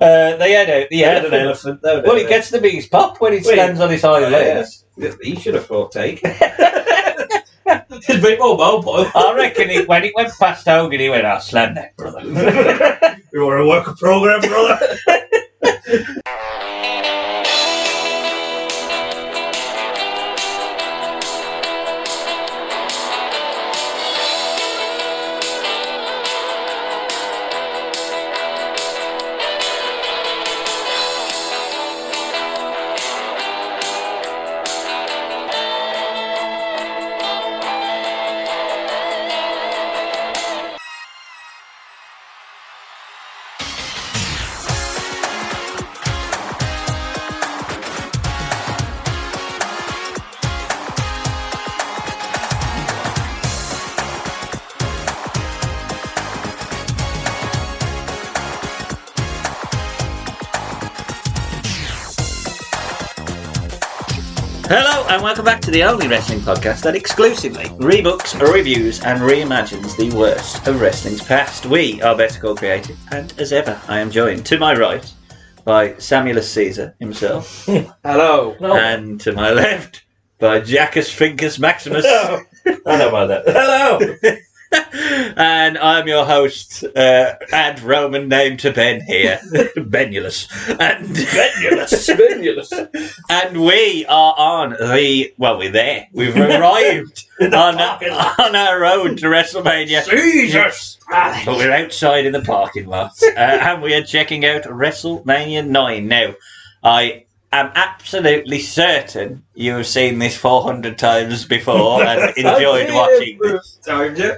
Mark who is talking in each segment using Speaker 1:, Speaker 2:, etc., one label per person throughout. Speaker 1: Uh, they had a, he
Speaker 2: They
Speaker 1: had
Speaker 2: had an
Speaker 1: a-
Speaker 2: elephant, though.
Speaker 1: Well, he gets the biggest pop when he
Speaker 2: Wait. Oh,
Speaker 1: stands on his hind legs.
Speaker 2: He should have thought take. He's a bit more mobile.
Speaker 1: I reckon it, when it went past Hogan, he went, "I slam that brother."
Speaker 2: You want to work a program, brother?
Speaker 1: Hello, and welcome back to the only wrestling podcast that exclusively rebooks, reviews, and reimagines the worst of wrestling's past. We are Better Call Creative, and as ever, I am joined to my right by Samuelus Caesar himself,
Speaker 2: Hello.
Speaker 1: and to my left by Jackus Finkus Maximus.
Speaker 2: Hello. I don't mind that. Hello.
Speaker 1: and I'm your host, uh, add Roman name to Ben here, Benulus. And Benulus.
Speaker 2: Stimulus.
Speaker 1: And we are on the well, we're there. We've arrived on on our road to WrestleMania,
Speaker 2: Jesus.
Speaker 1: but we're outside in the parking lot, uh, and we are checking out WrestleMania Nine now. I am absolutely certain you have seen this four hundred times before and enjoyed watching.
Speaker 2: For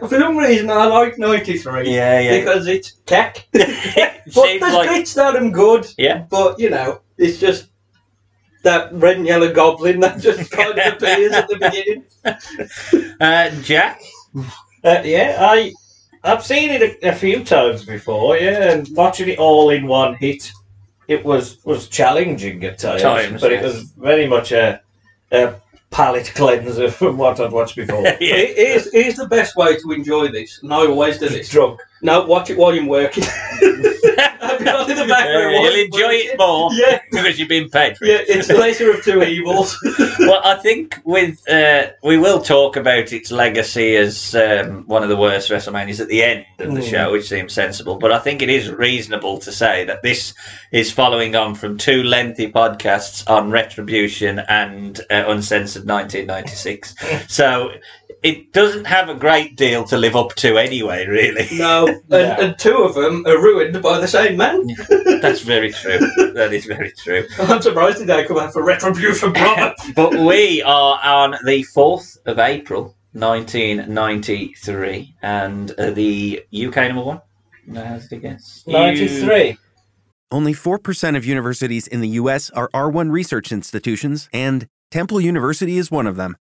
Speaker 2: some reason, I like 93.
Speaker 1: Yeah, yeah.
Speaker 2: Because it's tech.
Speaker 1: It
Speaker 2: But
Speaker 1: seems
Speaker 2: there's
Speaker 1: like
Speaker 2: bits that I'm good.
Speaker 1: Yeah.
Speaker 2: But, you know, it's just that red and yellow goblin that just kind of appears at the beginning.
Speaker 1: uh, Jack.
Speaker 3: Uh, yeah, I I've seen it a, a few times before. Yeah, and watching it all in one hit, it was was challenging at times,
Speaker 1: Times,
Speaker 3: but it
Speaker 1: yes.
Speaker 3: was very much a, a palate cleanser from what I'd watched before.
Speaker 1: Yeah.
Speaker 2: It is, it is the best way to enjoy this, and I always do
Speaker 3: It's
Speaker 2: this.
Speaker 3: drunk.
Speaker 2: No, watch it while you're working. I've been on in the background. while
Speaker 1: You'll
Speaker 2: you're
Speaker 1: enjoy it
Speaker 2: working.
Speaker 1: more
Speaker 2: Yeah,
Speaker 1: because you've been paid for it.
Speaker 2: yeah, it's the lesser of two evils.
Speaker 1: well, I think with uh, we will talk about its legacy as um, one of the worst WrestleManias at the end of the
Speaker 3: Hmm.
Speaker 1: show, which seems sensible. But I think it is reasonable to say that this is following on from two lengthy podcasts on Retribution and uh, Uncensored 1996. so it doesn't have a great deal to live up to anyway, really.
Speaker 2: No, and,
Speaker 3: Yeah.
Speaker 2: and two of them are ruined by the same man.
Speaker 1: That's very true. That is very true.
Speaker 2: I'm surprised they don't come out for retribution, brother.
Speaker 1: but we are on the 4th of April 1993 and uh, the UK number one. No, how did I guess? You-
Speaker 3: Ninety three.
Speaker 4: Only 4% of universities in the U.S. are R1 research institutions, and Temple University is one of them.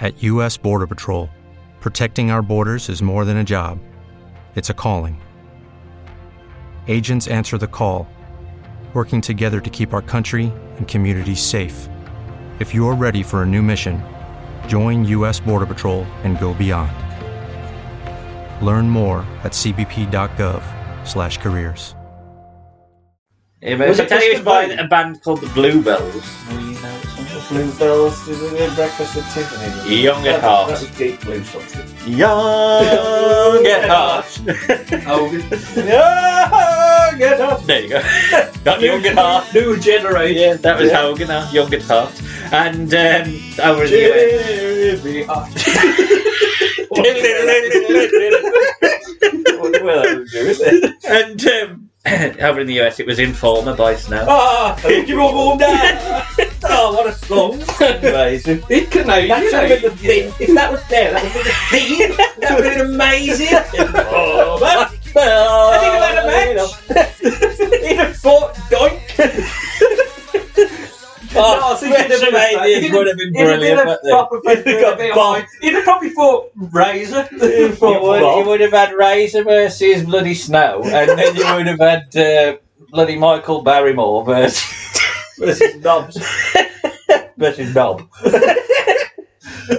Speaker 5: At U.S. Border Patrol, protecting our borders is more than a job, it's a calling. Agents answer the call, working together to keep our country and communities safe. If you're ready for a new mission, join U.S. Border Patrol and go beyond. Learn more at cbp.gov/careers.
Speaker 6: Yeah, but
Speaker 2: Was
Speaker 6: if I
Speaker 2: it
Speaker 6: tell you
Speaker 2: just
Speaker 6: it's
Speaker 2: a
Speaker 6: by
Speaker 2: band?
Speaker 6: a band called the Bluebells. Will you know it's not?
Speaker 1: The Blue Bells, did they do breakfast at Tiffany's?
Speaker 6: Young at
Speaker 1: That-
Speaker 6: heart.
Speaker 1: That was deep blue something.
Speaker 6: Young at heart.
Speaker 2: Oh,
Speaker 1: Young at heart.
Speaker 6: There you go. Not young at heart.
Speaker 2: new generation.
Speaker 6: Yeah, that was
Speaker 1: Yeah.
Speaker 6: Hogan, uh, young at heart. And um, over in the
Speaker 1: Jimmy Hart.
Speaker 6: US.
Speaker 1: Well, that would do, isn't it?
Speaker 6: and um, over in the US, it was Informer by Snow.
Speaker 1: Ah, thank you, Mum, Dad.
Speaker 2: Oh, what a song!
Speaker 1: Amazing.
Speaker 2: It can now,
Speaker 1: That
Speaker 2: you
Speaker 1: should have
Speaker 2: know,
Speaker 1: been the theme. If that was there, that would be the theme. That would have been amazing. Oh, I think about a match.
Speaker 2: in a fort doink.
Speaker 1: Oh, Smash Mania would have been brilliant,
Speaker 2: It'd have
Speaker 1: wouldn't
Speaker 2: been
Speaker 1: it?
Speaker 2: a proper
Speaker 1: It'd have got
Speaker 2: bit of
Speaker 1: bombed.
Speaker 2: hype. It'd have probably fought Razor.
Speaker 1: You would, you would have had Razor versus Bloody Snow, and then you would have had uh, Bloody Michael Barrymore versus versus Knobs versus Knob.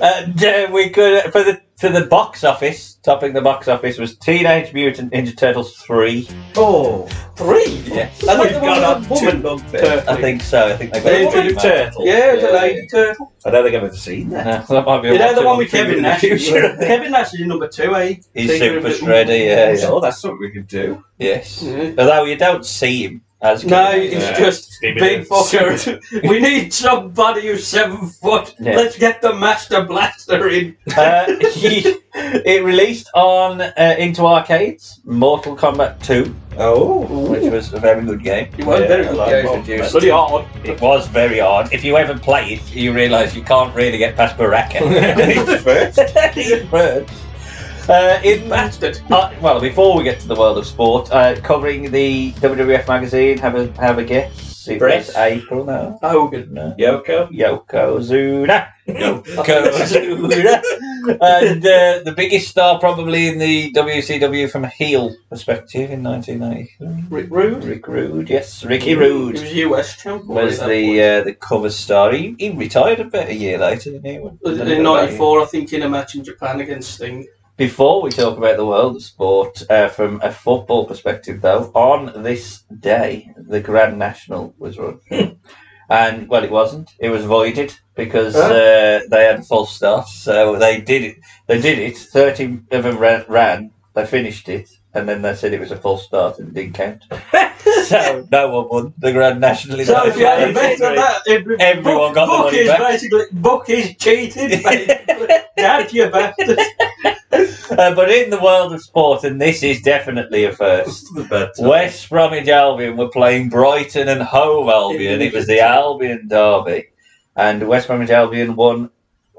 Speaker 1: and uh, we could for the for the box office, topping the box office was Teenage Mutant Ninja Turtles three.
Speaker 2: Oh, three?
Speaker 1: Yeah,
Speaker 2: I
Speaker 1: I
Speaker 2: think the
Speaker 1: think,
Speaker 2: one
Speaker 1: I
Speaker 2: with the woman.
Speaker 1: I think so. I think they got
Speaker 2: The
Speaker 1: it
Speaker 2: woman
Speaker 1: right.
Speaker 2: turtle. Yeah, it was a lady turtle.
Speaker 1: I don't think I've ever seen that. that might be a
Speaker 2: You know the
Speaker 1: watchable
Speaker 2: one with
Speaker 1: thing
Speaker 2: Kevin
Speaker 1: in the
Speaker 2: Nash?
Speaker 1: future.
Speaker 2: Kevin Nash is your number two, eh?
Speaker 1: He's
Speaker 2: Taking
Speaker 1: super
Speaker 2: a bit-
Speaker 1: shreddy, yeah, yeah.
Speaker 2: Oh, that's something we could do.
Speaker 1: Yes.
Speaker 2: Yeah.
Speaker 1: Although you don't see him as uh,
Speaker 2: No,
Speaker 1: Kevin
Speaker 2: it's
Speaker 1: Nash.
Speaker 2: just
Speaker 1: Stupid
Speaker 2: big
Speaker 1: ass.
Speaker 2: fucker. we need somebody who's seven foot.
Speaker 1: Yeah.
Speaker 2: Let's get the Master Blaster in.
Speaker 1: uh, he- it released on uh, into arcades Mortal Kombat 2,
Speaker 2: Oh,
Speaker 1: which was a very good game.
Speaker 2: It was
Speaker 1: Yeah,
Speaker 2: very
Speaker 1: like
Speaker 2: good game.
Speaker 1: introduced-
Speaker 2: Bloody hard.
Speaker 1: It was very hard. If you ever play it, you realise you can't really get past Baraka. He's first. He's first. Uh, in
Speaker 2: Bastard.
Speaker 1: Uh, well, before we get to the world of sport, uh, covering the WWF magazine, have a have a guess. It
Speaker 2: Brett?
Speaker 1: was April now.
Speaker 2: Hogan.
Speaker 1: No.
Speaker 2: Oh, Yoko.
Speaker 1: Yokozuna. Yokozuna. and uh, the biggest star probably in the WCW from a heel perspective in 1990.
Speaker 2: Rick Rude.
Speaker 1: Rick Rude, yes. Ricky Rude
Speaker 2: He was US champion.
Speaker 1: was
Speaker 2: at that point.
Speaker 1: the uh, the cover star. He, he retired about a year later, didn't he? When-
Speaker 2: Was it in '94, I think, in a match in Japan against Sting.
Speaker 1: Before we talk about the world of sport, uh, from a football perspective, though, on this day, the Grand National was run. and, well, it wasn't. It was voided because
Speaker 2: Huh?
Speaker 1: uh, they had a false start. So they did it. They did it. 30 of them ran, ran. They finished it. And then they said it was a false start and it didn't count. so no one won the Grand National. in
Speaker 2: So if you had a bet
Speaker 1: 1983.
Speaker 2: on that, every,
Speaker 1: Everyone
Speaker 2: book,
Speaker 1: got the
Speaker 2: book
Speaker 1: money
Speaker 2: is
Speaker 1: back.
Speaker 2: basically book is cheated. basically. Dad, you bastard.
Speaker 1: Uh, but in the world of sport, and this is definitely a first,
Speaker 7: uh,
Speaker 1: West Bromwich Albion were playing Brighton and Hove Albion. It was the Albion derby, and West Bromwich Albion won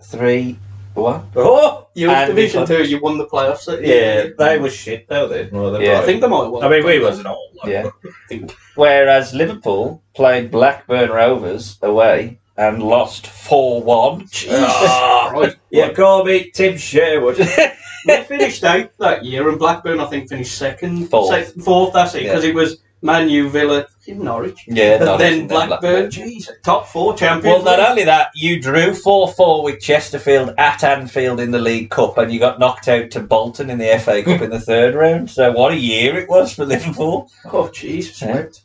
Speaker 1: three one.
Speaker 2: Oh, you was
Speaker 1: And
Speaker 2: Division
Speaker 1: we-
Speaker 2: Two. You won the playoffs. didn't you?
Speaker 7: Yeah, they were shit, though. They, well, they
Speaker 1: Yeah.
Speaker 2: I think they might. Won.
Speaker 7: I mean, we wasn't all. Like,
Speaker 1: Yeah. Whereas Liverpool played Blackburn Rovers away and lost four one.
Speaker 7: Ah,
Speaker 2: Right.
Speaker 7: yeah, call me Tim Sherwood.
Speaker 2: we finished eighth that year, and Blackburn, I think, finished second,
Speaker 1: Fourth.
Speaker 2: Sec- fourth. That's it, because it was Man U, Villa, in Norwich,
Speaker 1: Yeah,
Speaker 2: and
Speaker 1: Norwich
Speaker 2: then
Speaker 1: and
Speaker 2: Blackburn. Jeez, top four
Speaker 1: Well,
Speaker 2: champions.
Speaker 1: not
Speaker 2: League.
Speaker 1: only that, you drew 4 4 with Chesterfield at Anfield in the League Cup, and you got knocked out to Bolton in the FA Cup in the third round. So, what a year it was for Liverpool.
Speaker 2: Oh, Jesus.
Speaker 1: Yeah.
Speaker 2: right.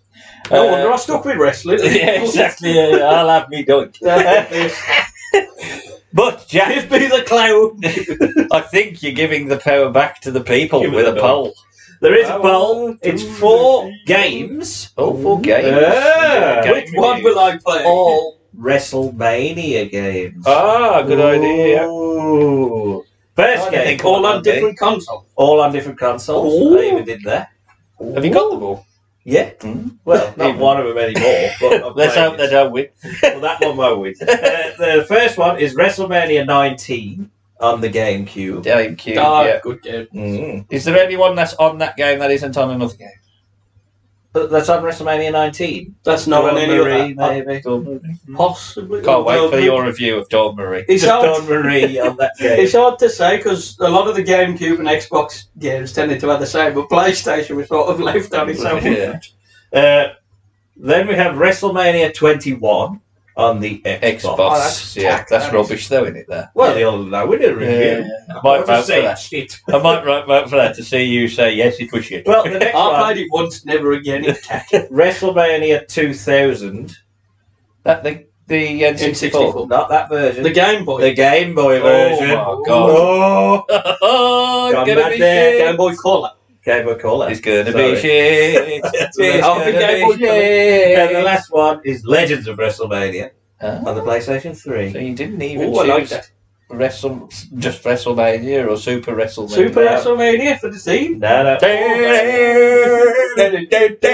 Speaker 2: No
Speaker 1: Uh,
Speaker 2: wonder I stuck with wrestling.
Speaker 1: yeah, exactly. yeah, yeah, I'll have me dunk. But, Jack,
Speaker 2: Give me the clown.
Speaker 1: I think you're giving the power back to the people
Speaker 7: Give it
Speaker 1: with a
Speaker 7: the
Speaker 1: poll. There is a poll. It's four games. Oh, four games.
Speaker 7: Yeah.
Speaker 1: Four games.
Speaker 2: Which one will I play?
Speaker 1: All.
Speaker 7: WrestleMania games.
Speaker 1: Ah, good idea.
Speaker 7: Ooh. First
Speaker 1: I don't
Speaker 7: game,
Speaker 1: think
Speaker 7: all,
Speaker 2: All
Speaker 1: I'll
Speaker 2: on different consoles.
Speaker 7: all on different consoles.
Speaker 2: Ooh.
Speaker 7: I even did that.
Speaker 1: Have you got them all?
Speaker 7: Yeah.
Speaker 1: Mm.
Speaker 7: Well, not
Speaker 1: Even.
Speaker 7: one of them anymore. But I've
Speaker 1: Let's
Speaker 7: played
Speaker 1: hope
Speaker 7: it.
Speaker 1: they don't win.
Speaker 7: Well, that one won't win. uh, the first one is WrestleMania 19 on the GameCube.
Speaker 1: Thank you.
Speaker 2: Ah,
Speaker 1: yeah.
Speaker 2: good game.
Speaker 7: Mm.
Speaker 1: Is there anyone that's on that game that isn't on another game?
Speaker 7: But that's on WrestleMania 19.
Speaker 2: That's not on
Speaker 7: Dawn
Speaker 2: any
Speaker 7: Marie,
Speaker 2: of that.
Speaker 7: maybe.
Speaker 2: Mm-hmm. Possibly.
Speaker 1: Can't wait for
Speaker 2: Well,
Speaker 1: your review of Dawn Marie.
Speaker 2: It's
Speaker 7: Just
Speaker 2: hard,
Speaker 7: Dawn Marie on that game.
Speaker 2: it's hard to say because a lot of the GameCube and Xbox games tended to have the same, but PlayStation was sort of left on its own.
Speaker 7: Yeah. Uh, Then we have WrestleMania 21 on the Xbox.
Speaker 1: Xbox.
Speaker 2: Oh, that's
Speaker 1: yeah,
Speaker 2: tack,
Speaker 1: that's
Speaker 2: that is.
Speaker 1: rubbish, though, isn't it? There.
Speaker 7: Well, the old now we did a review.
Speaker 1: I
Speaker 7: I
Speaker 1: might vote
Speaker 7: was just
Speaker 1: for
Speaker 7: saying
Speaker 1: that.
Speaker 7: shit.
Speaker 1: I might vote vote for that to see you say yes, it was shit.
Speaker 7: Well, the next
Speaker 2: I
Speaker 7: one,
Speaker 2: played it once, never again. It's tack.
Speaker 7: WrestleMania 2000.
Speaker 1: that the the N64.
Speaker 2: N64.
Speaker 7: Not that version.
Speaker 2: the Game Boy.
Speaker 7: The Game Boy version.
Speaker 1: Oh, my God. Oh, it's
Speaker 7: Gone
Speaker 1: gonna
Speaker 7: mad
Speaker 1: be
Speaker 7: there,
Speaker 1: shit.
Speaker 2: Game Boy Color.
Speaker 7: Game Boy Color.
Speaker 1: It's gonna
Speaker 7: Sorry.
Speaker 1: be shit. It's
Speaker 2: I'll
Speaker 1: gonna
Speaker 2: be Game Boy
Speaker 1: be
Speaker 2: Color.
Speaker 7: And the
Speaker 1: shit.
Speaker 7: last one is Legends of WrestleMania
Speaker 1: Ah,
Speaker 7: on the PlayStation
Speaker 1: So
Speaker 7: 3.
Speaker 1: you didn't even
Speaker 2: Oh, I like
Speaker 1: choose
Speaker 2: that.
Speaker 1: Wrestle, just WrestleMania or Super WrestleMania.
Speaker 2: Super WrestleMania for the team.
Speaker 7: No, no.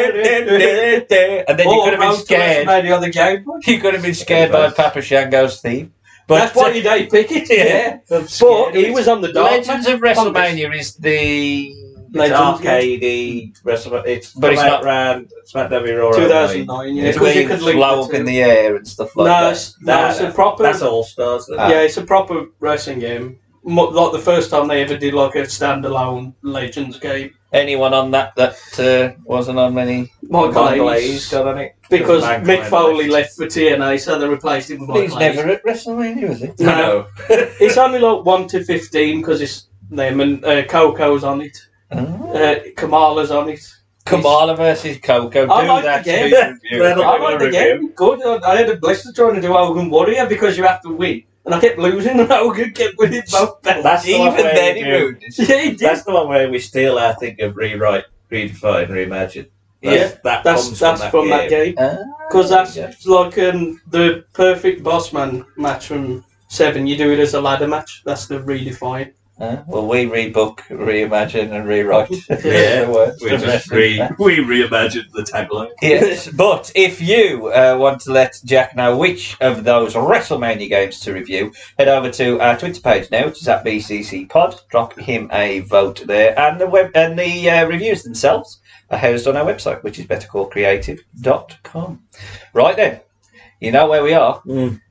Speaker 1: and then you
Speaker 2: Or
Speaker 1: could have
Speaker 2: Road
Speaker 1: been
Speaker 2: to
Speaker 1: scared.
Speaker 2: WrestleMania on the Game Boy.
Speaker 1: You could have been scared by Papa Shango's theme. But
Speaker 2: That's why you don't pick it.
Speaker 1: Yeah.
Speaker 2: Yeah.
Speaker 1: scared
Speaker 2: But he was on the dark.
Speaker 1: Legends of WrestleMania is the
Speaker 7: It's
Speaker 2: Legends.
Speaker 7: arcadey, WrestleMania. It's
Speaker 1: But it's
Speaker 7: come
Speaker 1: not-
Speaker 7: out round SmackDown Raw. aren't they?
Speaker 2: 2009. Yeah.
Speaker 1: it's
Speaker 2: Because
Speaker 1: where
Speaker 2: you
Speaker 1: you
Speaker 2: could link
Speaker 1: blow
Speaker 2: the
Speaker 1: up
Speaker 2: two.
Speaker 1: in the air and stuff like
Speaker 2: no,
Speaker 1: that.
Speaker 2: it's, no,
Speaker 7: Nah,
Speaker 2: it's
Speaker 7: nah,
Speaker 2: a proper.
Speaker 7: That's All Stars. isn't it?
Speaker 1: Ah.
Speaker 2: yeah, it's a proper wrestling game. Mu- Like the first time they ever did like a standalone Legends game.
Speaker 1: Anyone on that that uh, wasn't on many?
Speaker 2: Michael,
Speaker 7: Michael
Speaker 2: Hayes.
Speaker 7: Hayes got on it.
Speaker 2: Because
Speaker 7: Michael
Speaker 2: Mick
Speaker 7: Hayes
Speaker 2: Foley left for TNA, so they replaced him with Michael
Speaker 1: He's
Speaker 2: Hayes.
Speaker 1: never at WrestleMania, was he?
Speaker 2: No. it's only like 1 to 15 because it's them and uh, Coco's on it.
Speaker 1: Oh.
Speaker 2: Uh, Kamala's on it.
Speaker 1: Kamala versus Coco. Do
Speaker 2: I like
Speaker 1: that.
Speaker 2: the game.
Speaker 1: stupid review.
Speaker 7: Well,
Speaker 2: I like the game. Good. I, I had a blister trying to do Hogan Warrior because you have to win. And I kept losing, and Hogan kept winning both belts.
Speaker 7: That's the
Speaker 1: Even
Speaker 7: one where
Speaker 1: then,
Speaker 7: you
Speaker 1: he
Speaker 7: do-
Speaker 1: ruined it.
Speaker 2: yeah, he did.
Speaker 7: That's the one where we steal our thing of rewrite, redefine, reimagine. That's,
Speaker 2: Yeah,
Speaker 7: that
Speaker 2: That's
Speaker 7: comes
Speaker 2: that's
Speaker 7: from that
Speaker 2: game.
Speaker 7: game.
Speaker 1: Ah,
Speaker 2: Because that's
Speaker 1: yeah.
Speaker 2: like um, the perfect boss man match from Seven. You do it as a ladder match. That's the redefine.
Speaker 1: Ah, well, we rebook, reimagine, and rewrite.
Speaker 2: Yeah.
Speaker 1: The words
Speaker 7: We
Speaker 1: of
Speaker 7: just
Speaker 1: wrestling.
Speaker 7: re we reimagined the tagline.
Speaker 1: Yes, but if you uh, want to let Jack know which of those WrestleMania games to review, head over to our Twitter page now, which is at BCC Pod. Drop him a vote there, and the web and the uh, reviews themselves are housed on our website, which is bettercorecreative.com. Right then, you know where we are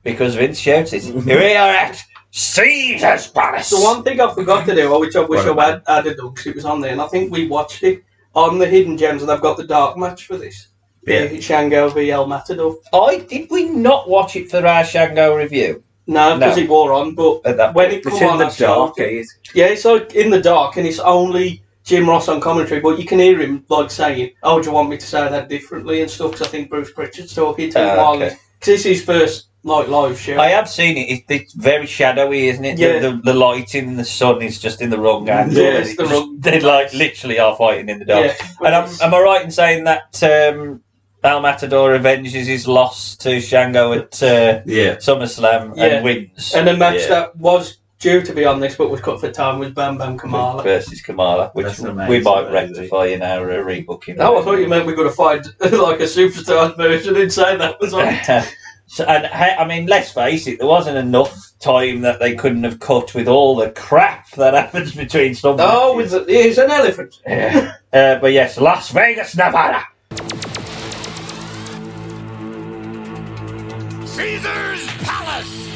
Speaker 1: because Vince shouted, "We are at Caesar's Palace."
Speaker 2: The one thing I forgot to do, which I wish
Speaker 7: Right.
Speaker 2: I had added because it was on there, and I think we watched it on the Hidden Gems, and I've got the dark match for this.
Speaker 7: Yeah.
Speaker 2: The Shango v El Matador.
Speaker 1: I did we not watch it for our Shango review?
Speaker 2: No, because
Speaker 1: No.
Speaker 2: it wore on, but
Speaker 1: At that
Speaker 2: when it
Speaker 7: It's
Speaker 2: come
Speaker 7: in
Speaker 2: on,
Speaker 7: the
Speaker 2: I
Speaker 7: dark.
Speaker 1: eh?
Speaker 2: shouted. Yeah, it's like in the dark, and it's only Jim Ross on commentary, but you can hear him like saying, "Oh, do you want me to say that differently and stuff?" Because I think Bruce Pritchard's talking to him
Speaker 1: Ah,
Speaker 2: while
Speaker 1: okay.
Speaker 2: he's- 'cause it's his first like live show.
Speaker 1: I have seen it. it. It's very shadowy, isn't it?
Speaker 2: Yeah.
Speaker 1: The, the, the lighting and the sun is just in the wrong angle.
Speaker 2: Yeah, it's the
Speaker 1: Just-
Speaker 2: wrong-
Speaker 1: They like literally are fighting in the dark. and I'm, am I right in saying that um, Al Matador avenges his loss to Shango at uh,
Speaker 7: Yeah.
Speaker 1: SummerSlam
Speaker 2: Yeah.
Speaker 1: and wins
Speaker 2: and a match
Speaker 7: Yeah.
Speaker 2: that was due to be on this but was cut for time was Bam Bam Kamala.
Speaker 1: versus Kamala, which
Speaker 7: That's
Speaker 1: we
Speaker 7: amazing,
Speaker 1: might
Speaker 7: amazing.
Speaker 1: rectify in our uh, rebooking.
Speaker 2: Oh, I thought you meant we were going to find like a superstar version and say that was on.
Speaker 1: so, and hey, I mean, let's face it, there wasn't enough time that they couldn't have cut with all the crap that happens between some. matches.
Speaker 2: Oh, he's an elephant.
Speaker 1: Yeah. Uh, but yes, Las Vegas, Nevada.
Speaker 8: Caesar's Palace,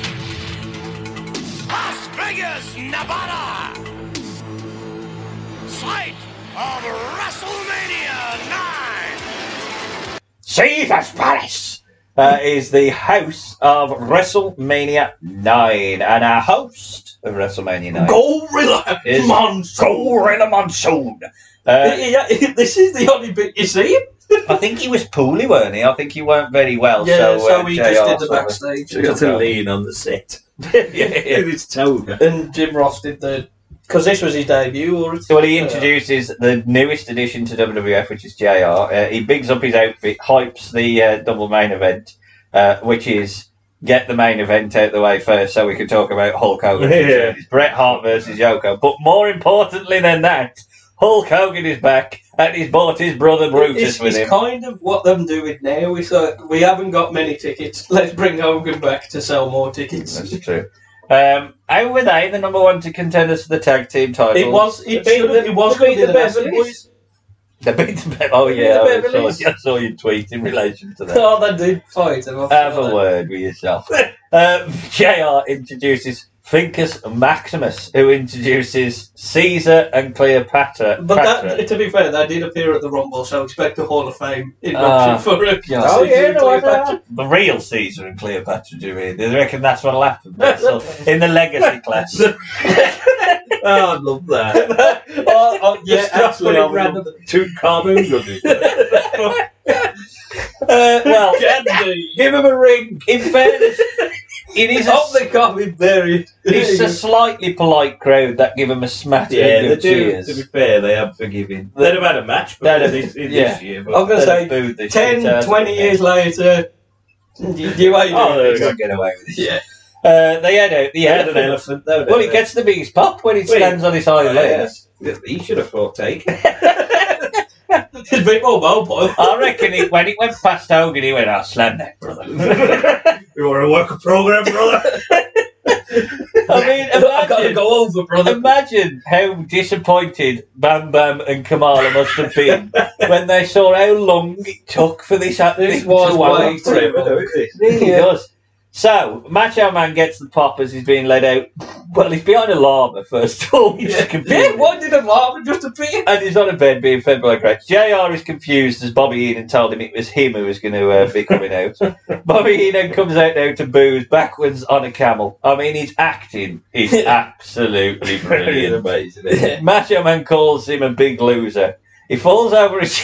Speaker 8: Las Vegas, Nevada. Site of WrestleMania 9.
Speaker 1: Caesar's Palace uh, is the house of WrestleMania 9. And our host of WrestleMania 9
Speaker 2: Gorilla
Speaker 1: is
Speaker 2: Monsoon.
Speaker 1: Gorilla Monsoon. Uh,
Speaker 2: Yeah, yeah, this is the only bit you see him.
Speaker 1: I think he was poorly, weren't he? I think he weren't very well.
Speaker 2: Yeah, so,
Speaker 1: uh,
Speaker 2: we
Speaker 1: JR
Speaker 2: just did the
Speaker 1: sort of-
Speaker 2: backstage.
Speaker 7: She got to lean on the set.
Speaker 1: yeah, yeah.
Speaker 7: With his toga.
Speaker 2: And Jim Ross did the because this was his debut, or
Speaker 1: So when he introduces the newest addition to WWF, which is JR, uh, he bigs up his outfit, hypes the uh, double main event, uh, which is get the main event out the way first so we can talk about Hulk Hogan.
Speaker 7: Yeah.
Speaker 1: It's Bret Hart versus Yoko. But more importantly than that, Hulk Hogan is back and he's bought his brother Brutus
Speaker 2: it's,
Speaker 1: with
Speaker 2: it's
Speaker 1: him.
Speaker 2: kind of what them doing now. We thought we haven't got many tickets. Let's bring Hogan back to sell more tickets.
Speaker 1: That's true. Um, how were they the number one to contenders for the tag team title?
Speaker 2: It was it,
Speaker 7: They beat
Speaker 2: should
Speaker 7: the-
Speaker 2: have, it was
Speaker 7: they beat
Speaker 2: going to be
Speaker 7: the
Speaker 2: the Nasty
Speaker 7: Beverleys.
Speaker 2: Boys.
Speaker 1: They beat the Be- oh yeah,
Speaker 2: the
Speaker 1: I saw,
Speaker 2: Beverleys.
Speaker 1: I saw you tweet in relation to that.
Speaker 2: Oh, they did fight. Him. I forgot
Speaker 1: Have
Speaker 2: that.
Speaker 1: a word with yourself. Uh, JR Um, introduces Fincus Maximus, who introduces Caesar and Cleopatra.
Speaker 2: But
Speaker 1: Patra.
Speaker 2: that, to be fair, they did appear at the Rumble, so expect a Hall of Fame induction
Speaker 1: Ah,
Speaker 2: for it.
Speaker 1: yeah.
Speaker 7: Oh, yeah, no, I know.
Speaker 1: the real Caesar and Cleopatra do it. They reckon that's what'll happen. So, in the legacy class.
Speaker 7: Oh, I love that.
Speaker 2: oh, oh,
Speaker 7: yeah, actually, I would
Speaker 2: random.
Speaker 7: Tutankhamun would do that.
Speaker 1: Uh, well,
Speaker 2: Candy.
Speaker 1: give him a ring. In fairness, it is a,
Speaker 2: Hope they got me buried.
Speaker 1: it's a slightly polite crowd that give him a smattering
Speaker 7: Yeah, they
Speaker 1: of
Speaker 7: do.
Speaker 1: cheers.
Speaker 7: To be fair, they are forgiving. They'd have had a match,
Speaker 1: They'd
Speaker 7: but
Speaker 1: have-
Speaker 7: this, in
Speaker 1: yeah. Oh,
Speaker 7: this year.
Speaker 2: I'm
Speaker 7: But
Speaker 2: gonna
Speaker 1: They'd have
Speaker 2: say
Speaker 1: booed the shit out
Speaker 2: 10,
Speaker 1: of
Speaker 2: 20
Speaker 1: him.
Speaker 2: years later. You, you ain't
Speaker 1: Oh,
Speaker 2: doing
Speaker 1: they
Speaker 2: this.
Speaker 1: can't get away with it.
Speaker 2: Yeah.
Speaker 1: Uh, they had out the
Speaker 7: they had an
Speaker 1: elephant.
Speaker 7: elephant, though.
Speaker 1: Well, it gets the biggest pop when it
Speaker 7: Wait. Oh,
Speaker 1: stands on its hind legs.
Speaker 7: He should have fought take.
Speaker 2: It's big old mobile.
Speaker 1: I reckon it, when it went past Hogan, he went, "I'll slam that, brother."
Speaker 7: You want to work a program, brother?
Speaker 1: I mean,
Speaker 2: I've got to
Speaker 1: imagine,
Speaker 2: go over, brother.
Speaker 1: imagine how disappointed Bam Bam and Kamala must have been when they saw how long it took for this happening.
Speaker 2: This was
Speaker 1: to
Speaker 2: way
Speaker 1: unfold.
Speaker 2: too long.
Speaker 1: It really does. So, Macho Man gets the pop as he's being led out. Well, he's behind a llama, first of all. He's
Speaker 2: Yeah,
Speaker 1: confused.
Speaker 2: why did a lava just appear?
Speaker 1: and he's on a bed being fed by Gretch. JR is confused as Bobby Heenan told him it was him who was going to uh, be coming out. Bobby Heenan comes out now to booze backwards on a camel. I mean, his acting is absolutely
Speaker 7: Brilliant,
Speaker 1: brilliant.
Speaker 7: amazing. isn't it?
Speaker 1: Macho Man calls him a big loser. He falls over his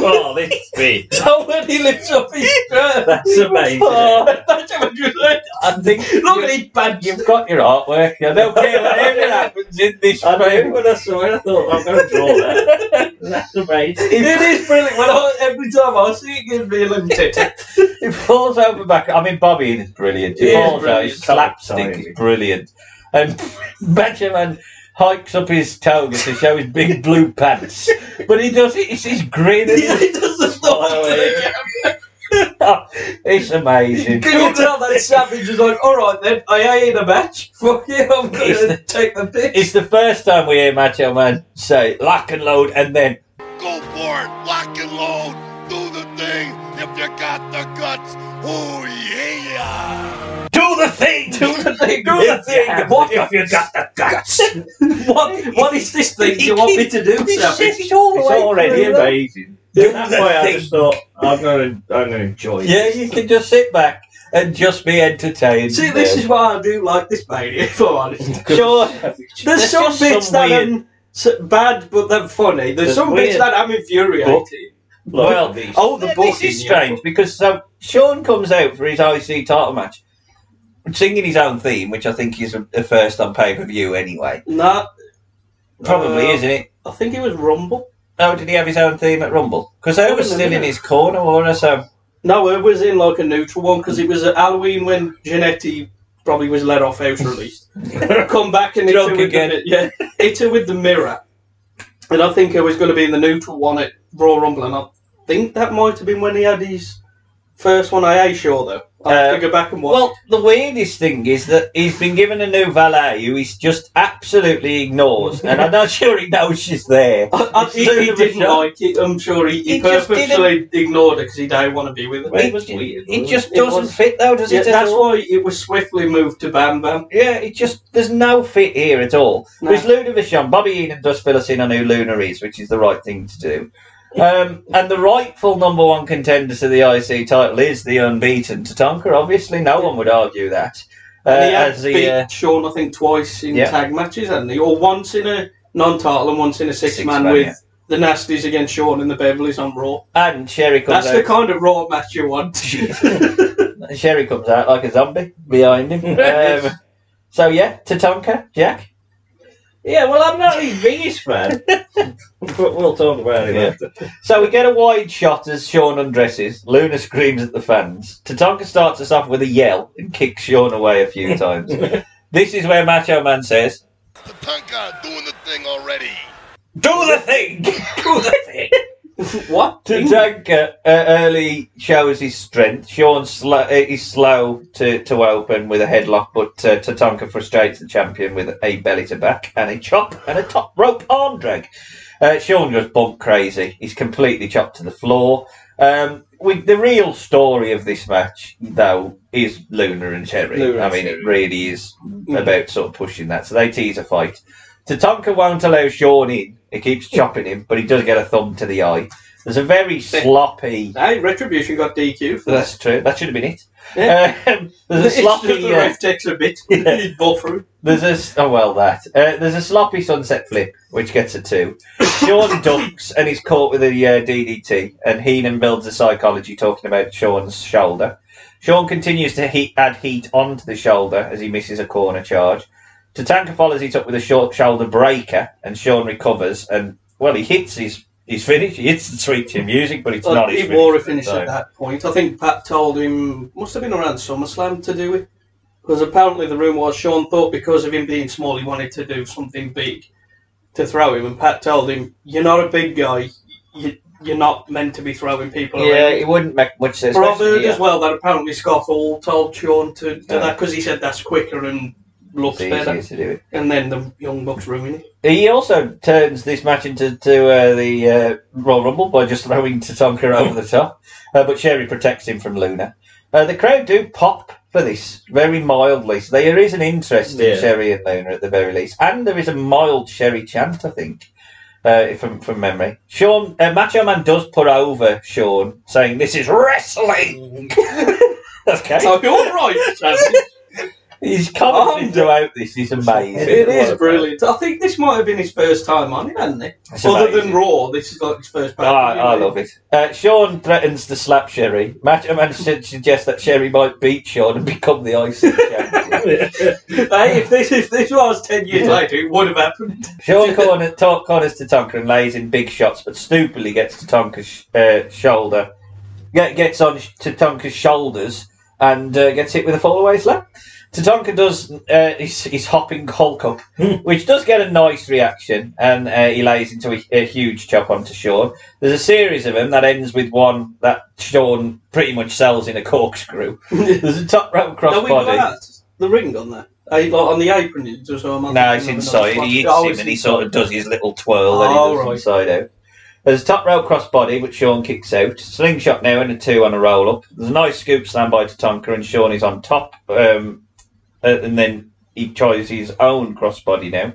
Speaker 7: oh, this bit.
Speaker 2: Somebody lifts up his shirt.
Speaker 7: That's amazing.
Speaker 1: Oh,
Speaker 2: That's how you look.
Speaker 1: I think
Speaker 2: Look
Speaker 1: you-
Speaker 2: at his badge.
Speaker 1: you've got your artwork. I don't care what ever happens in this
Speaker 7: I know
Speaker 1: frame.
Speaker 7: when I saw it, I thought, I'm going to draw that. That's amazing.
Speaker 2: It is brilliant. When I, every time I see it, it gives me a little titter.
Speaker 1: He falls over back. I mean, Bobby is brilliant. He
Speaker 2: He is
Speaker 1: falls over.
Speaker 2: brilliant.
Speaker 1: His slapstick is brilliant. And Benjamin hikes up his toga to show his big blue pants. But he does it, it's his grin.
Speaker 2: he doesn't
Speaker 7: Oh, yeah.
Speaker 1: it's amazing.
Speaker 2: Can you tell that savage is like, all right then, I ain't in a match. Fuck you, I'm gonna
Speaker 1: It's the-
Speaker 2: take the piss.
Speaker 1: It's the first time we hear Macho Man say lock and load and then
Speaker 8: Go for it. Lock and load. Do the thing if you got the guts. Oh, yeah.
Speaker 1: do the thing! Do the thing! Do the
Speaker 2: If you
Speaker 1: thing!
Speaker 2: have-
Speaker 1: What
Speaker 2: if
Speaker 1: you got the guts?
Speaker 2: What, what is this thing you want me to do,
Speaker 1: This
Speaker 2: savage?
Speaker 1: shit is all the
Speaker 7: It's
Speaker 1: way
Speaker 7: already
Speaker 1: through.
Speaker 7: amazing.
Speaker 1: Do
Speaker 7: That's
Speaker 1: the
Speaker 7: why I
Speaker 1: thing.
Speaker 7: just thought, I'm going to, I'm going to enjoy
Speaker 1: Yeah,
Speaker 7: this.
Speaker 1: you can just sit back and just be entertained.
Speaker 2: See, this
Speaker 1: Yeah.
Speaker 2: is why I do like this mania, if I'm honest.
Speaker 1: Sure.
Speaker 2: There's
Speaker 1: There's
Speaker 2: some
Speaker 1: just
Speaker 2: bits
Speaker 1: some
Speaker 2: that
Speaker 1: weird-
Speaker 2: I'm s- bad, but they're funny. There's,
Speaker 1: There's
Speaker 2: some bits
Speaker 1: weird
Speaker 2: that I'm infuriated.
Speaker 7: Look
Speaker 1: well,
Speaker 7: at these.
Speaker 2: Oh, the
Speaker 1: Th-
Speaker 2: book
Speaker 1: this is
Speaker 2: in you.
Speaker 1: strange because so Sean comes out for his IC title match, singing his own theme, which I think is a, a first on pay per view anyway.
Speaker 2: Nah,
Speaker 1: Probably,
Speaker 2: Uh,
Speaker 1: isn't it?
Speaker 2: I think it was Rumble.
Speaker 1: Oh, did he have his own theme at Rumble? Because I was
Speaker 2: Probably,
Speaker 1: still in
Speaker 2: yeah.
Speaker 1: his corner, or not, so.
Speaker 2: No, it was in like a neutral one because it was at Halloween when Genetti probably was let off house released. Come back and hit her
Speaker 1: Drunk
Speaker 2: with
Speaker 1: again.
Speaker 2: The, yeah, hit her with the mirror. And I think it was going to be in the neutral one at Raw Rumble, and I think that might have been when he had his first one. I ain't sure though. I have
Speaker 1: Uh,
Speaker 2: to go back and watch.
Speaker 1: Well, the weirdest thing is that he's been given a new valet who he just absolutely ignores, and I'm not sure he knows she's there.
Speaker 2: I, I,
Speaker 1: It's
Speaker 2: he,
Speaker 1: so
Speaker 2: he didn't
Speaker 1: bizarre.
Speaker 2: like it. I'm sure he, he,
Speaker 1: He just
Speaker 2: purposely ignored it because he didn't want to be with her.
Speaker 7: Well,
Speaker 1: It,
Speaker 7: it was weird,
Speaker 1: it
Speaker 7: wasn't
Speaker 1: just
Speaker 2: it? It
Speaker 1: doesn't
Speaker 2: was-
Speaker 1: fit though, does
Speaker 2: Yeah,
Speaker 1: it? at
Speaker 2: that's
Speaker 1: all?
Speaker 2: why it was swiftly moved to Bam Bam.
Speaker 1: Yeah, it just there's no fit here at all.
Speaker 2: No.
Speaker 1: There's Luna Vachon. Bobby Heenan does fill us in on who Luna is, which is the right thing to do. Um, and the rightful number one contender to the IC title is the unbeaten Tatanka. Obviously, no one would argue that. Uh,
Speaker 2: And he had
Speaker 1: as the,
Speaker 2: beat
Speaker 1: uh,
Speaker 2: Sean, I think, twice in
Speaker 1: Yeah.
Speaker 2: tag matches, hadn't he? Or once in a non-title and once in a six-man
Speaker 1: Six-man,
Speaker 2: with
Speaker 1: yeah.
Speaker 2: the Nasties against Sean and the Beverleys on Raw.
Speaker 1: and Sherry comes out.
Speaker 2: That's the kind of Raw match you want.
Speaker 1: Sherry comes out like a zombie behind him. Um, so yeah, Tatanka, Jack.
Speaker 7: Yeah, well, I'm not his biggest fan. but we'll talk about it
Speaker 1: Yeah.
Speaker 7: after.
Speaker 1: So we get a wide shot as Sean undresses. Luna screams at the fans. Tatanka starts us off with a yell and kicks Sean away a few times. this is where Macho Man says,
Speaker 8: The Tonka doing the thing already.
Speaker 1: Do the thing! Do the thing!
Speaker 2: what?
Speaker 1: Tatanka uh, early shows his strength. Sean sl- uh, is slow to, to open with a headlock, but uh, Tatanka frustrates the champion with a belly to back and a chop and a top rope arm drag. Uh, Sean goes bump crazy. He's completely chopped to the floor. Um, we, the real story of this match, though, is Luna and Cherry.
Speaker 2: Luna
Speaker 1: I
Speaker 2: and Mm.
Speaker 1: mean,
Speaker 2: Cherry.
Speaker 1: it really is about sort of pushing that. So they tease a fight. Tatanka won't allow Sean in. He keeps chopping him, but he does get a thumb to the eye. There's a very sloppy.
Speaker 2: Hey, Retribution got DQ for that.
Speaker 1: That's true. That should have been it.
Speaker 2: Yeah.
Speaker 1: Um, there's a
Speaker 2: It's just
Speaker 1: sloppy.
Speaker 2: the
Speaker 1: uh,
Speaker 2: ref takes a bit.
Speaker 1: Yeah.
Speaker 2: He'd bought through.
Speaker 1: There's a s- oh well that uh, there's a sloppy sunset flip which gets a two. Sean ducks and he's caught with a uh, DDT, and Heenan builds a psychology talking about Sean's shoulder. Sean continues to heat, add heat onto the shoulder as he misses a corner charge. Tatanka follows it up with a short shoulder breaker, and Sean recovers and well he hits his his finish. He hits the sweet chin music, but it's
Speaker 2: Well,
Speaker 1: not his
Speaker 2: he wore a
Speaker 1: at the
Speaker 2: finish
Speaker 1: time.
Speaker 2: at that point. I think Pat told him must have been around SummerSlam to do it because apparently the rumor was Sean thought because of him being small he wanted to do something big to throw him, and Pat told him, "You're not a big guy. You, you're not meant to be throwing people."
Speaker 1: Yeah,
Speaker 2: around.
Speaker 1: it wouldn't make much sense.
Speaker 2: But I've
Speaker 1: especially
Speaker 2: heard
Speaker 1: here.
Speaker 2: as well that apparently Scott Hall told Sean to do
Speaker 1: Yeah.
Speaker 2: that because he said that's quicker and looks
Speaker 1: It's easier
Speaker 2: better.
Speaker 1: to do it.
Speaker 2: And then the young bucks ruined it.
Speaker 1: He also turns this match into to, uh, the uh, Royal Rumble by just throwing Tatanka over the top, uh, but Sherry protects him from Luna. Uh, the crowd do pop for this very mildly, so there is an interest in
Speaker 7: Yeah.
Speaker 1: Sherry and Luna at the very least, and there is a mild Sherry chant, I think, uh, from from memory. Sean uh, Macho Man does put over Sean, saying this is wrestling. okay,
Speaker 2: So you're right. Sam.
Speaker 1: his commentary throughout this is amazing.
Speaker 2: It is brilliant. I think this might have been his first time on it, hasn't it?
Speaker 1: It's
Speaker 2: Other
Speaker 1: amazing.
Speaker 2: than Raw, this is like his first
Speaker 1: Oh, I,
Speaker 2: ah.
Speaker 1: I love it. Uh, Sean threatens to slap Sherry. Macho Man su- suggests that Sherry might beat Sean and become the IC champion.
Speaker 2: hey, if this if this was ten years later, it would have happened.
Speaker 1: Sean corner, talk, corners Tatanka and lays in big shots, but stupidly gets Tatanka's sh- uh, shoulder, get, gets on sh- Tatanka's shoulders and uh, gets hit with a fallaway slam. Tatanka does uh, his, his hopping Hulk up, which does get a nice reaction, and uh, he lays into a, a huge chop onto Sean. There's a series of them that ends with one that Sean pretty much sells in a corkscrew. There's a top rope
Speaker 2: Now we
Speaker 1: crossbody.
Speaker 2: got the ring on there. Hey, like on the apron, it does so I'm
Speaker 1: No, it's inside. He hits him and he sort of does his little twirl that
Speaker 2: Oh,
Speaker 1: he does
Speaker 2: right.
Speaker 1: inside out. There's a top rope crossbody, which Sean kicks out. Slingshot now and a two on a roll up. There's a nice scoop slam by Tatanka, and Sean is on top. Um, uh, and then he tries his own crossbody now.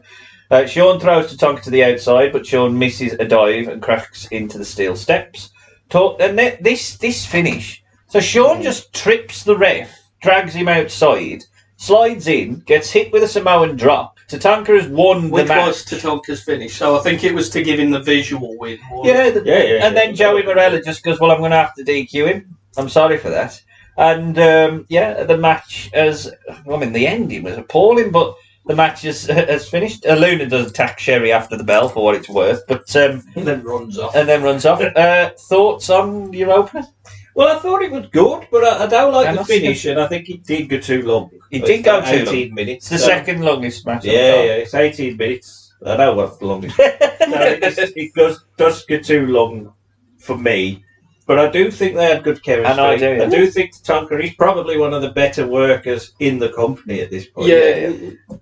Speaker 1: Uh, Sean throws Tatanka to the outside, but Sean misses a dive and cracks into the steel steps. Talk, and th- this this finish. So Sean just trips the ref, drags him outside, slides in, gets hit with a Samoan drop. Tatanka has won
Speaker 2: Which
Speaker 1: the match.
Speaker 2: was Tatanka's finish, so I think it was to give him the visual win. wasn't it?
Speaker 1: Yeah, the,
Speaker 7: Yeah, yeah,
Speaker 1: and
Speaker 7: yeah.
Speaker 1: then Joey Morella just goes, "Well, I'm going to have to DQ him. I'm sorry for that." And um, yeah, the match as I mean, the ending was appalling, but the match is has finished. Uh, Luna does attack Sherry after the bell for what it's worth, but um,
Speaker 7: and then runs off.
Speaker 1: and then runs off. Uh, thoughts on your opener?
Speaker 7: Well, I thought it was good, but I, I don't like
Speaker 1: I
Speaker 7: the
Speaker 1: must
Speaker 7: finish, and I think it did go too long.
Speaker 1: It did go too long.
Speaker 7: 18 minutes.
Speaker 1: It's the
Speaker 7: so-
Speaker 1: second longest match.
Speaker 7: Yeah,
Speaker 1: of the
Speaker 7: yeah,
Speaker 1: card.
Speaker 7: it's 18 minutes. I know what's the longest. no, it, just- it does, does go too long for me, but I do think they had good chemistry.
Speaker 1: And I do, yeah.
Speaker 7: I do think Tonker is probably one of the better workers in the company at this point.
Speaker 2: yeah.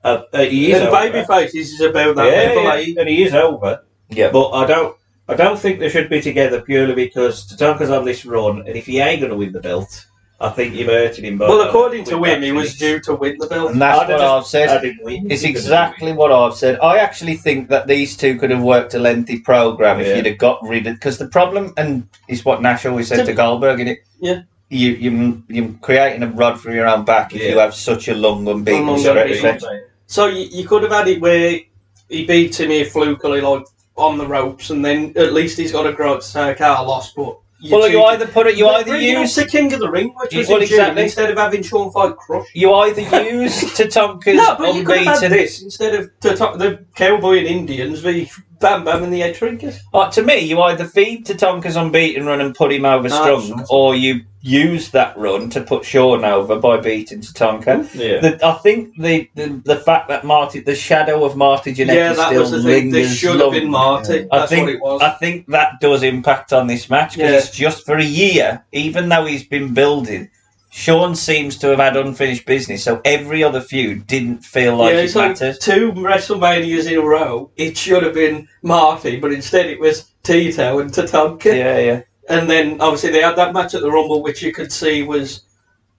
Speaker 7: Uh, uh, he is
Speaker 2: And
Speaker 7: over.
Speaker 2: Babyface is about that
Speaker 7: Yeah,
Speaker 2: level.
Speaker 7: yeah,
Speaker 2: eh?
Speaker 7: and he is over.
Speaker 1: Yeah.
Speaker 7: But I don't I don't think they should be together purely because Tatanka's on this run, and if he ain't going to win the belt, I think you've hurted him. By
Speaker 1: um,
Speaker 2: Well, according to him,
Speaker 7: that
Speaker 2: he was
Speaker 7: finish.
Speaker 2: due to win the belt.
Speaker 1: And that's
Speaker 7: I'd
Speaker 1: what
Speaker 7: have-
Speaker 1: I've said.
Speaker 7: I didn't win.
Speaker 1: It's exactly what I've said. I actually think that these two could have worked a lengthy program if
Speaker 7: Yeah.
Speaker 1: you'd have got rid of. Because the problem, and it's what Nash always said
Speaker 2: It's a-
Speaker 1: to Goldberg, and it,
Speaker 2: Yeah.
Speaker 1: you you you're creating a rod for your own back if
Speaker 7: Yeah.
Speaker 1: you have such a long unbeaten
Speaker 2: Long
Speaker 1: stretch.
Speaker 2: unbeaten. So you, you could have had it where he beat him here flukily, like on the ropes, and then at least he's got a gripe to say, "Okay, I lost." But you
Speaker 1: Well, you
Speaker 2: cheated."
Speaker 1: either put it, you
Speaker 2: But
Speaker 1: either
Speaker 2: bring it
Speaker 1: use
Speaker 2: up to King of the Ring, which
Speaker 1: You-
Speaker 2: was
Speaker 1: well,
Speaker 2: in June,
Speaker 1: exactly.
Speaker 2: instead of having Sean fight Crush.
Speaker 1: you either use Tatanka's
Speaker 2: No, but you could have had
Speaker 1: unbeaten.
Speaker 2: this instead of the, top, the Cowboy and Indians, the Bam Bam and the Edge Trinkers.
Speaker 1: Uh, to me, you either feed Tatanka's unbeaten run and put him over
Speaker 2: No,
Speaker 1: strong,
Speaker 2: that's-
Speaker 1: or you use that run to put Sean over by beating Tatanka.
Speaker 7: Yeah.
Speaker 1: The, I think the, the the fact that Marty, the shadow of Marty Jannetty
Speaker 2: Yeah, that
Speaker 1: still
Speaker 2: was the thing. They
Speaker 1: lingers
Speaker 2: should have been
Speaker 1: long.
Speaker 2: Marty.
Speaker 1: I
Speaker 2: That's
Speaker 1: think
Speaker 2: what it was.
Speaker 1: I think that does impact on this match because
Speaker 2: Yeah.
Speaker 1: it's just for a year, even though he's been building. Sean seems to have had unfinished business, so every other feud didn't feel like
Speaker 2: yeah,
Speaker 1: it
Speaker 2: it's like
Speaker 1: mattered.
Speaker 2: two WrestleManias in a row. It should have been Marty, but instead it was Tito and Tatanka.
Speaker 1: Yeah, yeah.
Speaker 2: And then obviously they had that match at the Rumble, which you could see was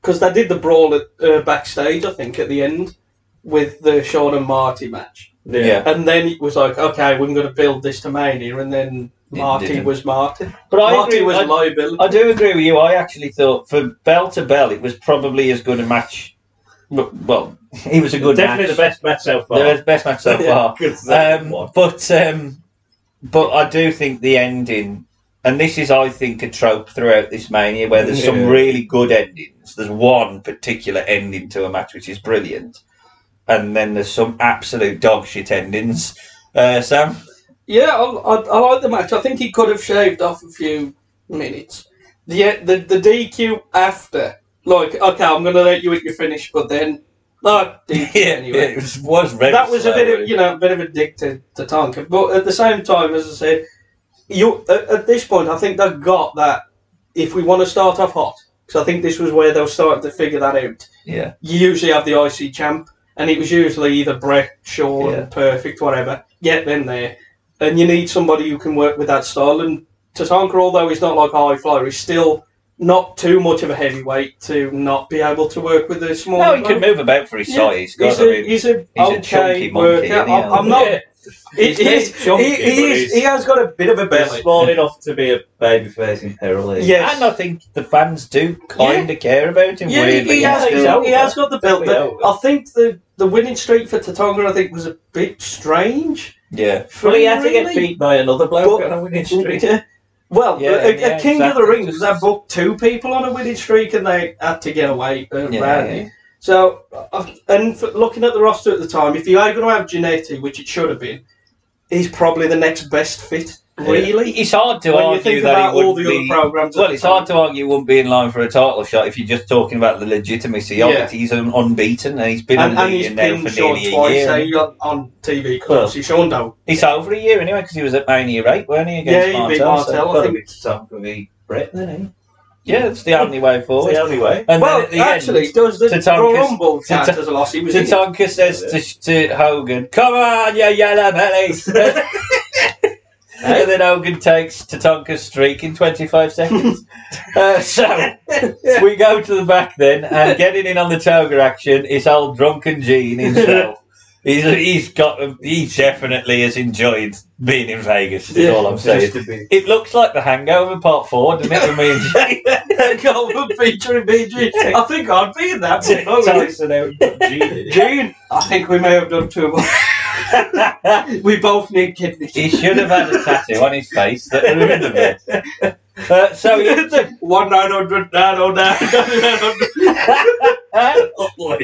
Speaker 2: because they did the brawl at, uh, backstage, I think, at the end with the Shawn and Marty match.
Speaker 1: Yeah.
Speaker 2: And then it was like, okay, we're going to build this to Mania, and then Marty
Speaker 1: didn't.
Speaker 2: was Marty.
Speaker 1: But I
Speaker 2: Marty
Speaker 1: agree-
Speaker 2: was
Speaker 1: I-
Speaker 2: a liability.
Speaker 1: I do agree with you. I actually thought for bell to bell, it was probably as good a match. Well, it was a good
Speaker 7: Definitely
Speaker 1: match.
Speaker 7: the best match so far.
Speaker 1: The best match so
Speaker 2: Yeah,
Speaker 1: far.
Speaker 7: good second
Speaker 1: um,
Speaker 7: one.
Speaker 1: but um, but I do think the ending, and this is I think a trope throughout this mania where there's some
Speaker 7: Yeah.
Speaker 1: really good endings. There's one particular ending to a match which is brilliant, and then there's some absolute dog shit endings. Uh, Sam,
Speaker 2: Yeah, I, I, I like the match. I think he could have shaved off a few minutes. The the, the DQ after, like, okay, I'm going to let you at your finish, but then no DQ
Speaker 1: yeah,
Speaker 2: anyway.
Speaker 1: it was was very
Speaker 2: that was a bit
Speaker 1: slow.
Speaker 2: of you know a bit of a dick to, to Tonka, but at the same time, as I said, you at, at this point, I think they've got that. If we want to start off hot, because I think this was where they were starting to figure that out.
Speaker 1: yeah.
Speaker 2: You usually have the IC champ, and it was usually either Brett, Shawn,
Speaker 1: Yeah.
Speaker 2: Perfect, whatever. Get them there, and you need somebody who can work with that style. And Tatanka, although he's not like a high flyer, he's still not too much of a heavyweight to not be able to work with a small.
Speaker 1: No, he could move about for his
Speaker 2: Yeah,
Speaker 1: size. God,
Speaker 2: He's
Speaker 1: I
Speaker 2: a,
Speaker 1: mean,
Speaker 2: he's a
Speaker 1: he's a
Speaker 2: okay
Speaker 1: chunky monkey,
Speaker 2: worker.
Speaker 1: isn't he?
Speaker 2: I'm, I'm not.
Speaker 7: Yeah.
Speaker 2: He,
Speaker 7: He's
Speaker 2: he
Speaker 7: very
Speaker 2: is,
Speaker 7: chunky,
Speaker 2: he,
Speaker 7: but
Speaker 2: he, is,
Speaker 7: he's-
Speaker 2: he has got a bit of a
Speaker 7: But
Speaker 2: belly.
Speaker 7: small enough to be a babyface in peril. eh?
Speaker 2: Yes.
Speaker 1: And I think the fans do kind of care about him.
Speaker 2: Yeah, he,
Speaker 1: weirdly,
Speaker 2: he has,
Speaker 7: he's
Speaker 2: he,
Speaker 7: out
Speaker 2: he
Speaker 7: there.
Speaker 2: has got the belt.
Speaker 7: Definitely
Speaker 2: but
Speaker 7: out
Speaker 2: I think the, the winning streak for Tatonga, I think, was a bit strange.
Speaker 1: yeah,
Speaker 2: For
Speaker 7: Well, he had
Speaker 2: him,
Speaker 7: to get
Speaker 2: really.
Speaker 7: beat by another bloke
Speaker 2: But-
Speaker 7: on a winning streak.
Speaker 2: Yeah. Well,
Speaker 1: Yeah,
Speaker 2: a, a
Speaker 1: yeah,
Speaker 2: King of
Speaker 1: exactly.
Speaker 2: the Rings, they booked two people on a winning streak and they had to get away uh,
Speaker 1: Yeah,
Speaker 2: round
Speaker 1: yeah.
Speaker 2: it. So, uh, and for looking at the roster at the time, if you are going to have Janetti, which it should have been, he's probably the next best fit, really.
Speaker 1: It's hard to
Speaker 2: When you
Speaker 1: argue
Speaker 2: think
Speaker 1: that
Speaker 2: about
Speaker 1: he
Speaker 2: all
Speaker 1: wouldn't
Speaker 2: the other
Speaker 1: be-
Speaker 2: programmes at
Speaker 1: Well,
Speaker 2: the
Speaker 1: it's
Speaker 2: time.
Speaker 1: hard to argue he wouldn't be in line for a title shot if you're just talking about the legitimacy of
Speaker 2: Yeah.
Speaker 1: it. He's un- unbeaten and he's been
Speaker 2: and, and he's
Speaker 1: unbeaten now
Speaker 2: been
Speaker 1: for
Speaker 2: shown
Speaker 1: nearly a
Speaker 2: twice
Speaker 1: year.
Speaker 2: eh, on, on TV clubs. He's shown down.
Speaker 1: It's over a year anyway because he was at Mania Rate, weren't he? Against
Speaker 2: Yeah, he beat
Speaker 1: Martel, so-
Speaker 2: Martel.
Speaker 7: Got to be some for me, Brett. That's
Speaker 1: Yeah, it's the only way forward.
Speaker 7: the only way.
Speaker 1: And
Speaker 2: Well,
Speaker 1: then at the
Speaker 2: actually,
Speaker 1: end,
Speaker 2: does the
Speaker 1: Tatanka's-
Speaker 2: Rumble chant
Speaker 1: Tata-
Speaker 2: as a loss? He was in it.
Speaker 1: Tatanka says to, to Hogan, "Come on, you yellow belly." And then Hogan takes Tatanka's streak in 25 seconds. uh, so we go to the back then, and getting in on the toga action is old drunken Gene himself. he's he's got he definitely has enjoyed being in Vegas. Is all I'm saying.
Speaker 7: Just to be-
Speaker 1: It looks like the Hangover Part Four, doesn't it? For me and Gene?
Speaker 2: Goldberg featuring BG. I think I'd be in that. one, probably.
Speaker 7: Tyson out, but Gene.
Speaker 2: June, I think we may have done too much. we both need kidneys.
Speaker 1: He should have had a tattoo on his face that would have been the best. Uh, so he,
Speaker 2: One nine hundred nine oh nine nine Oh, hundred.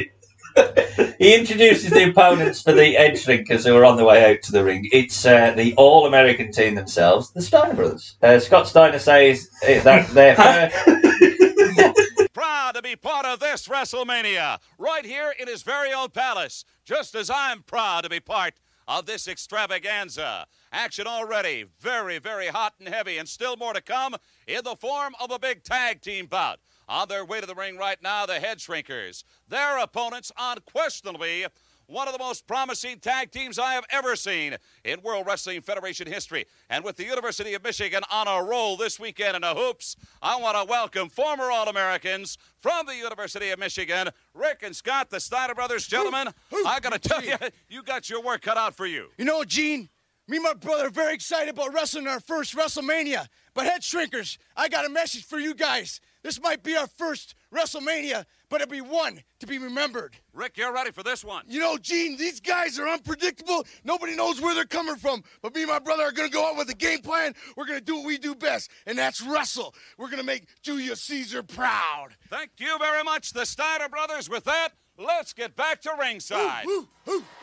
Speaker 1: he introduces the opponents for the edge drinkers who are on the way out to the ring. It's uh, the all American team themselves, the Steiner brothers. Uh, Scott Steiner says uh, that they're first.
Speaker 8: Proud to be part of this WrestleMania, right here in his very own palace, just as I'm proud to be part of this extravaganza. Action already very, very hot and heavy, and still more to come in the form of a big tag team bout. On their way to the ring right now, the head shrinkers. Their opponents, unquestionably, one of the most promising tag teams I have ever seen in World Wrestling Federation history. And with the University of Michigan on a roll this weekend in the hoops, I want to welcome former All Americans from the University of Michigan, Rick and Scott, the Steiner brothers. Gentlemen, I got to tell you, you got your work cut out for you.
Speaker 9: You know, Gene, me and my brother are very excited about wrestling our first WrestleMania. But head shrinkers, I got a message for you guys. This might be our first WrestleMania, but it'll be one to be remembered.
Speaker 8: Rick, you're ready for this one.
Speaker 9: You know, Gene, these guys are unpredictable. Nobody knows where they're coming from. But me and my brother are gonna go out with a game plan. We're gonna do what we do best, and that's wrestle. We're gonna make Julius Caesar proud.
Speaker 8: Thank you very much, the Steiner brothers. With that, let's get back to ringside.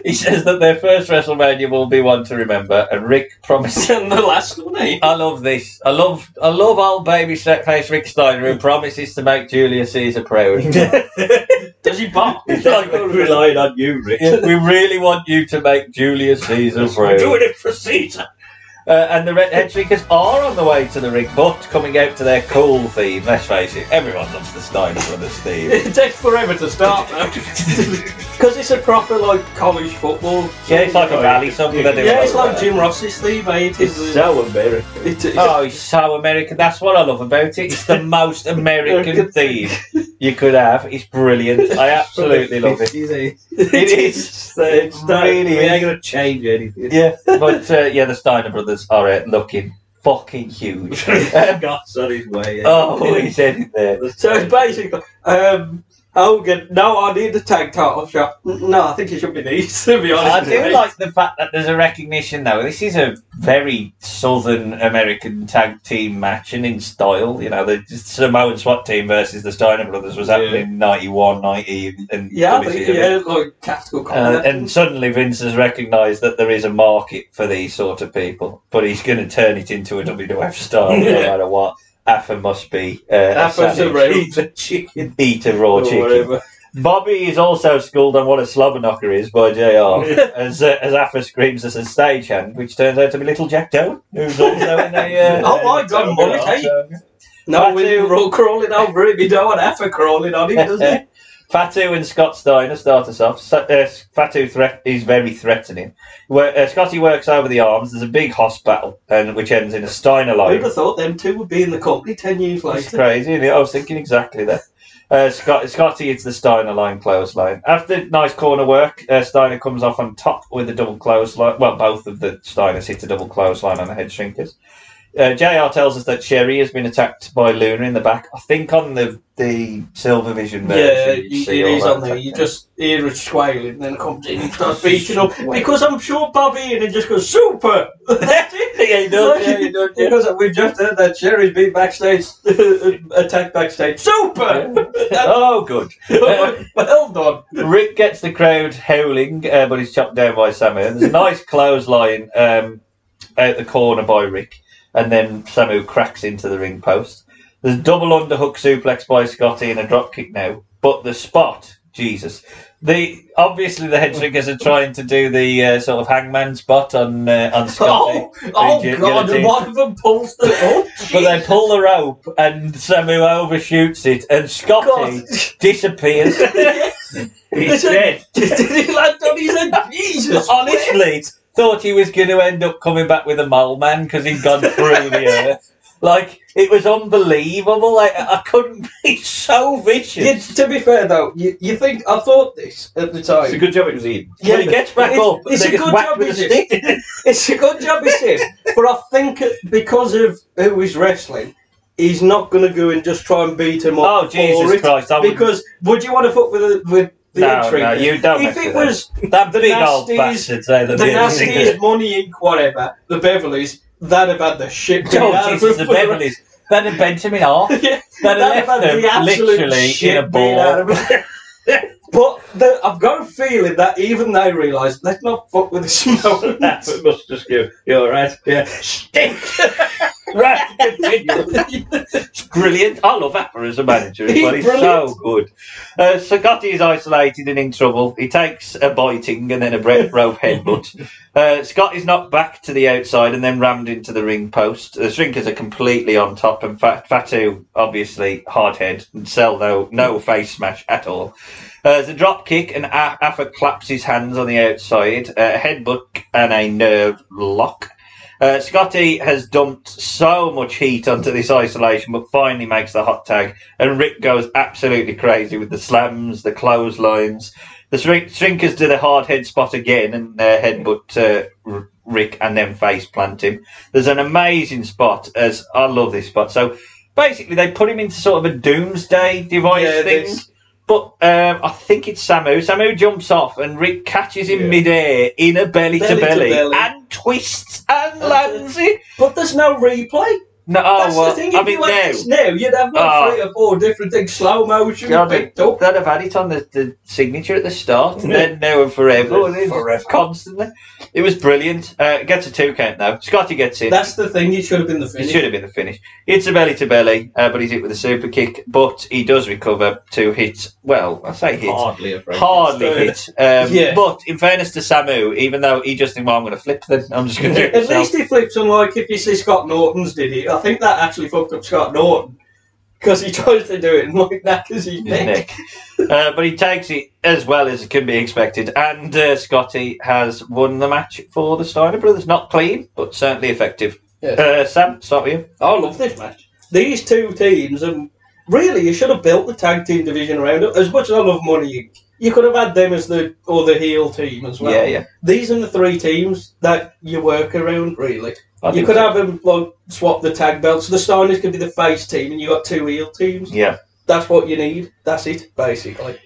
Speaker 1: He says that their first WrestleMania will be one to remember, and Rick promises.
Speaker 2: and the last one, eh?
Speaker 1: I love this. I love I love old baby set face Rick Steiner who promises to make Julius Caesar proud.
Speaker 2: Does he bump?
Speaker 7: He's like relying on you, Rick.
Speaker 1: we really want you to make Julius Caesar proud.
Speaker 7: We're doing it for Caesar.
Speaker 1: Uh, and the Red Head Shriekers are on the way to the ring, but coming out to their cool theme. Let's face it, everyone loves the Steiner Brothers theme.
Speaker 2: It takes forever to start though, because it's a proper like college football.
Speaker 1: yeah, it's like a rally something that they
Speaker 2: Yeah, it's
Speaker 1: were-
Speaker 2: like Jim Ross's theme. Mate. It
Speaker 7: It's
Speaker 2: is.
Speaker 7: so American.
Speaker 2: It is.
Speaker 1: Oh, it's so American. That's what I love about it. It's the most American
Speaker 2: American.
Speaker 1: theme you could have. It's brilliant. I absolutely love it. It is.
Speaker 7: So it's not,
Speaker 1: Really
Speaker 7: we
Speaker 1: is.
Speaker 7: ain't going to change anything.
Speaker 1: Yeah, but uh, yeah, the Steiner brothers are uh, looking fucking huge.
Speaker 7: Scott's on his way.
Speaker 1: oh, he's heading there.
Speaker 2: So it's basically, um, Hogan, no, I need the tag title shot. N- No, I think it should be these, to be honest.
Speaker 1: I
Speaker 2: with
Speaker 1: do
Speaker 2: you.
Speaker 1: like the fact that there's a recognition though. This is a very Southern American tag team match, and in style, you know, the Samoan SWAT team versus the Steiner brothers was happening in 91, 90, and
Speaker 2: Yeah, but,
Speaker 1: WCW.
Speaker 2: yeah, like tactical
Speaker 1: Uh,
Speaker 2: combat.
Speaker 1: and suddenly Vince has recognised that there is a market for these sort of people, but he's going to turn it into a WWF style no
Speaker 2: Yeah.
Speaker 1: matter what. Afa must be uh, a
Speaker 2: Affa's a
Speaker 1: savage.
Speaker 2: raid.
Speaker 7: chicken
Speaker 1: Eat a raw
Speaker 7: or
Speaker 1: chicken.
Speaker 7: whatever.
Speaker 1: Bobby is also schooled on what a slobberknocker is by JR, as, uh, as Afa screams as a stagehand, which turns out to be little Jack Doan, who's also in a... Uh,
Speaker 2: Oh my God, Molly, hey.
Speaker 1: I
Speaker 2: No, with
Speaker 1: do-
Speaker 2: him roll crawling over him, you don't want Affa crawling on him, does he?
Speaker 1: Fatu and Scott Steiner start us off. So, uh, Fatu threat is very threatening. Where, uh, Scotty works over the arms. There's a big hoss battle, and which ends in a Steiner
Speaker 2: Who'd
Speaker 1: line.
Speaker 2: have thought them two would be in the company ten years
Speaker 1: It's
Speaker 2: later?
Speaker 1: crazy. Isn't it? I was thinking exactly that. Uh, Scott, Scotty, it's the Steiner line clothesline. After nice corner work, uh, Steiner comes off on top with a double clothesline. Well, both of the Steiners hit a double clothesline on the head shrinkers. Uh, JR tells us that Sherry has been attacked by Luna in the back. I think on the the Silver Vision
Speaker 2: Yeah,
Speaker 1: version. you
Speaker 2: you-
Speaker 1: see
Speaker 2: it
Speaker 1: all
Speaker 2: is
Speaker 1: that
Speaker 2: on there. You
Speaker 1: attack.
Speaker 2: just hear it squaling, then comes in and starts beating up. Because I'm sure Bobby and it just goes, Super! That's it!
Speaker 1: Yeah, he does, yeah, he
Speaker 2: Because we've just heard that Sherry's been backstage, attacked uh, backstage. Super! That-
Speaker 1: Oh, good. Uh,
Speaker 2: well done.
Speaker 1: Rick gets the crowd howling, uh, but he's chopped down by Samu. And there's a nice clothesline um, out the corner by Rick, and then Samu cracks into the ring post. There's a double underhook suplex by Scotty and a dropkick now, but the spot, Jesus. The obviously the headshrinkers are trying to do the uh, sort of hangman spot on uh, on Scotty,
Speaker 2: Oh, oh
Speaker 1: Gu-
Speaker 2: God,
Speaker 1: guillotine.
Speaker 2: and one of them pulls the oh,
Speaker 1: but they pull the rope and Samu overshoots it, and Scotty
Speaker 2: God.
Speaker 1: disappears.
Speaker 7: He's dead.
Speaker 2: Did he land on his head? Jesus.
Speaker 1: honestly thought he was going to end up coming back with a mole man because he'd gone through the earth. Like it was unbelievable. Like I couldn't. It's so
Speaker 2: Yeah,
Speaker 1: vicious.
Speaker 2: to be fair though, you, you think I thought this at the time.
Speaker 7: It's a good job it was Ian.
Speaker 1: Yeah, he gets back
Speaker 2: It's-
Speaker 1: up.
Speaker 2: It's
Speaker 1: they
Speaker 2: a
Speaker 1: just
Speaker 2: good
Speaker 1: whack
Speaker 2: job,
Speaker 1: with
Speaker 2: is
Speaker 1: a
Speaker 2: it?
Speaker 1: stick.
Speaker 2: It's a good job, is it? But I think because of who is wrestling, he's not going to go and just try and beat him up.
Speaker 1: Oh, Jesus
Speaker 2: for it,
Speaker 1: Christ, I wouldn't-
Speaker 2: Because would you want to fuck with the, with the
Speaker 1: No,
Speaker 2: entry?
Speaker 1: no, you don't.
Speaker 2: If
Speaker 1: mess
Speaker 2: it
Speaker 1: with
Speaker 2: was
Speaker 1: that. that
Speaker 2: the
Speaker 1: big old
Speaker 2: nasties-
Speaker 1: bastard, say
Speaker 2: the
Speaker 1: that big-
Speaker 2: nasties, Money Inc., whatever, the Beverleys, that have had the shit. beat out
Speaker 1: Oh,
Speaker 2: of
Speaker 1: Jesus, the
Speaker 2: them for rest-
Speaker 1: Beverleys. They'd have bent him in half.
Speaker 2: Yeah,
Speaker 1: They'd have
Speaker 2: that
Speaker 1: left
Speaker 2: had the
Speaker 1: them
Speaker 2: absolute
Speaker 1: literally in
Speaker 2: shit
Speaker 1: a
Speaker 2: beat
Speaker 1: ball.
Speaker 2: out of them. But the, I've got a feeling that even they realise let's not fuck with this moment.
Speaker 7: That's it must just go. You're all right. Yeah.
Speaker 1: Stink. right, continue. It's brilliant. I love Appa as a manager. He's,
Speaker 2: He's
Speaker 1: he's so good. Uh, Sagatti is isolated and in trouble. He takes a biting and then a breath rope headbutt. Uh, Scott is knocked back to the outside and then rammed into the ring post. The shrinkers are completely on top, and Fat- Fatu, obviously, hard head and sell no, no face smash at all. Uh, there's a drop kick, and A- Afa claps his hands on the outside, a headbutt, and a nerve lock. Uh, Scotty has dumped so much heat onto this isolation, but finally makes the hot tag. And Rick goes absolutely crazy with the slams, the clotheslines. The shrink- shrinkers did a hard head spot again and uh, headbutt uh, R- Rick and then face plant him. There's an amazing spot, as I love this spot. So basically, they put him into sort of a doomsday device
Speaker 2: Yeah,
Speaker 1: thing.
Speaker 2: this-
Speaker 1: But um, I think it's Samu. Samu jumps off and Rick catches him midair in a belly to
Speaker 2: Belly to
Speaker 1: belly
Speaker 2: belly.
Speaker 1: and twists and lands it.
Speaker 2: But there's no replay.
Speaker 1: No, oh,
Speaker 2: That's
Speaker 1: well,
Speaker 2: the thing. If
Speaker 1: I mean,
Speaker 2: you had
Speaker 1: no.
Speaker 2: this now, you'd have like
Speaker 1: Oh.
Speaker 2: three or four different things slow motion
Speaker 1: God, they-
Speaker 2: picked up.
Speaker 1: they'd have had it on the, the signature at the start, and then now and forever, and then
Speaker 7: Forever.
Speaker 1: constantly. It was brilliant. Uh, gets a two count now. Scotty gets in.
Speaker 2: That's the thing. You should have been the
Speaker 1: It
Speaker 2: finish.
Speaker 1: should have been the finish. It's a belly to belly, uh, but he's hit with a super kick. But he does recover to hit. Well, I say hit.
Speaker 7: Hardly a break.
Speaker 1: Hardly
Speaker 2: Stone.
Speaker 1: hit. Um,
Speaker 2: Yeah.
Speaker 1: But in fairness to Samu, even though he just thinks, well, I'm going to flip them, I'm just going to do it
Speaker 2: At
Speaker 1: myself."
Speaker 2: least he flips unlike if you see Scott Norton's did it. I think that actually fucked up Scott Norton because he tries to do it and like that because he's
Speaker 1: his
Speaker 2: neck.
Speaker 1: neck. Uh, but he takes it as well as can be expected. And uh, Scotty has won the match for the Steiner brothers. Not clean, but certainly effective.
Speaker 2: Yes.
Speaker 1: Uh, Sam, start with you.
Speaker 2: I love this match. These two teams, and really, you should have built the tag team division around it. As much as I love Money, Inc., you could have had them as the or the heel team as well.
Speaker 1: Yeah, yeah.
Speaker 2: These are the three teams that you work around, really.
Speaker 1: I
Speaker 2: you
Speaker 1: think
Speaker 2: could
Speaker 1: so.
Speaker 2: have them like swap the tag belts. The Steiners could be the face team, and you got two heel teams.
Speaker 1: Yeah.
Speaker 2: That's what you need. That's it, basically.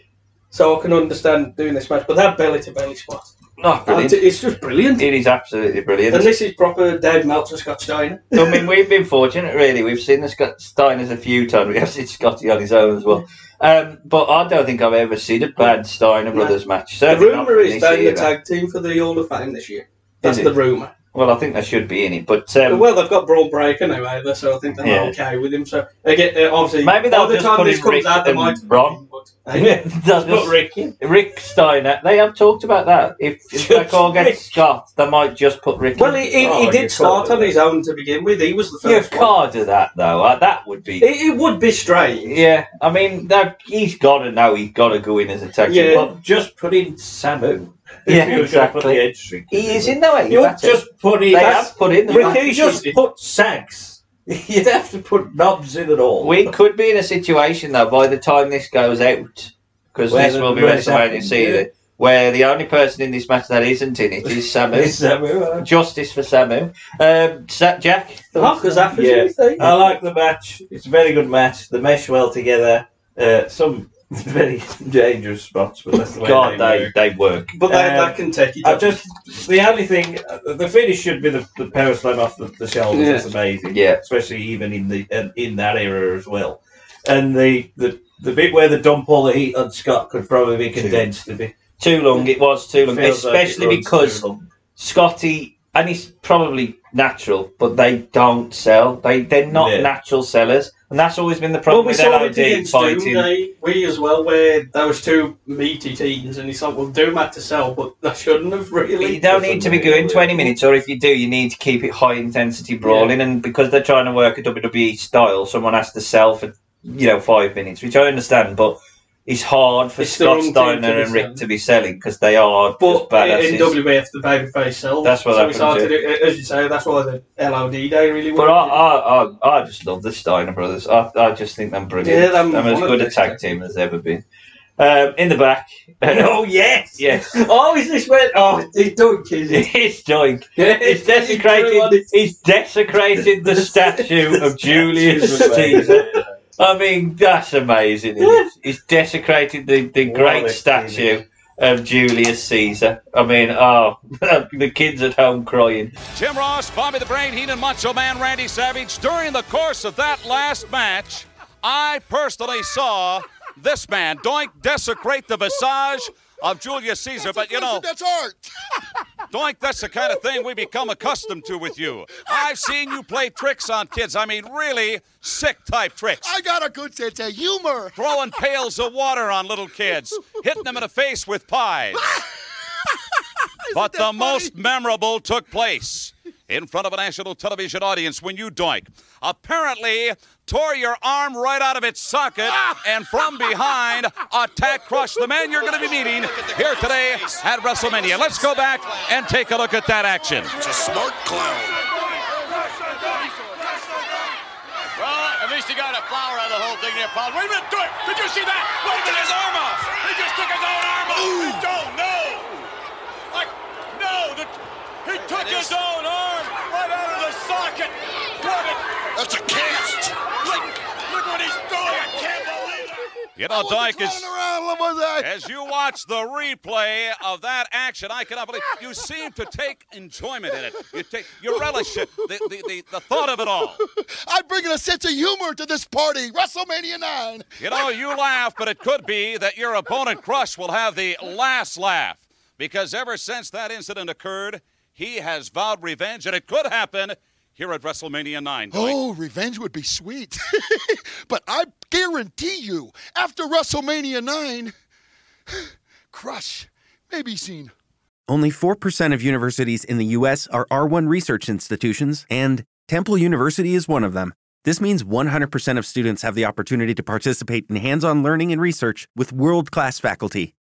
Speaker 2: So I can understand doing this match, but that belly to belly spot,
Speaker 1: Not brilliant.
Speaker 2: it's just brilliant.
Speaker 1: It is absolutely brilliant.
Speaker 2: And this is proper Dave Meltzer, Scott Steiner.
Speaker 1: I mean, we've been fortunate, really. We've seen the Scott Steiners a few times. We have seen Scotty on his own as well. Um, but I don't think I've ever seen a bad Steiner
Speaker 2: No.
Speaker 1: Brothers match.
Speaker 2: The
Speaker 1: Certainly not
Speaker 2: rumour
Speaker 1: from
Speaker 2: is
Speaker 1: this
Speaker 2: they're in the
Speaker 1: era.
Speaker 2: tag team for the Hall of Fame this year. That's
Speaker 1: it?
Speaker 2: the rumour.
Speaker 1: Well, I think they should be in it. But um,
Speaker 2: well, they've got Braun Breaker now either, so I think they're
Speaker 1: Yeah.
Speaker 2: okay with him. So they get uh, obviously
Speaker 1: Maybe they'll
Speaker 2: by the
Speaker 1: just
Speaker 2: time
Speaker 1: put
Speaker 2: this
Speaker 1: in
Speaker 2: comes
Speaker 1: Rick
Speaker 2: out, they
Speaker 1: and
Speaker 2: might
Speaker 1: Braun.
Speaker 2: Hey,
Speaker 1: They'll
Speaker 2: Not
Speaker 1: just-
Speaker 2: Rick.
Speaker 1: Rick Steiner, they have talked about that. If, if they go
Speaker 2: Rick.
Speaker 1: against Scott, they might just put Rick.
Speaker 2: Well,
Speaker 1: in.
Speaker 2: he, he,
Speaker 7: Oh,
Speaker 2: he
Speaker 7: you
Speaker 2: did start
Speaker 7: can't
Speaker 2: on
Speaker 7: do
Speaker 2: his own to begin with. He was the
Speaker 1: you
Speaker 2: first one.
Speaker 1: can't do that though. Uh, That would be.
Speaker 2: It, it would be strange.
Speaker 1: yeah, I mean, that, he's got to know he's got to go in as a tag team.
Speaker 2: Yeah.
Speaker 1: Well,
Speaker 7: Well, just put in Samu.
Speaker 1: Yeah,
Speaker 7: If you were gonna put
Speaker 1: exactly.
Speaker 7: The edge string
Speaker 1: he is in though. ain't he?
Speaker 7: You
Speaker 1: That's it.
Speaker 7: just put in.
Speaker 1: They have put in the
Speaker 7: You
Speaker 1: match.
Speaker 2: Ricky-
Speaker 7: just put sags. You'd have to put knobs in at all.
Speaker 1: We could be in a situation though by the time this goes out, because
Speaker 7: Where
Speaker 1: this
Speaker 7: the-
Speaker 1: will be
Speaker 7: where it's
Speaker 1: WrestleMania
Speaker 7: happened, yeah.
Speaker 1: season, where the only person in this match that isn't in it is
Speaker 7: It's
Speaker 1: Samu.
Speaker 7: Samu. uh,
Speaker 1: Justice for Samu. Um, Sa- Jack,
Speaker 2: Because after
Speaker 7: Yeah.
Speaker 2: thing.
Speaker 7: I like the match. It's a very good match. They mesh well together. Uh, some very dangerous spots, but that's the way
Speaker 1: God,
Speaker 7: they
Speaker 1: they
Speaker 7: work.
Speaker 1: they work.
Speaker 2: But they,
Speaker 7: Um,
Speaker 2: they can take it.
Speaker 7: I just the only thing uh, the finish should be the, the power slam off the, the shoulders.
Speaker 2: Yeah.
Speaker 7: That's amazing.
Speaker 1: Yeah.
Speaker 7: especially even in the and in that era as well. And the the, the bit where they dump all the heat on Scott could probably be condensed a bit,
Speaker 1: Too long. It was too long,
Speaker 7: Feels like it
Speaker 1: especially
Speaker 7: runs
Speaker 1: because
Speaker 7: too long.
Speaker 1: Scotty, and it's probably natural, but they don't sell. They they're not
Speaker 7: Yeah.
Speaker 1: natural sellers, and that's always been the
Speaker 2: well,
Speaker 1: problem
Speaker 2: we
Speaker 1: with
Speaker 2: saw it
Speaker 1: LOD
Speaker 2: against Doom,
Speaker 1: fighting.
Speaker 2: they, we as well, where those two meaty teams, and it's like, well, Doom had to sell, but they shouldn't have really.
Speaker 1: You don't need to be going 20 minutes, or if you do, you need to keep it high intensity brawling. And because they're trying to work a WWE style, someone has to sell for you know five minutes, which I understand, but it's hard for
Speaker 2: It's the wrong
Speaker 1: Scott
Speaker 2: thing to
Speaker 1: Steiner
Speaker 2: be
Speaker 1: and Rick
Speaker 2: selling.
Speaker 1: to be selling because they are
Speaker 2: But
Speaker 1: just
Speaker 2: in
Speaker 1: badasses.
Speaker 2: WWF, the babyface sells.
Speaker 1: That's what
Speaker 2: so
Speaker 1: happened
Speaker 2: it's hard to do. As you say, that's why the LOD day really
Speaker 1: But I,
Speaker 2: worked.
Speaker 1: I, I, I just love the Steiner brothers. I, I just think they're brilliant.
Speaker 2: Yeah, they're
Speaker 1: they're as
Speaker 2: one of
Speaker 1: good
Speaker 2: the
Speaker 1: a tag team as ever been. Um, in the back,
Speaker 7: oh yes,
Speaker 1: yes,
Speaker 2: Oh, is this where? Oh, it's Doink, is it?
Speaker 1: it's doing.
Speaker 2: Yeah,
Speaker 1: It's
Speaker 2: drew on
Speaker 1: desecrated.
Speaker 2: his-
Speaker 1: He's desecrated the statue of Julius Caesar. I mean, that's amazing. isn't it? He's desecrated the, the
Speaker 7: What
Speaker 1: great
Speaker 7: a
Speaker 1: statue
Speaker 7: feeling.
Speaker 1: of Julius Caesar. I mean, oh, the kids at home crying.
Speaker 8: Jim Ross, Bobby the Brain Heenan, Macho Man Randy Savage. During the course of that last match, I personally saw this man, Doink, desecrate the visage of Julius Caesar. But you know,
Speaker 9: That's art.
Speaker 8: Doink, that's the kind of thing we become accustomed to with you. I've seen you play tricks on kids. I mean, really sick type tricks.
Speaker 9: I got a good sense of humor.
Speaker 8: Throwing pails of water on little kids, hitting them in the face with pies. But the most memorable took place in front of a national television audience when you, Doink, apparently tore your arm right out of its socket and from behind attack crushed the man you're going to be meeting here today at WrestleMania. Let's go back and take a look at that action.
Speaker 10: It's a smart clown. Well, at least he got a flower out of the whole thing there, Paul. Wait a minute, do it! Did you see that? Look at his arm off! He just took his own arm off! He don't know! Like, no! The, he took his own arm right out of the socket! What a, That's a cast. look, look what he's doing! I can't believe it!
Speaker 8: You know, Dyke is.
Speaker 11: around, was I?
Speaker 8: As you watch the replay of that action, I cannot believe you seem to take enjoyment in it. You take, you relish it, the, the, the, the thought of it all.
Speaker 11: I'm bringing a sense of humor to this party. WrestleMania 9.
Speaker 8: You know, you laugh, but it could be that your opponent, Crush, will have the last laugh. Because ever since that incident occurred, he has vowed revenge, and it could happen here at WrestleMania 9. Dyke.
Speaker 11: Oh, revenge would be sweet. but I guarantee you, after WrestleMania 9, Crush may be seen.
Speaker 4: Only 4% of universities in the U.S. are R1 research institutions, and Temple University is one of them. This means 100% of students have the opportunity to participate in hands on learning and research with world class faculty.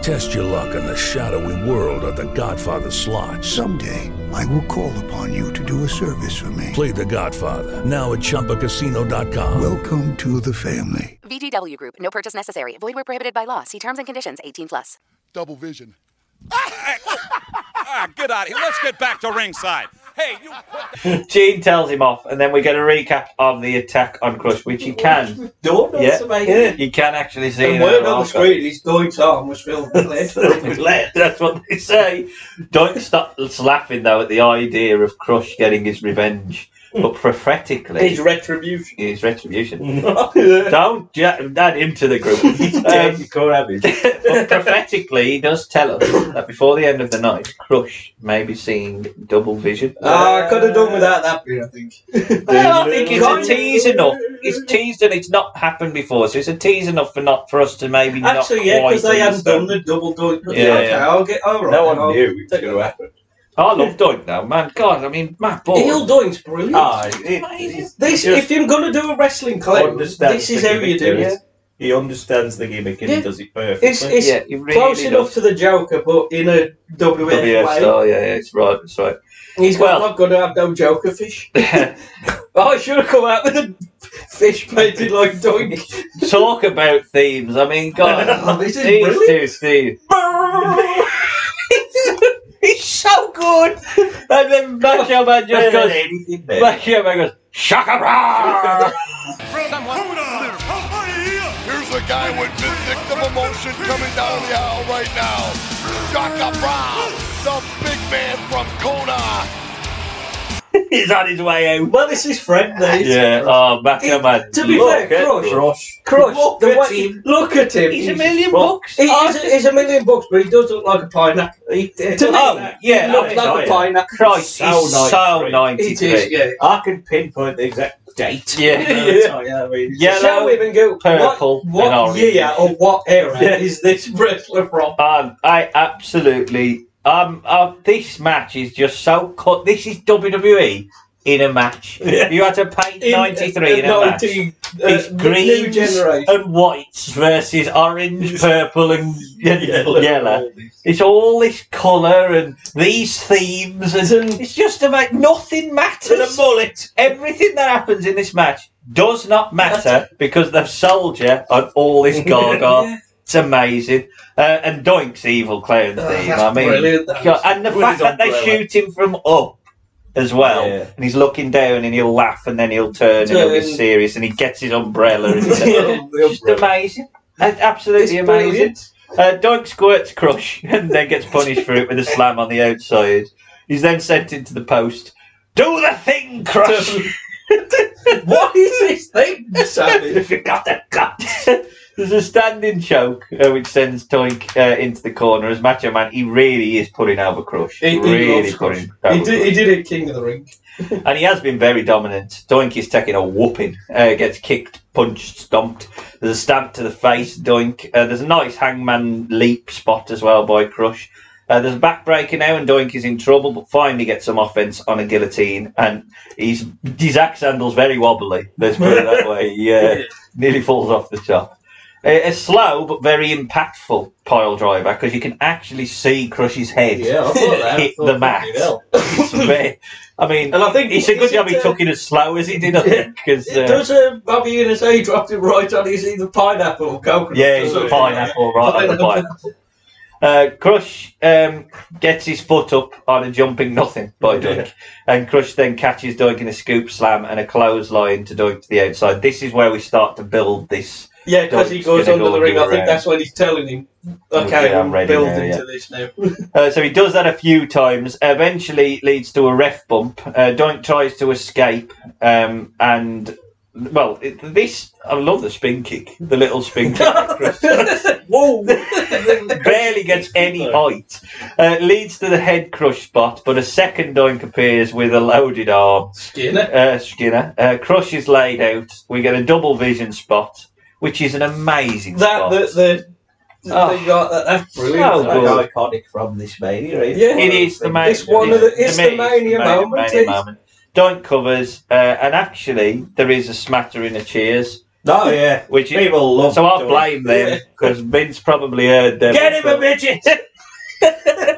Speaker 12: Test your luck in the shadowy world of The Godfather slot.
Speaker 13: Someday, I will call upon you to do a service for me.
Speaker 12: Play The Godfather now at ChumbaCasino.com.
Speaker 13: Welcome to the family.
Speaker 14: VGW Group. No purchase necessary. Void where prohibited by law. See terms and conditions. 18 plus.
Speaker 11: Double vision.
Speaker 8: Ah, get out of here. Let's get back to ringside. Hey, you.
Speaker 1: Gene tells him off, and then we get a recap of the attack on Crush, which you can.
Speaker 2: Don't know,
Speaker 1: Yeah,
Speaker 2: it's amazing.
Speaker 1: you can actually see
Speaker 2: And
Speaker 1: that
Speaker 2: word on the
Speaker 1: also.
Speaker 2: screen is Deutsch arm was filmed later.
Speaker 1: That's what they say. Don't stop laughing though at the idea of Crush getting his revenge, but prophetically,
Speaker 2: It's Hmm. retribution.
Speaker 1: his retribution.
Speaker 2: Don't
Speaker 1: Don't ja- add him to the group. Um,
Speaker 2: have it.
Speaker 1: but prophetically, he does tell us that before the end of the night, Crush may be seeing double vision.
Speaker 2: Ah, I could have done without that bit, I think.
Speaker 1: Well, I think it's a tease enough. It's teased and it's not happened before, so it's a tease enough for not for us to maybe
Speaker 2: Actually,
Speaker 1: not
Speaker 2: yeah, because
Speaker 1: quite
Speaker 2: they hadn't
Speaker 1: understand.
Speaker 2: done the double Deutsch.
Speaker 1: Yeah,
Speaker 2: Yeah, okay,
Speaker 1: yeah.
Speaker 2: I'll get all right.
Speaker 1: No one
Speaker 2: I'll
Speaker 1: knew
Speaker 2: take that.
Speaker 1: I love Doink now, man. God, I mean, Matt Ball.
Speaker 2: Heel Doink's brilliant.
Speaker 1: Ah, it-
Speaker 2: this,
Speaker 1: it
Speaker 2: if you're going to do a wrestling claim,
Speaker 1: understands
Speaker 2: this is
Speaker 1: the
Speaker 2: how you
Speaker 1: gimmick,
Speaker 2: do
Speaker 1: yeah.
Speaker 2: it.
Speaker 1: He understands the gimmick
Speaker 2: and he Yeah.
Speaker 1: does it perfectly.
Speaker 2: It's, it's
Speaker 1: Yeah, he really
Speaker 2: close enough
Speaker 1: does.
Speaker 2: to the Joker, but in a WF way.
Speaker 1: oh, yeah, yeah, it's right, it's right.
Speaker 2: He's
Speaker 1: Well-
Speaker 2: not going to have no Joker fish. I should have come out with a fish painted like Doink.
Speaker 1: Talk about themes. I mean,
Speaker 2: Oh,
Speaker 1: God,
Speaker 2: this is
Speaker 1: these
Speaker 2: brilliant.
Speaker 1: two, Steve. He's so good. And then Macho Man just goes, Macho Man goes, Shakara!
Speaker 11: Here's a guy with vindictive emotion coming down the aisle right now. Shaka Brown, the big man from Kona.
Speaker 1: He's on his way out.
Speaker 2: Well, this is friendly.
Speaker 1: Yeah, oh, Macho
Speaker 2: He-
Speaker 1: Man.
Speaker 2: to be
Speaker 1: Look
Speaker 2: fair,
Speaker 1: at
Speaker 2: Crush-
Speaker 1: Crush.
Speaker 2: Crush.
Speaker 1: Look
Speaker 2: the
Speaker 1: at
Speaker 2: way,
Speaker 1: him.
Speaker 2: Look at him.
Speaker 1: He's a million bucks.
Speaker 2: He, he's, a, he's a million bucks, but he does look like a pineapple.
Speaker 1: He-
Speaker 2: To me,
Speaker 1: oh, yeah,
Speaker 2: he looks
Speaker 1: I mean,
Speaker 2: like a
Speaker 1: oh, yeah.
Speaker 2: pineapple.
Speaker 1: Christ, he's so 93.
Speaker 2: It is, yeah.
Speaker 1: I can pinpoint the exact date. Yeah. Yellow,
Speaker 2: Shall we even go?
Speaker 1: purple,
Speaker 2: What,
Speaker 1: and
Speaker 2: what
Speaker 1: orange.
Speaker 2: year or what era
Speaker 1: Yeah.
Speaker 2: is this wrestler from?
Speaker 1: Um, I absolutely. Um, uh, this match is just so cut. This is WWE in a match.
Speaker 2: Yeah.
Speaker 1: You had to paint
Speaker 2: In, uh,
Speaker 1: 93 in, a match.
Speaker 2: 19, uh,
Speaker 1: It's
Speaker 2: new
Speaker 1: greens
Speaker 2: generation.
Speaker 1: and whites versus orange, purple, and and yellow. It's all this colour and these themes, and it's just about nothing matters.
Speaker 2: And a
Speaker 1: mullet. Everything that happens in this match does not matter because they've sold you on all this gaga. It's amazing. Uh, and Doink's evil clown theme.
Speaker 2: Oh, that's
Speaker 1: I mean,
Speaker 2: brilliant, that
Speaker 1: God,
Speaker 2: is.
Speaker 1: and the
Speaker 2: With
Speaker 1: fact
Speaker 2: his
Speaker 1: that they
Speaker 2: umbrella.
Speaker 1: shoot him from up as well,
Speaker 2: Yeah.
Speaker 1: and he's looking down, and he'll laugh, and then he'll turn, and he'll get
Speaker 2: Turn.
Speaker 1: serious, and he gets his umbrella. And "Oh,
Speaker 2: Yeah, the
Speaker 1: just
Speaker 2: umbrella.
Speaker 1: amazing. That's absolutely
Speaker 2: It's
Speaker 1: amazing.
Speaker 2: brilliant.
Speaker 1: Uh, Doink squirts Crush and then gets punished for it with a slam on the outside. He's then sent into the post. Do the thing, Crush!
Speaker 2: what is this thing, Sammy?
Speaker 1: if you got the guts. There's a standing choke uh, which sends Doink uh, into the corner as Macho Man. He really is putting over Crush.
Speaker 2: He- he
Speaker 1: really
Speaker 2: loves Crush.
Speaker 1: putting over
Speaker 2: He did, he
Speaker 1: Crush.
Speaker 2: did it King of the Ring.
Speaker 1: And he has been very dominant. Doink is taking a whooping. Uh, gets kicked, punched, stomped. There's a stab to the face, Doink. Uh, there's a nice hangman leap spot as well by Crush. Uh, there's a backbreaker now, and Doink is in trouble, but finally gets some offense on a guillotine, and he's, his axe handle's very wobbly. Let's put it that way. He uh, nearly falls off the top. Uh, a slow but very impactful pile driver because you can actually see Crush's head
Speaker 7: Yeah, I thought that. I
Speaker 1: hit
Speaker 7: thought
Speaker 1: the
Speaker 7: fucking
Speaker 1: mat.
Speaker 7: hell.
Speaker 1: It's very- I mean, and I think it's a good job
Speaker 2: uh,
Speaker 1: he took it as slow as he did. I think because
Speaker 7: Does uh, Bobby Eunice A drop it right on? He's either pineapple or coconut.
Speaker 1: Yeah,
Speaker 7: or
Speaker 1: it's a
Speaker 7: something.
Speaker 1: pineapple, right? on the pineapple. Uh, Crush um, gets his foot up on a jumping nothing by Doink, and Crush then catches Doink in a scoop slam and a clothesline to Doink to the outside. This is where we start to build this.
Speaker 2: Yeah, because he
Speaker 1: Doink's
Speaker 2: goes
Speaker 1: gonna
Speaker 2: under
Speaker 1: go
Speaker 2: the ring. I
Speaker 1: do a
Speaker 2: think
Speaker 1: round.
Speaker 2: that's when he's telling him, okay,
Speaker 1: Yeah, I'm
Speaker 2: I'm
Speaker 1: ready
Speaker 2: build
Speaker 1: now,
Speaker 2: into
Speaker 1: yeah.
Speaker 2: this now.
Speaker 1: Uh, so he does that a few times. Eventually, it leads to a ref bump. Uh, Doink tries to escape, um, and well, it, this I love the spin kick, the little spin kick. Whoa! Barely gets any height. Uh, leads to the head crush spot, but a second Doink appears with a loaded arm.
Speaker 2: Skinner.
Speaker 1: Uh, Skinner. Uh, crush is laid out. We get a double vision spot, which is an amazing spot.
Speaker 2: That the, the
Speaker 1: Oh.
Speaker 2: thing like that, that's brilliant.
Speaker 1: So good.
Speaker 2: Like,
Speaker 7: Iconic from this mania. isn't
Speaker 2: Yeah.
Speaker 1: It is the main.
Speaker 2: It's one of the- it's
Speaker 1: to
Speaker 2: the
Speaker 1: me,
Speaker 2: mania
Speaker 1: main-
Speaker 2: moment,
Speaker 1: mania
Speaker 2: it's-
Speaker 1: moment. Don't covers, uh, and actually, there is a smattering of cheers.
Speaker 7: Oh, yeah.
Speaker 1: which is-
Speaker 7: People love
Speaker 1: So I
Speaker 7: Doink.
Speaker 1: blame them because Vince probably heard them.
Speaker 7: Get him a midget!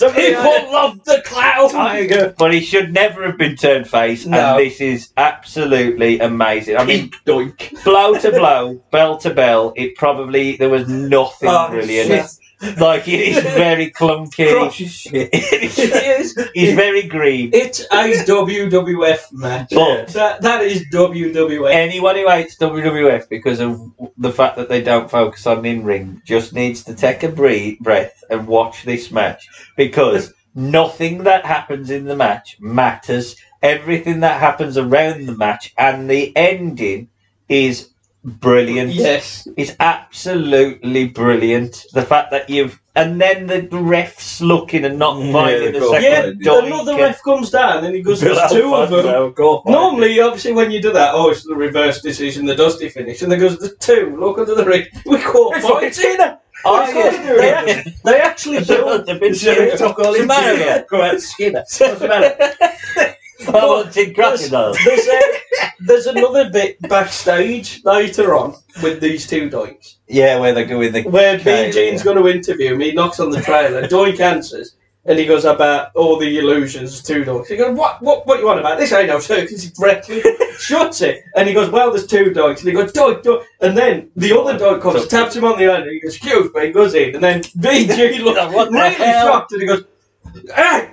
Speaker 1: People
Speaker 7: love the clown! Tiger!
Speaker 1: But he should never have been turned face,
Speaker 7: No.
Speaker 1: and this is absolutely amazing. I mean, doink. blow to blow, bell to bell. It probably there was
Speaker 2: Ah,
Speaker 1: nothing
Speaker 7: Oh,
Speaker 1: brilliant. Like it is very clunky. He's very green.
Speaker 2: It's a WWF match.
Speaker 1: But-
Speaker 2: That, that is WWF.
Speaker 1: Anyone who hates WWF because of the fact that they don't focus on in ring just needs to take a breathe, breath and watch this match because nothing that happens in the match matters. Everything that happens around the match and the ending is brilliant.
Speaker 2: Yes.
Speaker 1: It's absolutely brilliant. The fact that you've. And then the ref's looking and not finding the
Speaker 2: Yeah,
Speaker 1: second doink
Speaker 2: another
Speaker 1: and-
Speaker 2: ref comes down and he goes,
Speaker 1: Bill
Speaker 2: there's two of
Speaker 1: Alfonso,
Speaker 2: them. Normally, obviously, when you do that, oh, it's the reverse decision, the dusty finish. And there goes, the two, look under the ring. We caught points in it.
Speaker 7: Oh,
Speaker 2: Of course
Speaker 7: yeah.
Speaker 2: they do. They actually- They actually do.
Speaker 1: They've been doing it. What's the matter with you?
Speaker 7: Go out, Skinner. What's the matter?
Speaker 1: I wanted Cracky though.
Speaker 2: There's, a, there's another bit backstage later on with these two doinks.
Speaker 1: Yeah, where they go in the
Speaker 2: Where
Speaker 1: trailer,
Speaker 2: B. Gene's going to interview him, he knocks on the trailer, doink answers, and he goes about all the illusions, two doinks. He goes, what, what, what you want about this? I know, circus, it's reckless. Shuts it, and he goes, well, there's two doinks. And he goes, doink, doink. And then the other doink comes, taps him on the hand, and he goes, excuse me, and goes in. And then B. Gene looks
Speaker 1: What the
Speaker 2: really
Speaker 1: hell?
Speaker 2: shocked, and he goes, ah!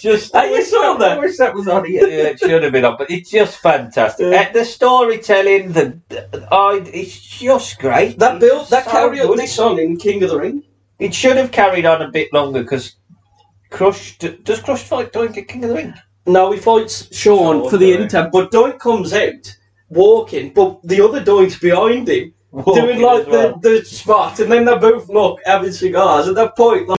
Speaker 1: just
Speaker 2: I wish saw that. I
Speaker 1: wish that was on here. Yeah, it should have been on, but it's just fantastic.
Speaker 2: Yeah.
Speaker 1: Uh, the storytelling, the, the I, it's just great.
Speaker 2: That build, that
Speaker 1: So
Speaker 2: carry up
Speaker 1: good.
Speaker 2: this song in King of the Ring.
Speaker 1: It should have carried on a bit longer because Crush d- does Crush fight Doink at King of the Ring.
Speaker 2: No, he fights Sean for the inter, but Doink comes out walking, but the other Doink's behind him doing like the, the spot, and then they both look having cigars. At that point, like,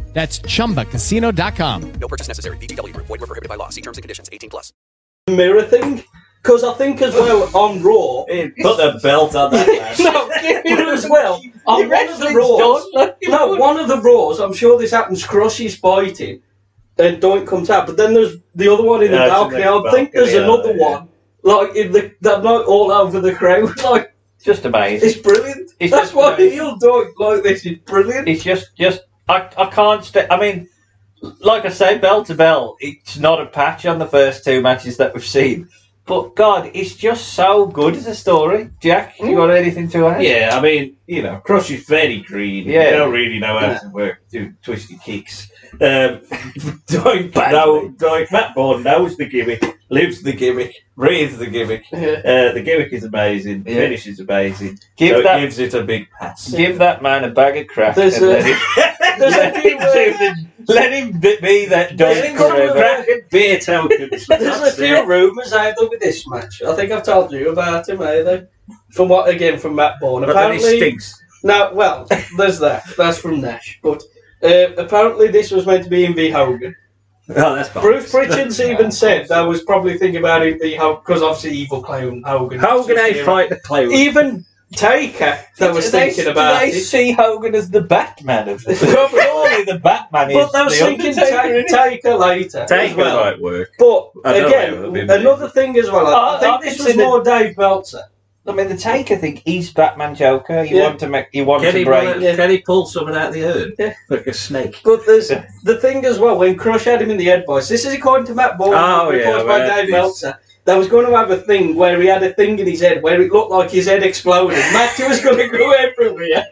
Speaker 15: That's chumbacasino.com.
Speaker 16: No purchase necessary. VGW Void were prohibited by law. See terms and conditions. 18 plus.
Speaker 2: the mirror thing. Because I think as well on Raw,
Speaker 7: Put the belt on that man.
Speaker 2: no, but as well on one of the Raws. No, one of the Raws. I'm sure this happens. Crushy's biting, and Doink comes out. But then there's the other one in
Speaker 7: Yeah,
Speaker 2: the
Speaker 7: it's in
Speaker 2: balcony.
Speaker 7: the
Speaker 2: I think there's
Speaker 7: balcony,
Speaker 2: another one. Like in the that night all over the crowd. Like
Speaker 1: just amazing.
Speaker 2: It's brilliant.
Speaker 1: It's
Speaker 2: That's
Speaker 1: just
Speaker 2: why
Speaker 1: amazing.
Speaker 2: he'll do it like this. It's brilliant.
Speaker 1: It's just, just I, I can't. St- I mean, like I say, bell to bell, it's not a patch on the first two matches that we've seen. But God, it's just so good as a story. Jack, you got anything to add?
Speaker 7: Yeah, I mean, you know, Crush is very green.
Speaker 1: Yeah.
Speaker 7: You don't really know how to work, do twisty kicks. Um, Doink, know, Doink, Matt Bourne knows the gimmick, lives the gimmick, breathes the gimmick. Uh, the gimmick is amazing, the
Speaker 1: Yeah.
Speaker 7: finish is amazing.
Speaker 1: Give
Speaker 7: so it
Speaker 1: that-
Speaker 7: gives it a big pass.
Speaker 1: Give that man a bag of crap and
Speaker 7: There's a-
Speaker 1: let him, let him do the- let him be- be that
Speaker 6: There's
Speaker 1: dog
Speaker 6: a couple of
Speaker 1: forever.
Speaker 7: beer tokens.
Speaker 2: There's a few rumours either with this match. I think I've told you about him either. From what again from Matt Bourne.
Speaker 7: But then he
Speaker 2: apparently
Speaker 7: stinks.
Speaker 2: No, well, there's that. That's from Nash. But uh, apparently this was meant to be in V Hogan.
Speaker 7: Oh, that's bollocks.
Speaker 2: Bruce Pritchard's even said that was probably thinking about it because obviously evil clown Hogan.
Speaker 7: Hogan ain't fight the clown.
Speaker 2: Even Taker that was
Speaker 1: Do they-
Speaker 2: thinking about
Speaker 1: do they
Speaker 2: it.
Speaker 1: see Hogan as the Batman of this? Surely the Batman is
Speaker 2: But they was
Speaker 1: the
Speaker 2: thinking
Speaker 1: Undertaker,
Speaker 2: Taker,
Speaker 1: isn't he?
Speaker 2: Taker later. as
Speaker 7: Take
Speaker 2: well.
Speaker 7: might work.
Speaker 2: But
Speaker 7: I don't know, it'll
Speaker 2: again,
Speaker 7: be amazing.
Speaker 2: another thing as well.
Speaker 7: Oh,
Speaker 2: I, I think this was more Dave Belter.
Speaker 1: I mean, the Taker thing is Batman Joker. You
Speaker 2: Yeah.
Speaker 1: want to make, you want
Speaker 7: Can
Speaker 1: to
Speaker 7: he,
Speaker 1: break.
Speaker 7: pull, can he pull someone out of the urn?
Speaker 2: Yeah.
Speaker 7: Like a snake.
Speaker 2: But there's the thing as well when Crush had him in the head voice. This is according to Matt Bourne,
Speaker 7: Oh, yeah,
Speaker 2: reported by
Speaker 7: well,
Speaker 2: Dave
Speaker 7: it's-
Speaker 2: Meltzer. That was going to have a thing where he had a thing in his head where it looked like his head exploded. Matthew was going to go everywhere.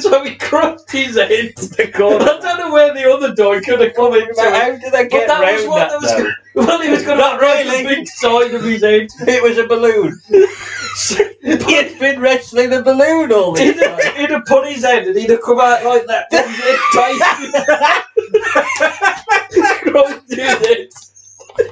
Speaker 2: so he crushed his head. I don't know where the other door could have come into.
Speaker 1: But how
Speaker 2: it.
Speaker 1: did they
Speaker 2: But
Speaker 1: get
Speaker 2: that was
Speaker 1: round
Speaker 2: what
Speaker 1: that,
Speaker 2: there was
Speaker 1: though?
Speaker 2: gonna- Well, he was going to
Speaker 1: Not
Speaker 2: have like a
Speaker 1: really.
Speaker 2: big side of his head.
Speaker 1: It was a balloon. he had been wrestling a balloon all
Speaker 2: He'd
Speaker 1: this
Speaker 2: have,
Speaker 1: time.
Speaker 2: he'd have put his head and he'd have come out like that. Crushed his head.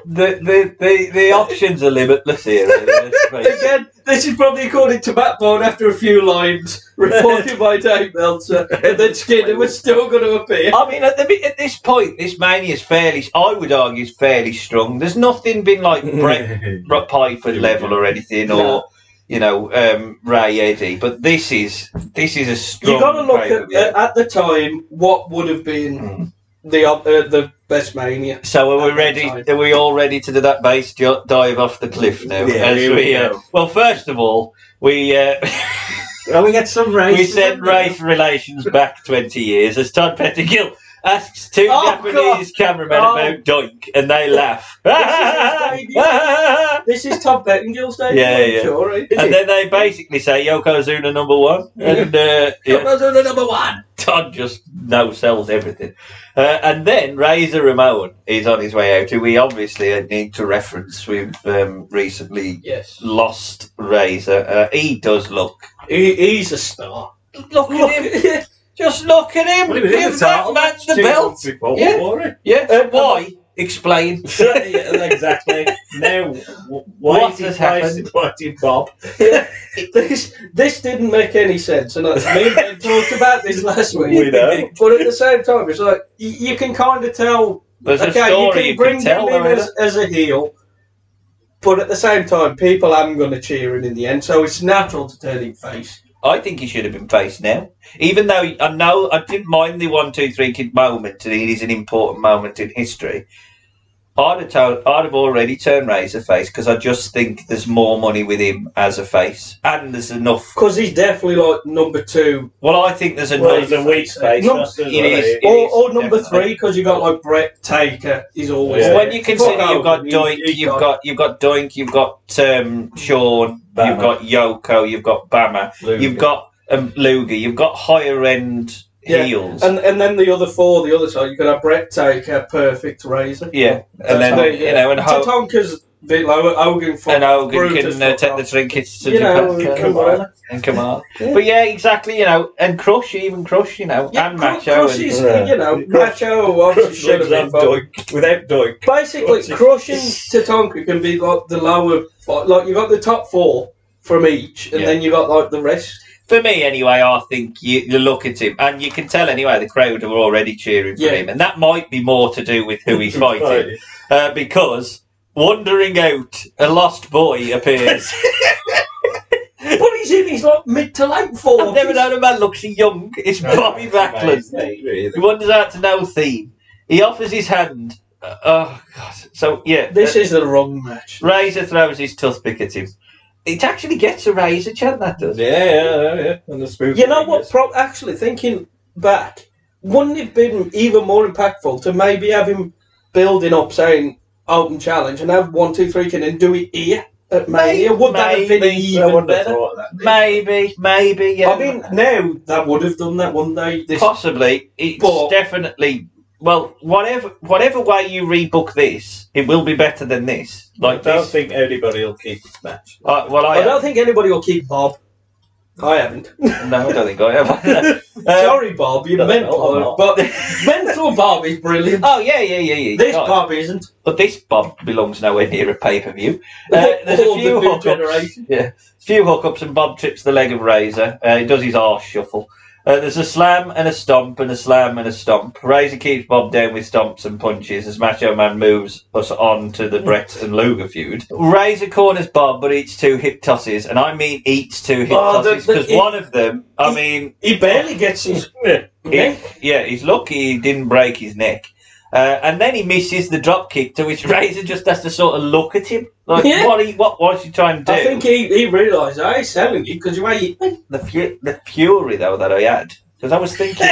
Speaker 1: The, the, the, the options are limitless here. let's face it.
Speaker 2: Again, this is probably according to Matt Bourne after a few lines, reported by Dave Meltzer, and then Skinner was still going to appear.
Speaker 1: I mean, at, the, bit- at this point, this mania is fairly, I would argue, is fairly strong. There's nothing been like Brett, Brett Piper level or anything, or, you know, um, Ray Eddy. But this is this is a strong.
Speaker 2: you got to look at,
Speaker 1: pay-per-view.
Speaker 2: at, at the time what would have been
Speaker 7: Hmm.
Speaker 2: the op- uh, the best mania.
Speaker 1: So are we ready? Are we all ready to do that base jo- dive off the cliff now?
Speaker 7: Yeah,
Speaker 1: As
Speaker 7: here
Speaker 1: we,
Speaker 7: we
Speaker 1: uh,
Speaker 7: go.
Speaker 1: well, first of all, we uh,
Speaker 7: Oh, we get some race.
Speaker 1: we sent race relations back twenty years as Todd Pettigill asks two
Speaker 2: Oh,
Speaker 1: Japanese cameramen
Speaker 2: Oh.
Speaker 1: about Doink, and they laugh.
Speaker 2: This is Tom Pettingill's day.
Speaker 1: uh, Yeah, yeah.
Speaker 2: Sure, eh?
Speaker 1: and then they basically say Yokozuna number one, and uh, yeah,
Speaker 2: Yokozuna number one.
Speaker 1: Todd just no sells everything. Uh, and then Razor Ramon is on his way out, who we obviously need to reference. We've um, recently
Speaker 2: Yes.
Speaker 1: lost Razor. Uh, he does look.
Speaker 2: He, he's a star.
Speaker 1: Look at him. Just look at him.
Speaker 7: Well, he was in
Speaker 1: Give
Speaker 7: the
Speaker 1: that
Speaker 7: title
Speaker 1: man
Speaker 7: match
Speaker 1: the
Speaker 7: two
Speaker 1: belt.
Speaker 7: months Before, eh?
Speaker 1: Yeah.
Speaker 7: wasn't it?
Speaker 1: Yeah. Uh, why? Explain.
Speaker 7: yeah, exactly. Now, wh- why
Speaker 1: What
Speaker 7: did
Speaker 1: has
Speaker 7: why-
Speaker 1: happened?
Speaker 7: Why did Bob?
Speaker 2: This this didn't make any sense, and I me and Ben talked about this last week.
Speaker 7: We know.
Speaker 2: But at the same time, it's like you, you can kind of tell.
Speaker 1: There's a
Speaker 2: okay,
Speaker 1: story you
Speaker 2: you
Speaker 1: can
Speaker 2: can bring
Speaker 1: tell,
Speaker 2: him
Speaker 1: though,
Speaker 2: in as, as a heel, but at the same time, people am going to cheer him in the end, so it's natural to turn him face.
Speaker 1: I think he should have been faced now. Even though I know I didn't mind the one, two, three kid moment, and it is an important moment in history. I'd have, told, I'd have already turned Razor face because I just think there's more money with him as a face, and there's enough.
Speaker 2: Because he's definitely like number two,
Speaker 1: Well, I think there's
Speaker 7: Well,
Speaker 1: enough.
Speaker 7: there's a weak space.
Speaker 2: No,
Speaker 7: that's- that's
Speaker 1: it
Speaker 7: what
Speaker 1: is.
Speaker 7: it
Speaker 1: It
Speaker 2: or, or number
Speaker 1: definitely.
Speaker 2: three, because you got like Brett Taker. He's always
Speaker 7: Yeah.
Speaker 1: Well,
Speaker 2: there.
Speaker 1: when you consider
Speaker 2: Fuck
Speaker 1: you've got
Speaker 2: Hogan,
Speaker 1: Doink,
Speaker 2: he's- he's
Speaker 1: you've got you've got Doink, you've got um, Sean, you've
Speaker 7: Bama.
Speaker 1: got Yoko, you've got Bama,
Speaker 7: Luger.
Speaker 1: you've got um, Luger, you've got higher end
Speaker 2: Yeah,
Speaker 1: heels.
Speaker 2: and and then the other four, the other side, you could have Brett Taker, Perfect Razor.
Speaker 1: yeah, and then
Speaker 2: That's me,
Speaker 1: you know, and,
Speaker 2: yeah.
Speaker 1: Ho-
Speaker 2: Tatanka's bit low. Hogan for
Speaker 1: and Hogan
Speaker 2: Brutus
Speaker 1: can uh,
Speaker 2: for-
Speaker 1: take the trinkets to
Speaker 2: You know,
Speaker 1: Japan.
Speaker 2: uh, Kamala.
Speaker 1: and Kamala.
Speaker 2: Yeah.
Speaker 1: But yeah, exactly. You know, and Crush, even Crush, you know,
Speaker 2: Yeah,
Speaker 1: and
Speaker 2: Cru-
Speaker 1: Macho.
Speaker 2: Crush
Speaker 1: and-
Speaker 2: is,
Speaker 7: Yeah.
Speaker 2: you know,
Speaker 7: Crush-
Speaker 2: Macho obviously should have been
Speaker 7: without
Speaker 2: both.
Speaker 7: Doink. Without Doink.
Speaker 2: Basically,
Speaker 7: Crush
Speaker 2: crushing
Speaker 7: is-
Speaker 2: Tatanka can be like the lower, like you got the top four from each, and
Speaker 1: Yeah.
Speaker 2: then you got like the rest.
Speaker 1: for me anyway, I think you, you look at him and you can tell anyway the crowd are already cheering for
Speaker 2: Yeah.
Speaker 1: him, and that might be more to do with who he's fighting
Speaker 7: Right.
Speaker 1: uh, because wandering out, a lost boy appears.
Speaker 2: But he's in his like mid to late form.
Speaker 1: I've never known a man look so young. It's Bobby Backlund. He wanders out to no theme. He offers his hand. Uh, oh God! So yeah,
Speaker 2: This
Speaker 1: uh,
Speaker 2: is the wrong match.
Speaker 1: razor throws his toothpick at him. It actually gets a razor chant. That does.
Speaker 7: Yeah, yeah, yeah. And the spoof.
Speaker 2: You know what? Pro- actually, thinking back, wouldn't it been even more impactful to maybe have him building up saying open challenge and have one, two, three can and do it here at Mania? Would that have been
Speaker 1: Maybe. I
Speaker 2: even
Speaker 1: wouldn't have
Speaker 2: better?
Speaker 1: thought that.
Speaker 2: Maybe,
Speaker 1: maybe, yeah.
Speaker 2: I mean now that would have done that one day. This
Speaker 1: Possibly, it's definitely. Well, whatever whatever way you rebook this, it will be better than this. Like
Speaker 2: I don't
Speaker 1: think anybody will keep this match. Uh, well, I,
Speaker 2: I don't think anybody will keep Bob. I haven't.
Speaker 1: No, I don't think I have.
Speaker 2: Sorry, Bob, you're mental. But mental Bob is brilliant.
Speaker 1: Oh yeah, yeah, yeah, yeah.
Speaker 2: This
Speaker 1: God.
Speaker 2: Bob isn't.
Speaker 1: But this Bob belongs nowhere near a Uh, pay per view.
Speaker 2: there's a few the new generation.
Speaker 1: Yeah, few hookups, and Bob trips the leg of Razor. Uh, he does his arse shuffle. Uh, there's a slam and a stomp and a slam and a stomp. Razor keeps Bob down with stomps and punches as Macho Man moves us on to the Brett and Luger feud. Razor corners Bob, but eats two hip tosses, and I mean eats two hip
Speaker 2: Oh, the-
Speaker 1: tosses
Speaker 2: the-
Speaker 1: because
Speaker 2: he-
Speaker 1: one of them, I mean,
Speaker 2: he barely gets his
Speaker 1: he, yeah, he's lucky he didn't break his neck. Uh, and then he misses the drop kick, to which Razor just has to sort of look at him. Like,
Speaker 2: Yeah.
Speaker 1: what, he, what was he trying to do?
Speaker 2: I think he, he realised I ain't selling you because you ain't
Speaker 1: the fu- the fury though that I had because I was thinking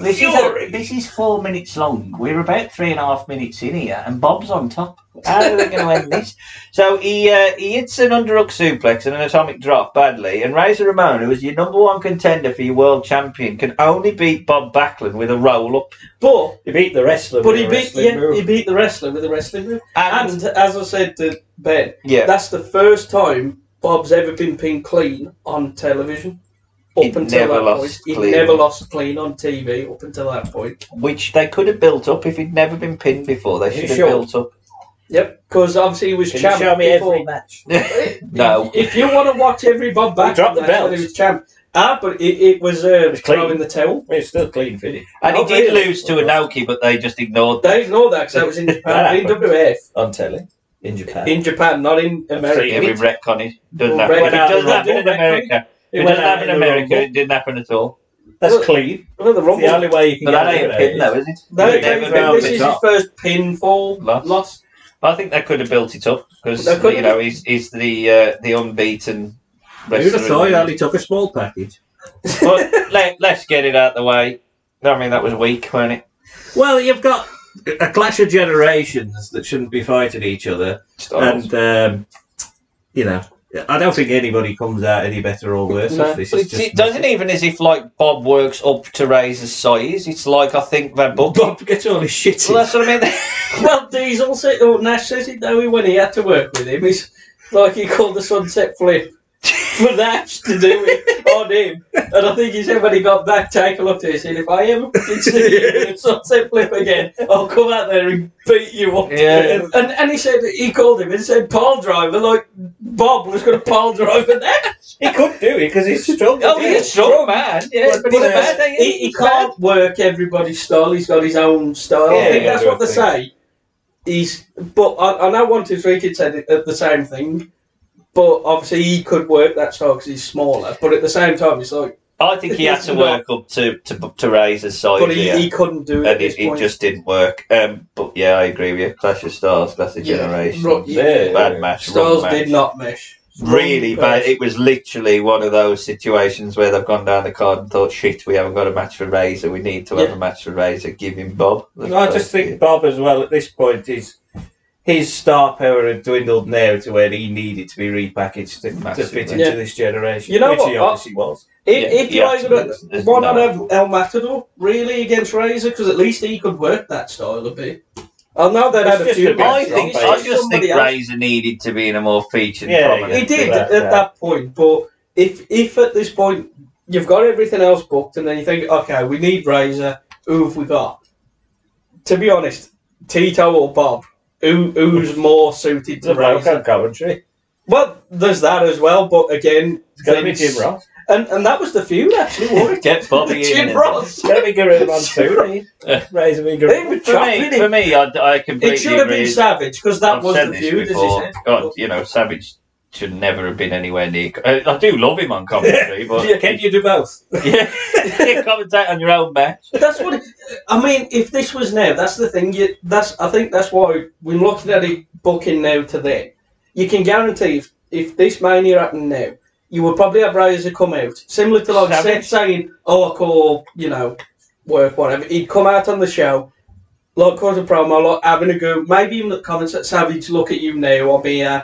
Speaker 1: this is a- this is four minutes long. We're about three and a half minutes in here, and Bob's on top. How are we going to end this? So he uh, he hits an underhook suplex and an atomic drop badly, and Razor Ramon, who is your number one contender for your world champion, can only beat Bob Backlund with a roll up.
Speaker 2: But
Speaker 1: he beat the wrestler.
Speaker 2: But he beat yeah, he beat the wrestler with a wrestling move. And, as I said to Ben,
Speaker 1: Yeah.
Speaker 2: that's the first time Bob's ever been pinned clean on television. Up until
Speaker 1: never
Speaker 2: that
Speaker 1: lost
Speaker 2: point,
Speaker 1: clean.
Speaker 2: he never lost clean on TV up until that point.
Speaker 1: which they could have built up if he'd never been pinned before. They
Speaker 2: You
Speaker 1: should have
Speaker 2: sure?
Speaker 1: built up.
Speaker 2: Yep, because obviously he was
Speaker 1: Can you
Speaker 2: champ
Speaker 1: show me
Speaker 2: before
Speaker 1: every
Speaker 2: match.
Speaker 1: No,
Speaker 2: if you want to watch every Bob back,
Speaker 1: dropped the belt.
Speaker 2: He was champ. Ah, but it, it was uh,
Speaker 1: clean.
Speaker 2: throwing the towel.
Speaker 1: It's still clean finish. And he
Speaker 2: Not
Speaker 1: did
Speaker 2: really.
Speaker 1: lose to Anoki, but they just ignored.
Speaker 2: They ignored that because that was in Japan. in WF.
Speaker 1: on telly in Japan.
Speaker 2: In Japan, not in America.
Speaker 1: Yeah, we retcon it. Doesn't
Speaker 2: Well,
Speaker 1: happen. It doesn't
Speaker 2: retcon it.
Speaker 1: happen in
Speaker 2: Retcon it.
Speaker 1: America.
Speaker 2: It
Speaker 1: It
Speaker 2: went
Speaker 1: doesn't
Speaker 2: out
Speaker 1: happen in
Speaker 2: in the
Speaker 1: America.
Speaker 2: Rumble.
Speaker 1: It didn't happen at all.
Speaker 2: That's Look, clean. look at the Rumble.
Speaker 1: It's the only way you can
Speaker 2: But
Speaker 1: get
Speaker 2: that ain't
Speaker 1: rid of it
Speaker 2: pin, though, is it? No,
Speaker 1: They've
Speaker 2: it's
Speaker 1: never
Speaker 2: not even-
Speaker 1: built
Speaker 2: this
Speaker 1: it
Speaker 2: is his
Speaker 1: up.
Speaker 2: first pinfall loss.
Speaker 1: I think they could have built it up because
Speaker 2: They could
Speaker 1: you know he's, he's the uh, the unbeaten.
Speaker 17: Who'd have
Speaker 1: wrestler
Speaker 17: thought
Speaker 1: in
Speaker 17: he
Speaker 1: the-
Speaker 17: only took a small package?
Speaker 1: But let, let's get it out the way. I mean, that was weak, wasn't it?
Speaker 17: Well, you've got a clash of generations that shouldn't be fighting each other, and um, you know, I don't think anybody comes out any better or worse.
Speaker 1: No.
Speaker 17: off This
Speaker 1: But
Speaker 17: is
Speaker 1: it's-
Speaker 17: just
Speaker 1: it doesn't even as if like Bob works up to Razor's size. It's like I think that Bob, Bob
Speaker 17: gets all his shit.
Speaker 1: Well, that's what I mean.
Speaker 2: well, Diesel said, or Nash says it though, when he had to work with him, he's like he called the sunset flip for Nash to do it on him. And I think he said when he got back, take a look at it, and if I ever fucking see you do a sunset flip again, I'll come out there and beat you up.
Speaker 1: Yeah.
Speaker 2: And, and he said, he called him and said, Paul driver, like Bob was going to Paul driver Nash.
Speaker 1: He could do it because he's strong.
Speaker 2: Oh, he's a strong man, yeah,
Speaker 1: But-
Speaker 2: but, he's a
Speaker 1: but, uh,
Speaker 2: bad thing. He,
Speaker 1: he-
Speaker 2: he can't work everybody's style. He's got his own style.
Speaker 1: Yeah,
Speaker 2: I think
Speaker 1: yeah,
Speaker 2: that's
Speaker 1: I do
Speaker 2: what they
Speaker 1: think.
Speaker 2: say. He's, but I, I know one, two, three kids said it- uh, the same thing. But obviously, he could work that style because he's smaller. But at the same time, it's like
Speaker 1: I think he had to
Speaker 2: No.
Speaker 1: work up to to, to Razor's size.
Speaker 2: But he-
Speaker 1: yeah.
Speaker 2: he couldn't do it
Speaker 1: and
Speaker 2: at this
Speaker 1: it, it
Speaker 2: point.
Speaker 1: just didn't work. Um, but yeah, I agree with you. Clash of Stars, Clash of
Speaker 2: Yeah.
Speaker 1: Generations,
Speaker 2: Right, yeah.
Speaker 1: bad match. wrong
Speaker 2: styles
Speaker 1: match.
Speaker 2: did not mesh.
Speaker 1: Really
Speaker 2: Wrong
Speaker 1: bad.
Speaker 2: match.
Speaker 1: It was literally one of those situations where they've gone down the card and thought, "Shit, we haven't got a match for Razor. We need to have
Speaker 17: Yeah.
Speaker 1: a match for Razor. Give him Bob."
Speaker 17: No, I just think Bob as well at this point is his star power had dwindled now to where he needed to be repackaged to, to
Speaker 1: Massively.
Speaker 17: fit into
Speaker 2: Yeah.
Speaker 17: this generation,
Speaker 2: You know
Speaker 17: which
Speaker 2: what?
Speaker 17: he
Speaker 2: I-
Speaker 17: obviously was.
Speaker 2: If, if you guys
Speaker 1: there's
Speaker 2: would want
Speaker 1: no-
Speaker 2: to have El Matador really against Razor, because at least he could work that style a bit. I know they had a few.
Speaker 1: I
Speaker 2: matches,
Speaker 1: think
Speaker 2: but
Speaker 1: I just think
Speaker 2: somebody else-
Speaker 1: Razor needed to be in a more featured. prominent
Speaker 2: he did at
Speaker 1: position.
Speaker 2: that point. But if if at this point you've got everything else booked, and then you think, okay, we need Razor. Who have we got? To be honest, Tito or Bob, who who's more suited to
Speaker 17: The Rock
Speaker 2: Razor?
Speaker 17: and Coventry.
Speaker 2: Well, there's that as well, but again,
Speaker 17: gotta be
Speaker 2: Vince-
Speaker 17: Jim Ross.
Speaker 2: And and that was the feud actually. Wasn't it?
Speaker 1: Get Bobby
Speaker 2: Jim
Speaker 1: in.
Speaker 2: Ross.
Speaker 17: Let me get rid of him on two. Razor me get
Speaker 2: would
Speaker 1: For me, for me, I, I completely
Speaker 2: It should have
Speaker 1: agree.
Speaker 2: been Savage because that
Speaker 1: I've
Speaker 2: was
Speaker 1: said
Speaker 2: the
Speaker 1: this
Speaker 2: feud, as you
Speaker 1: before.
Speaker 2: said.
Speaker 1: God, you know, Savage should never have been anywhere near. I, I do love him on commentary, but
Speaker 2: Yeah.
Speaker 17: Can you do both?
Speaker 1: Yeah, yeah commentate on your own match.
Speaker 2: That's what it, I mean. If this was now, that's the thing. You, that's I think that's why we're looking at it booking now to then. You can guarantee if, if this mania happened now, you would probably have Razor come out similar to like
Speaker 1: Savage.
Speaker 2: Seth saying, "Oh, I call you know work, whatever, he'd come out on the show, lot cause a promo, lot having a go, maybe even the comments at Savage look at you now or be uh,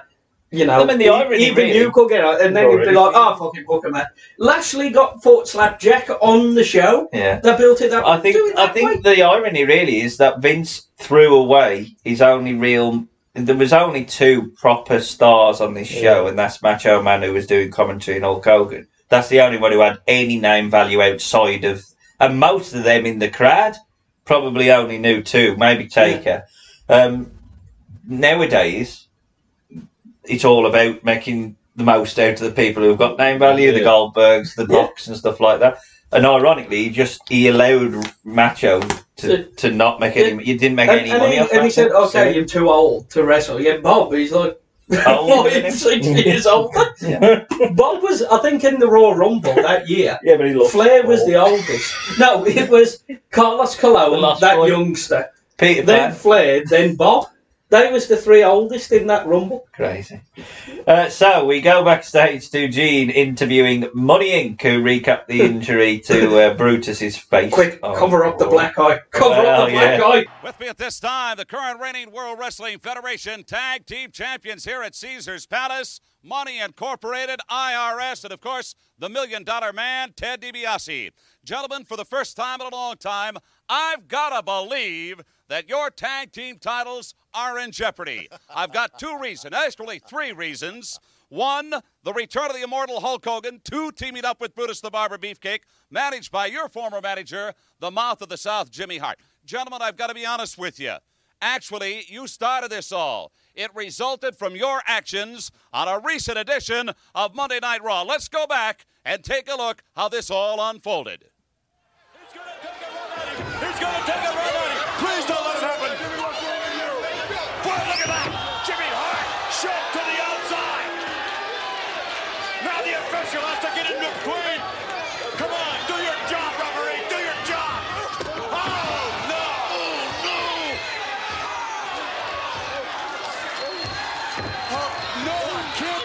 Speaker 2: you know, e-
Speaker 1: I mean, the irony,
Speaker 2: even
Speaker 1: really-
Speaker 2: you could get out, and then
Speaker 1: Not
Speaker 2: you'd be
Speaker 1: really.
Speaker 2: like, "Oh, fucking Booker, man." Lashley got Fort Slap Jack on the show.
Speaker 1: Yeah.
Speaker 2: they built it up.
Speaker 1: I think I think the irony really is that Vince threw away his only real. There was only two proper stars on this show, and that's Macho Man who was doing commentary and Hulk Hogan. That's the only one who had any name value outside of, and most of them in the crowd probably only knew two, maybe Taker. Um, nowadays, it's all about making the most out of the people who've got name value, the Goldbergs, the Bucks, and stuff like that. And ironically, he just he allowed Macho to, to not make any. You didn't make
Speaker 2: and,
Speaker 1: any
Speaker 2: and
Speaker 1: money
Speaker 2: he,
Speaker 1: off
Speaker 2: and he
Speaker 1: Macho.
Speaker 2: said, "Okay,
Speaker 1: So-
Speaker 2: you're too old to wrestle." Yeah, Bob. He's like.
Speaker 1: Old,
Speaker 2: Bob is 60 years old. Bob was, I think, in the Raw Rumble that year.
Speaker 1: Yeah, but he looked
Speaker 2: Flair was the oldest. No, it was Carlos Colon, that youngster.
Speaker 1: Peter
Speaker 2: then Flair, then Bob. They was the three oldest in that Rumble.
Speaker 1: Crazy. Uh, so we go backstage to Gene interviewing Money Inc., who recapped the injury to uh, Brutus's face. Oh, Quick,
Speaker 2: cover up the black eye. Cover up the black eye.
Speaker 8: With me at this time, the current reigning World Wrestling Federation Tag Team Champions here at Caesars Palace, Money Incorporated, IRS, and of course, the Million Dollar Man, Ted DiBiase. Gentlemen, for the first time in a long time, I've got to believe that your tag team titles are in jeopardy. I've got two reasons, actually, three reasons. One, the return of the immortal Hulk Hogan. Two, teaming up with Brutus the Barber Beefcake, managed by your former manager, the mouth of the South, Jimmy Hart. Gentlemen, I've got to be honest with you. Actually, you started this all. It resulted from your actions on a recent edition of Monday Night Raw. Let's go back and take a look how this all unfolded.
Speaker 10: He's going to take a red light. Please don't let it happen. Boy, look at that. Jimmy Hart shoved to the outside. Now the official has to get in between. Come on, do your job, referee. Do your job. Oh, no. Oh, no. Oh, no, I can't.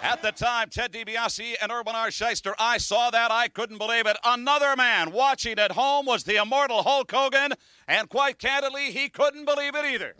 Speaker 8: At the time, Ted DiBiase and Urban R. Scheister, I saw that. I couldn't believe it. Another man watching at home was the immortal Hulk Hogan, and quite candidly, he couldn't believe it either.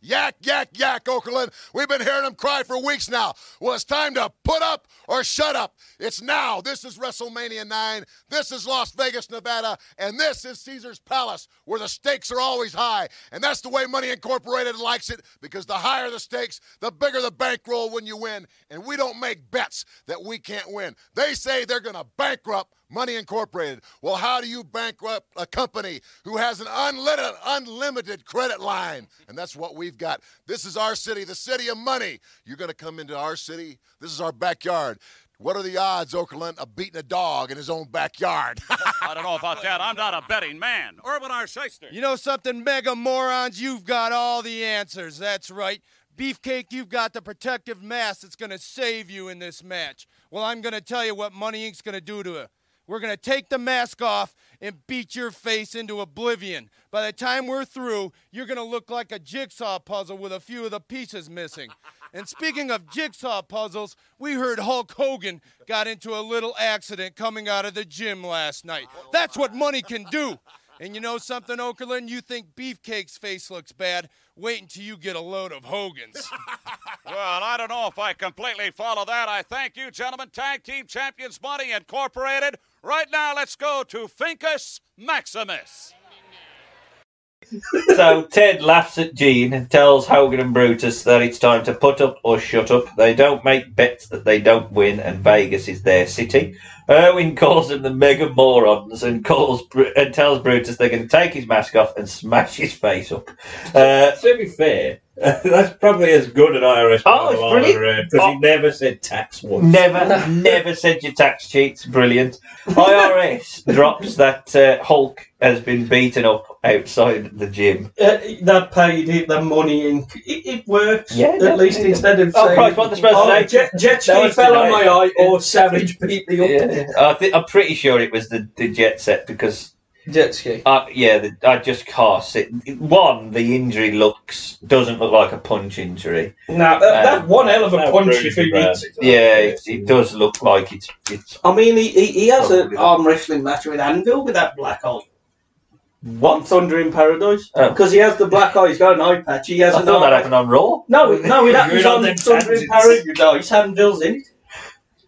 Speaker 11: yak, yak, yak, Oakland. We've been hearing him cry for weeks now. Well, it's time to put up or shut up. It's now. This is WrestleMania 9. This is Las Vegas, Nevada. And this is Caesar's Palace, where the stakes are always high. And that's the way Money Incorporated likes it because the higher the stakes, the bigger the bankroll when you win. And we don't make bets that we can't win. They say they're going to bankrupt Money Incorporated. Well, how do you bankrupt a company who has an unlimited, unlimited credit line? And that's what we've got. This is our city, the city of money. You're going to come into our city. This is our backyard. What are the odds, Oakland, of beating a dog in his own backyard?
Speaker 8: I don't know about that. I'm not a betting man. Urban R. Scheister.
Speaker 9: You know something, mega morons? You've got all the answers. That's right. Beefcake, you've got the protective mask that's going to save you in this match. Well, I'm going to tell you what Money Inc.'s going to do to it. We're going to take the mask off and beat your face into oblivion. By the time we're through, you're going to look like a jigsaw puzzle with a few of the pieces missing. And speaking of jigsaw puzzles, we heard Hulk Hogan got into a little accident coming out of the gym last night. That's what money can do. And you know something, Okerlund? You think Beefcake's face looks bad? Wait until you get a load of Hogan's.
Speaker 8: Well, I don't know if I completely follow that. I thank you, gentlemen. Tag Team Champions Money Incorporated. Right now, let's go to Finkus Maximus.
Speaker 1: so Ted laughs at Gene and tells Hogan and Brutus that it's time to put up or shut up. They don't make bets that they don't win, and Vegas is their city. Irwin calls them the mega morons and calls Bru- and tells Brutus they can take his mask off and smash his face up. Uh,
Speaker 18: to be fair, that's probably as good an IRS
Speaker 1: Oh, it's brilliant.
Speaker 18: because he never said tax once.
Speaker 1: Oh. Never, never send your tax sheets. Brilliant. IRS drops that uh, Hulk has been beaten up outside the gym.
Speaker 2: Uh, that paid it, the money, and it, it works.
Speaker 1: Yeah,
Speaker 2: at least
Speaker 1: definitely.
Speaker 2: instead of
Speaker 1: Oh,
Speaker 2: saying,
Speaker 1: Christ, what the supposed
Speaker 2: "Oh,
Speaker 1: to say?
Speaker 2: Jet, jet
Speaker 1: That
Speaker 2: ski
Speaker 1: was
Speaker 2: fell on
Speaker 1: tonight.
Speaker 2: my eye, or Savage beat me up."
Speaker 1: I thi- I'm pretty sure it was the, the jet set because
Speaker 2: Jet ski.
Speaker 1: Uh, yeah, the, I just can't sit. One, the injury looks doesn't look like a punch injury. Uh,
Speaker 2: No, that, that one hell of a punch if he beats it.
Speaker 1: Yeah, it, it does look like it's it's
Speaker 2: I mean, he, he, he has an arm wrestling match with Anvil with that black eye.
Speaker 1: What? Oh.
Speaker 2: Thunder in Paradise? Because he has the black eye, he's got an eye patch. He has
Speaker 1: I
Speaker 2: an
Speaker 1: thought
Speaker 2: arm-
Speaker 1: that happened on Raw.
Speaker 2: No, it- no, it happens
Speaker 1: You're on
Speaker 2: on
Speaker 1: them
Speaker 2: Thunder in
Speaker 1: tangents.
Speaker 2: Paradise. Anvil's in it.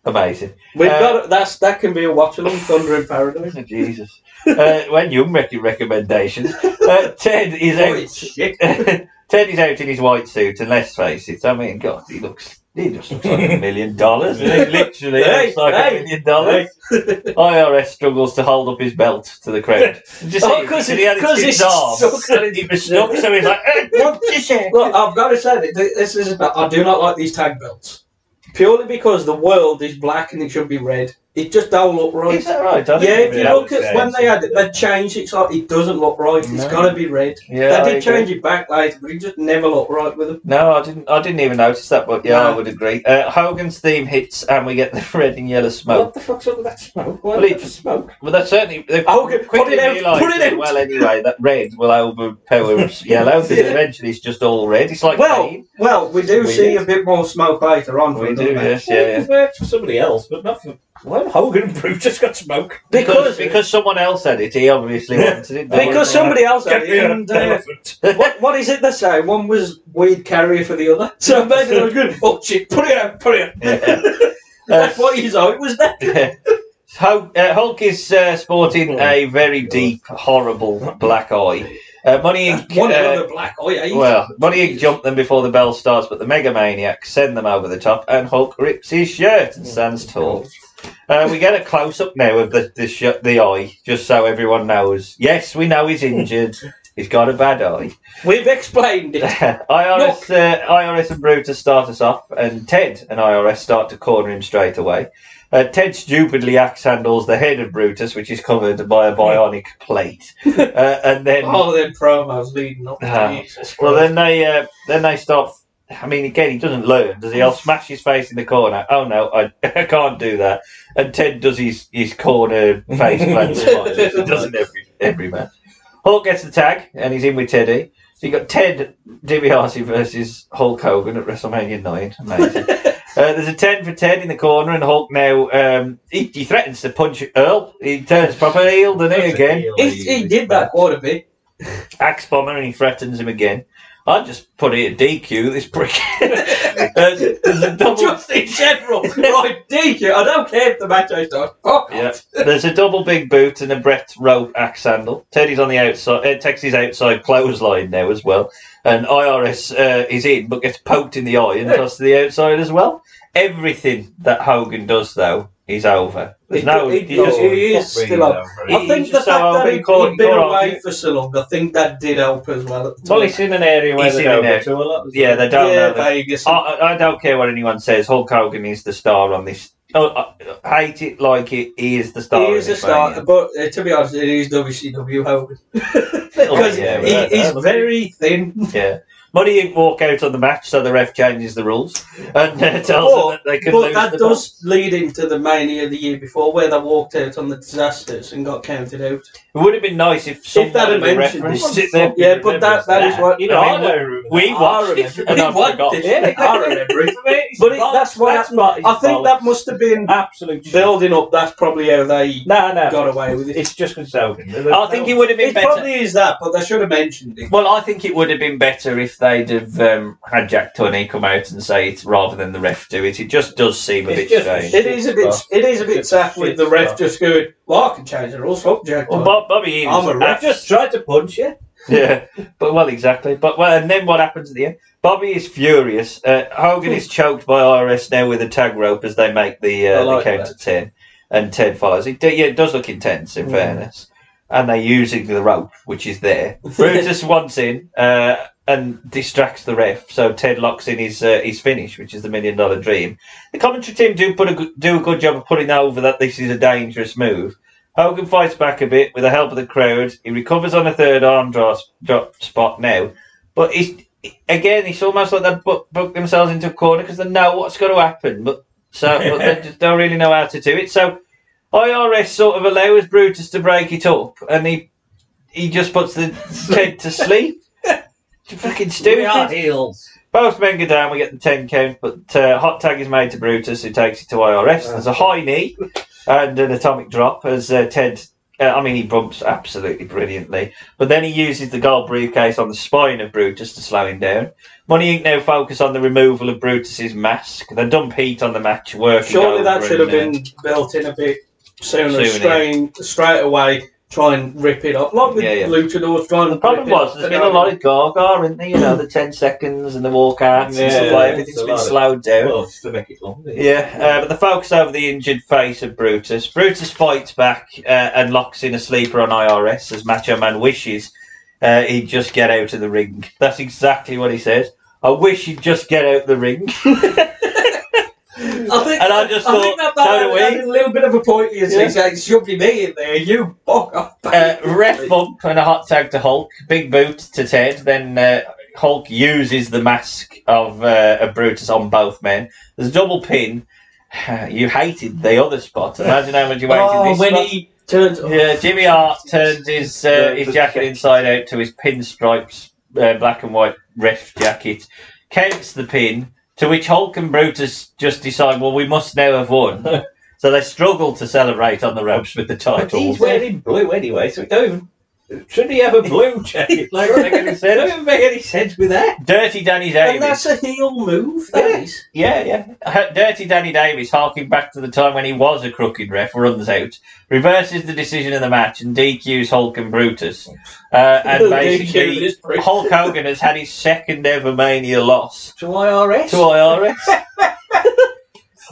Speaker 1: Amazing.
Speaker 2: We've
Speaker 1: Uh,
Speaker 2: got that's that can be a watch along Thunder in Paradise.
Speaker 1: Jesus. uh, when you make your recommendations, uh, Ted is out. Ted is out in his white suit, and let's face it. I mean, God, he looks. He just looks like a million dollars. He literally
Speaker 7: Hey,
Speaker 1: looks like
Speaker 7: hey,
Speaker 1: a million dollars. IRS struggles to hold up his belt to the crowd. Just
Speaker 2: Oh,
Speaker 1: see,
Speaker 2: 'cause
Speaker 1: and
Speaker 2: he-
Speaker 1: had it
Speaker 2: 'cause
Speaker 1: in his
Speaker 2: he's
Speaker 1: arm.
Speaker 2: stuck.
Speaker 1: And he was stuck, so he's like, "Eh, what you say?
Speaker 2: Look, I've got to say that th- this is about. I do not like these tag belts purely because the world is black and it should be red. It just don't look right.
Speaker 1: Is that right? I didn't
Speaker 2: yeah, if
Speaker 1: really
Speaker 2: you look
Speaker 1: notice
Speaker 2: at when
Speaker 1: that.
Speaker 2: they had it, they changed it. It's like it doesn't look right. It's
Speaker 1: No.
Speaker 2: got to be red.
Speaker 1: Yeah,
Speaker 2: they
Speaker 1: I
Speaker 2: did change
Speaker 1: agree.
Speaker 2: it back later, but it just never looked right with them.
Speaker 1: No, I didn't. I didn't even notice that, but yeah,
Speaker 2: No.
Speaker 1: I would agree. Uh, Hogan's theme hits, and we get the red and yellow smoke.
Speaker 2: What the fuck's up with that smoke? Why
Speaker 1: Well,
Speaker 2: is
Speaker 1: it-
Speaker 2: that smoke?
Speaker 1: Well, that's certainly. They've
Speaker 2: Hogan,
Speaker 1: quickly
Speaker 2: put it out,
Speaker 1: realised
Speaker 2: put it
Speaker 1: that,
Speaker 2: out.
Speaker 1: Well, anyway, that red will overpower yellow because eventually it's just all red. It's like
Speaker 2: Well,
Speaker 1: pain.
Speaker 2: well, we do
Speaker 1: Weird.
Speaker 2: see a bit more smoke later on.
Speaker 1: We
Speaker 2: from
Speaker 1: do,
Speaker 2: them,
Speaker 1: yes,
Speaker 2: mate.
Speaker 1: yeah, yeah.
Speaker 7: worked for somebody else, but not for. Well, Hogan and Bruce just got smoke.
Speaker 1: because because someone else had it. He obviously wanted it.
Speaker 2: Because somebody else had
Speaker 7: Get me
Speaker 2: it.
Speaker 7: a
Speaker 2: And, uh, what, what is it they say? One was weed carrier for the other. So maybe they were good. Oh shit! Put it out! Put it out! That's what his out was there.
Speaker 1: Hulk, uh, Hulk is uh, sporting a very deep, horrible black eye. Uh, Money Inc.
Speaker 2: One
Speaker 1: uh,
Speaker 2: another black eye. eh?
Speaker 1: Well, Money Inc. jump them before the bell starts, but the Mega Maniacs send them over the top, and Hulk rips his shirt
Speaker 2: Oh,
Speaker 1: and stands tall. Uh, we get a close up now of the the, sh- the eye, just so everyone knows. Yes, we know he's injured. he's got a bad eye.
Speaker 2: We've explained it.
Speaker 1: IRS, uh, IRS and Brutus start us off, and Ted and IRS start to corner him straight away. Uh, Ted stupidly axe handles the head of Brutus, which is covered by a bionic plate, uh, and then
Speaker 2: All them promos leading up. to
Speaker 1: Ah.
Speaker 2: Jesus
Speaker 1: well,
Speaker 2: Christ.
Speaker 1: then they uh, then they start. I mean, again, he doesn't learn, does he? I'll smash his face in the corner. Oh no, I, I can't do that. And Ted does his, his corner face plant. smile. he doesn't every every match. Hulk gets the tag, and he's in with Teddy. So you got Ted DiBiase versus Hulk Hogan at WrestleMania Nine. Amazing. uh, there's a ten for Ted in the corner, and Hulk now um, he, he threatens to punch Earl. He turns proper heel, doesn't he? Again,
Speaker 2: he, he did that quite a bit.
Speaker 1: axe bomber and he threatens him again. I just put it at DQ, this prick. Uh, there's a double,
Speaker 2: Just in general, right? DQ. I don't care if the match is done. Fuck.
Speaker 1: yeah, there's a double big boot and a Brett rope axe handle. Teddy's on the outside, uh, Texas outside clothesline now as well. And IRS uh, is in but gets poked in the eye and tossed to the outside as well. Everything that Hogan does though is over. There's
Speaker 2: It-
Speaker 1: no,
Speaker 2: it-
Speaker 1: he just-
Speaker 2: it is still up. I
Speaker 1: He's
Speaker 2: think the
Speaker 1: just "Oh,
Speaker 2: fact
Speaker 1: so
Speaker 2: that
Speaker 1: over,
Speaker 2: he,
Speaker 1: caught-
Speaker 2: he'd been
Speaker 1: caught off.
Speaker 2: away for so long, I think that did help as well. At the
Speaker 7: Well,
Speaker 2: time.
Speaker 7: he's in an area where
Speaker 1: He's
Speaker 7: they
Speaker 1: in
Speaker 7: don't
Speaker 1: an
Speaker 7: go
Speaker 1: area.
Speaker 7: to a lot.
Speaker 1: Yeah, they don't
Speaker 2: Yeah,
Speaker 1: know. that.
Speaker 2: Vegas.
Speaker 1: I, I I don't care what anyone says. Hulk Hogan is the star on this. Oh, I- I hate it, like it. He is the star.
Speaker 2: He
Speaker 1: of
Speaker 2: is a
Speaker 1: this
Speaker 2: starter,
Speaker 1: mania.
Speaker 2: but uh, to be honest, it is WCW Hogan.
Speaker 1: Little bit,
Speaker 2: Because
Speaker 1: yeah,
Speaker 2: he
Speaker 1: but-
Speaker 2: is very thin.
Speaker 1: Yeah. Money Inc. walk out on the match, so the ref changes the rules and uh, tells them that they can
Speaker 2: but
Speaker 1: lose
Speaker 2: that
Speaker 1: the belt.
Speaker 2: does lead into the mania the year before where they walked out on the disasters and got counted out.
Speaker 1: It would have been nice if someone
Speaker 2: if that had
Speaker 1: had been
Speaker 2: mentioned
Speaker 1: referenced
Speaker 2: it.
Speaker 1: it there.
Speaker 2: Yeah, but that, that is what.
Speaker 1: You know, I
Speaker 2: mean,
Speaker 1: know. We
Speaker 2: I
Speaker 1: watched it
Speaker 2: remember.
Speaker 1: and I
Speaker 2: We watched
Speaker 1: forgot.
Speaker 2: it, yeah, I remember it. But it, that's why
Speaker 7: that's
Speaker 2: I,
Speaker 7: bollocks.
Speaker 2: think that must have been
Speaker 7: absolute
Speaker 2: building up. That's probably how they
Speaker 7: No, no.
Speaker 2: got away with it.
Speaker 7: It's just because Hogan.
Speaker 1: I think it would have been
Speaker 2: It
Speaker 1: better.
Speaker 2: probably is that, but they should have mentioned it.
Speaker 1: Well, I think it would have been better if they'd have um, had Jack Tunney come out and say it rather than the ref do it. It just does seem a
Speaker 7: It's
Speaker 1: bit
Speaker 7: just-
Speaker 1: strange.
Speaker 2: It is a bit. It is a bit sad with the ref just going. Well, I can change the rules. Fuck Jack.
Speaker 1: Well, Bob, Bobby Heenan's
Speaker 2: I'm a ref.
Speaker 1: I just tried to punch you. yeah, but well, exactly. But well, and then what happens at the end? Bobby is furious. Uh, Hogan is choked by IRS now with a tag rope as they make the,
Speaker 2: I
Speaker 1: uh,
Speaker 2: like
Speaker 1: the count to ten, and Ted follows. It, do- yeah, it does look intense, in
Speaker 2: Mm.
Speaker 1: fairness. And they're using the rope, which is there. Brutus wants in uh, and distracts the ref, so Ted locks in his uh, his finish, which is the million dollar dream. The commentary team do put a good, do a good job of putting over that this is a dangerous move. Hogan fights back a bit with the help of the crowd. He recovers on a third arm drop, drop spot now, but he's again it's almost like they've bu- booked themselves into a corner because they know what's going to happen, but so but they just don't really know how to do it. So IRS sort of allows Brutus to break it up, and he he just puts the Ted to sleep. It's fucking stupid.
Speaker 19: We are heels.
Speaker 1: Both men go down. We get the ten count, but uh, hot tag is made to Brutus, who takes it to
Speaker 19: Uh.
Speaker 1: IRS. There's a high knee and an atomic drop as uh, Ted. Uh, I mean, he bumps absolutely brilliantly, but then he uses the gold briefcase on the spine of Brutus to slow him down. Money Inc. now focus on the removal of Brutus's mask. They dump heat on the match, working.
Speaker 20: Surely that
Speaker 1: over
Speaker 20: should have
Speaker 1: and, uh,
Speaker 20: been built in a bit sooner,
Speaker 1: Sooner.
Speaker 20: straight, straight away. Try and rip it off. Like with
Speaker 1: Yeah, yeah.
Speaker 20: Luchadors trying
Speaker 1: The problem was there's been a lot of gaga, isn't there? You know, the ten seconds and the walkouts and stuff like everything's been slowed down.
Speaker 21: to make it longer.
Speaker 1: Yeah, uh, but the focus over the injured face of Brutus. Brutus fights back uh, and locks in a sleeper on IRS as Macho Man wishes uh, he'd just get out of the ring. That's exactly what he says. I wish he'd just get out the ring.
Speaker 2: I think,
Speaker 1: And I just
Speaker 2: think
Speaker 1: thought,
Speaker 2: that,
Speaker 1: so do
Speaker 2: that
Speaker 1: we.
Speaker 2: added a little bit of a point to you.
Speaker 1: Yeah.
Speaker 2: Yeah. Saying, "Shove your meat in there, you fuck off."
Speaker 1: Uh, ref bump and a hot tag to Hulk. Big boot to Ted. Then uh, Hulk uses the mask of, uh, of Brutus on both men. There's a double pin. You hated the other spot. Imagine how much you hated
Speaker 2: Oh,
Speaker 1: this
Speaker 2: when
Speaker 1: spot.
Speaker 2: he turns-
Speaker 1: yeah, Uh, Jimmy Hart turns his uh, his jacket inside out to his pinstripes, uh, black and white ref jacket, counts the pin, to which Hulk and Brutus just decide, well, we must now have won. so they struggle to celebrate on the ropes with the titles.
Speaker 21: He's wearing blue anyway, so it don't even. Should he have a blue jacket? Like, doesn't make any sense. Don't even make any sense with that.
Speaker 1: Dirty Danny Davis.
Speaker 21: And that's
Speaker 1: a heel move, that yeah. Yeah, yeah. Uh, Dirty Danny Davis, harking back to the time when he was a crooked ref, runs out, reverses the decision of the match, and DQs Hulk and Brutus. Uh, and basically,
Speaker 21: DQs Brutus.
Speaker 1: Hulk Hogan has had his second ever Mania loss
Speaker 21: To IRS.
Speaker 1: to IRS.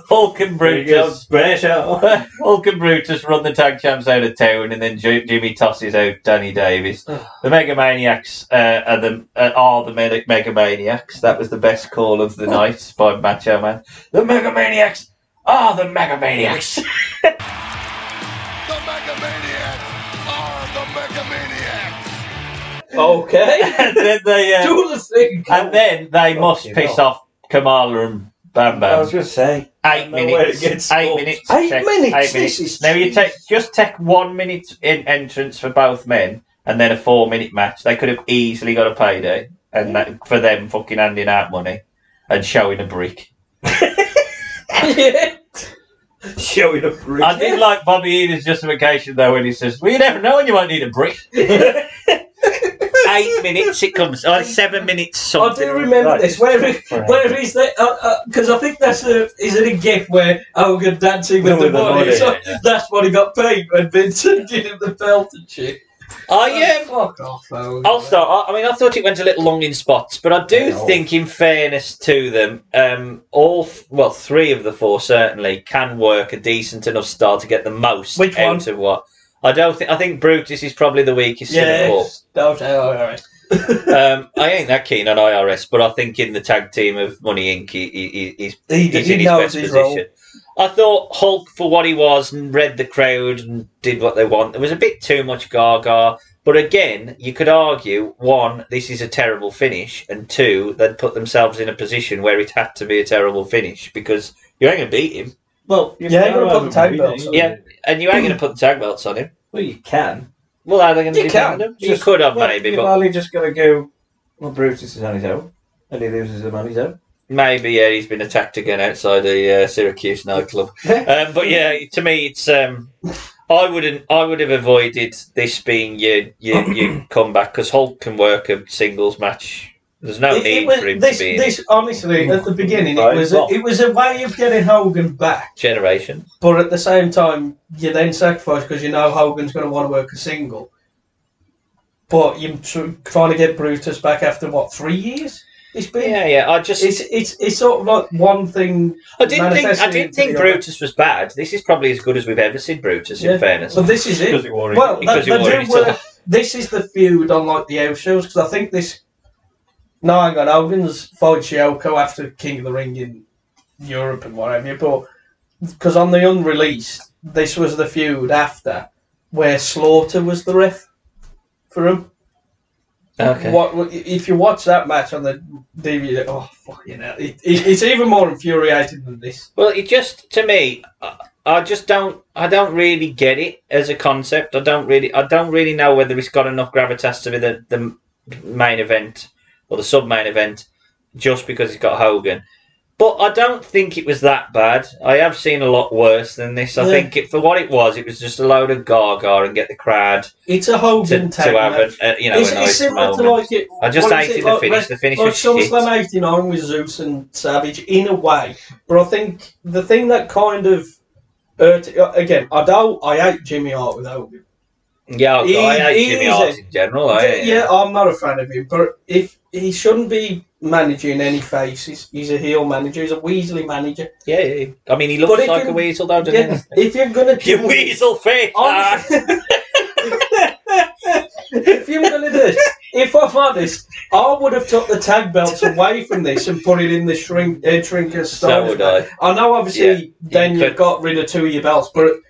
Speaker 1: Hulk and Brutus. Hulk and Brutus run the tag champs out of town, and then Ju- Jimmy tosses out Danny Davis. the Mega Maniacs uh, are the uh, are the Medi- Mega Maniacs. That was the best call of the night by Macho Man. The Mega Maniacs are Oh, the Mega Maniacs.
Speaker 22: The Megamaniacs are the Megamaniacs.
Speaker 1: Okay. and then they uh,
Speaker 22: Do the thing.
Speaker 1: And then they must
Speaker 22: Fucking
Speaker 1: piss
Speaker 22: hell.
Speaker 1: off Kamala and Bam Bam.
Speaker 21: I was gonna say
Speaker 1: eight
Speaker 21: know where it
Speaker 1: minutes.
Speaker 21: gets
Speaker 1: eight
Speaker 21: stopped.
Speaker 1: minutes.
Speaker 21: Eight
Speaker 1: Take-
Speaker 21: minutes?
Speaker 1: Eight minutes.
Speaker 21: This is
Speaker 1: now you take just take one minute in entrance for both men, and then a four minute match. They could have easily got a payday, and that, for them fucking handing out money and showing a brick.
Speaker 21: Showing a brick.
Speaker 1: I did like Bobby Heenan's justification though when he says, "Well, you never know when you might need a brick." Eight minutes it comes, or seven minutes
Speaker 2: I
Speaker 1: something.
Speaker 2: do remember
Speaker 1: Right.
Speaker 2: this. Where is, where is that? Because I think that's a is it a gift where Hogan dancing with the,
Speaker 1: With the
Speaker 2: money?
Speaker 1: money,
Speaker 2: so
Speaker 1: yeah, yeah.
Speaker 2: that's what he got paid when Vincent gave him the belt and shit.
Speaker 1: I am.
Speaker 2: Fuck off, Hogan.
Speaker 1: I'll start. I, I mean, I thought it went a little long in spots, but I do
Speaker 2: No.
Speaker 1: think, in fairness to them, um, all f- well, three of the four certainly can work a decent enough start to get the most
Speaker 2: Which one?
Speaker 1: out of what. I don't think. I think Brutus is probably the weakest. of the four.
Speaker 2: Yes, don't say IRS.
Speaker 1: um, I ain't that keen on IRS, but I think in the tag team of Money Inc, he, he, he's,
Speaker 2: He-
Speaker 1: he's
Speaker 2: he
Speaker 1: in his
Speaker 2: knows
Speaker 1: best
Speaker 2: his
Speaker 1: position. I thought Hulk, for what he was, and read the crowd and did what they want. There was a bit too much gaga, but again, you could argue one, this is a terrible finish, and two, they'd put themselves in a position where it had to be a terrible finish because you ain't gonna beat him.
Speaker 21: Well,
Speaker 2: you Yeah, ain't gonna put the tag belts on
Speaker 1: Yeah, and you ain't gonna put the tag belts on him.
Speaker 21: Well, you can.
Speaker 1: Well, are they gonna
Speaker 21: You
Speaker 1: defend
Speaker 21: can.
Speaker 1: him? You could have maybe,
Speaker 21: You're
Speaker 1: but
Speaker 21: probably just gonna go. Well, Brutus is on his own, and he loses him on his own.
Speaker 1: Maybe yeah, he's been attacked again outside the uh, Syracuse nightclub. um, but yeah, to me, it's um, I wouldn't. I would have avoided this being your your, your comeback because Hulk can work a singles match. There's no
Speaker 2: It- it
Speaker 1: need
Speaker 2: was-
Speaker 1: for him
Speaker 2: this,
Speaker 1: to be
Speaker 2: this,
Speaker 1: in
Speaker 2: honestly, at the beginning, it was a, it was a way of getting Hogan back,
Speaker 1: it. generation.
Speaker 2: but at the same time, you then sacrifice because you know Hogan's going to want to work a single. But you're tr- trying to get Brutus back after what three years? It's been
Speaker 1: yeah, yeah. I just
Speaker 2: it's it's it's sort of like one thing.
Speaker 1: I didn't think I
Speaker 2: manifesting
Speaker 1: didn't
Speaker 2: into
Speaker 1: think
Speaker 2: the other.
Speaker 1: Brutus was bad. This is probably as good as we've ever seen Brutus.
Speaker 2: Yeah.
Speaker 1: In fairness,
Speaker 2: But this is it.
Speaker 1: Because he wore it-
Speaker 2: well, they-
Speaker 1: because he
Speaker 2: they
Speaker 1: wore
Speaker 2: do
Speaker 1: it
Speaker 2: work-
Speaker 1: all.
Speaker 2: this is the feud on like the house shows because I think this. No, I got Hogan's fought Shioko after King of the Ring in Europe and whatever, but because on the unreleased, this was the feud after where Slaughter was the ref for him.
Speaker 1: Okay.
Speaker 2: What if you watch that match on the DVD? Oh fucking hell! It, it, it's even more infuriating than this.
Speaker 1: Well, it just to me, uh, I just don't. I don't really get it as a concept. I don't really. I don't really know whether it's got enough gravitas to be the the main event or the sub main event, just because it's got Hogan. But I don't think it was that bad. I have seen a lot worse than this. I
Speaker 6: Yeah.
Speaker 1: think it, for what it was, it was just a load of gaga and get the crowd.
Speaker 2: It's a Hogan
Speaker 1: to,
Speaker 2: tag
Speaker 1: to have
Speaker 2: match.
Speaker 1: a, a- you know
Speaker 2: it's,
Speaker 1: a
Speaker 2: it's
Speaker 1: nice
Speaker 2: similar
Speaker 1: moment.
Speaker 2: to like it.
Speaker 1: I just
Speaker 2: what is
Speaker 1: hated
Speaker 2: it,
Speaker 1: the
Speaker 2: like,
Speaker 1: finish.
Speaker 2: like-
Speaker 1: The finish
Speaker 2: like
Speaker 1: was shit.
Speaker 2: SummerSlam '89 with Zeus and Savage in a way, but I think the thing that kind of hurt again. I don't. I hate Jimmy Hart with Hogan.
Speaker 1: Yeah, I, I hate
Speaker 2: He-
Speaker 1: Jimmy
Speaker 2: he's
Speaker 1: Hart
Speaker 2: a-
Speaker 1: in general. I,
Speaker 2: yeah, I'm not a fan of him, but if he shouldn't be managing any face, he's, he's a heel manager. He's a Weasley manager.
Speaker 1: Yeah, yeah. I mean, he looks
Speaker 2: if
Speaker 1: like
Speaker 2: you-
Speaker 1: a weasel, though, doesn't
Speaker 2: yeah, If you're gonna
Speaker 1: he? You weasel ah. face.
Speaker 2: Honestly, if you were going to do this, if I'm honest, I would have took the tag belts away from this and put it in the shrink, uh, shrinker style.
Speaker 1: would I.
Speaker 2: know, obviously, then you have got rid of two of your belts, but at
Speaker 1: You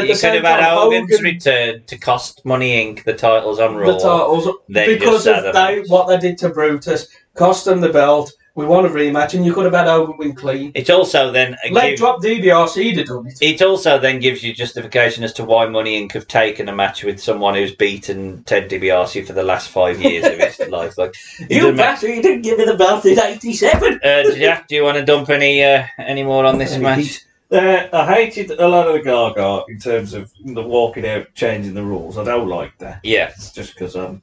Speaker 2: the
Speaker 1: could
Speaker 2: same
Speaker 1: have had
Speaker 2: time,
Speaker 1: Hogan's
Speaker 2: Hogan,
Speaker 1: return to cost Money Inc. the titles on Raw.
Speaker 2: the titles
Speaker 1: then
Speaker 2: because
Speaker 1: just had
Speaker 2: of
Speaker 1: them.
Speaker 2: they, what they did to Brutus, cost them the belt. We want a rematch, and you could have had Hogan win clean.
Speaker 1: It also then uh,
Speaker 2: Leg drop DDRC to done it.
Speaker 1: It also then gives you justification as to why Money Inc. have taken a match with someone who's beaten Ted DiBiase for the last five years of his life. Like
Speaker 7: You bastard, you didn't give me the belt in 87.
Speaker 1: Uh, Jack, do you want to dump any uh, any more on this match?
Speaker 18: Uh, I hated a lot of the Gaga in terms of the walking out, changing the rules. I don't like that.
Speaker 1: Yeah,
Speaker 18: it's just because I'm.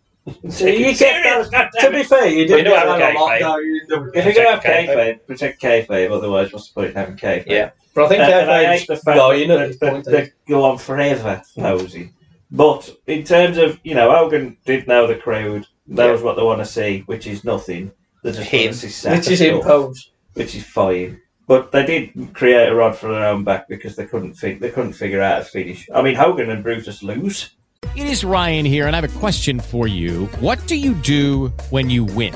Speaker 2: So you get those, to be fair, you
Speaker 18: We
Speaker 2: didn't
Speaker 18: know
Speaker 2: get
Speaker 18: how
Speaker 2: that a lot,
Speaker 18: kayfabe-
Speaker 2: though. You didn't-
Speaker 18: If you're gonna have
Speaker 2: Protect
Speaker 18: kayfabe, protect kayfabe. Otherwise, what's the point in having kayfabe?
Speaker 2: Yeah. But I think
Speaker 18: Uh, And- and
Speaker 2: kayfabe's
Speaker 18: hate the fact
Speaker 2: dying at this
Speaker 18: that, that,
Speaker 2: point, eh?
Speaker 1: eh?
Speaker 18: that they go on forever nosy. But in terms of you know, Hogan did know the crowd knows
Speaker 2: Yeah.
Speaker 18: what they want to see, which is nothing. They just
Speaker 2: Him.
Speaker 18: want to see sad
Speaker 2: Which is him
Speaker 18: stuff,
Speaker 2: posed.
Speaker 18: which is fine. But they did create a rod for their own back because they couldn't think they couldn't figure out a finish. I mean, Hogan and Brutus lose.
Speaker 15: It is Ryan here, and I have a question for you. What do you do when you win?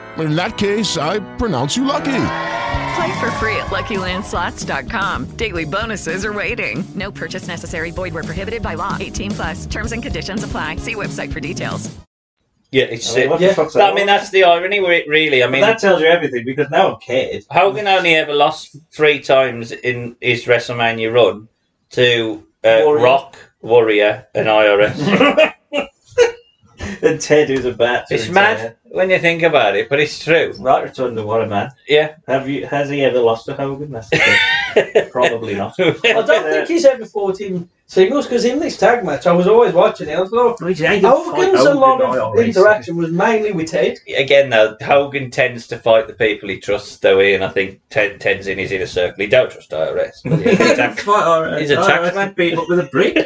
Speaker 23: In that case, I pronounce you lucky.
Speaker 24: Play for free at LuckyLandSlots.com. Daily bonuses are waiting. No purchase necessary. Void where prohibited by law. 18 plus. Terms and conditions apply. See website for details.
Speaker 1: Yeah, it's.
Speaker 18: I mean, what the
Speaker 1: yeah.
Speaker 18: fuck's
Speaker 1: But, I
Speaker 18: that?
Speaker 1: mean, that's the irony. with it, Really, I mean,
Speaker 18: that tells you everything because no one cares.
Speaker 1: Hogan only ever lost three times in his WrestleMania run to uh, Rock, Warrior, and IRS.
Speaker 18: and Ted who's a bat.
Speaker 1: It's mad when you think about it, but it's true.
Speaker 18: Right return to what a man.
Speaker 1: Yeah.
Speaker 18: Have you? Has he ever lost to Hogan? That's the thing. probably not.
Speaker 2: I don't think he's ever fought in singles because in this tag match, I was always watching it. I "Oh, was like, Hogan's a lot of interaction was mainly with Ted.
Speaker 1: Again, though, Hogan tends to fight the people he trusts, though, he and I think Ted, Ted's in his inner circle. He don't trust IRS. but he- He's a tax man.
Speaker 18: Beat up with a brick.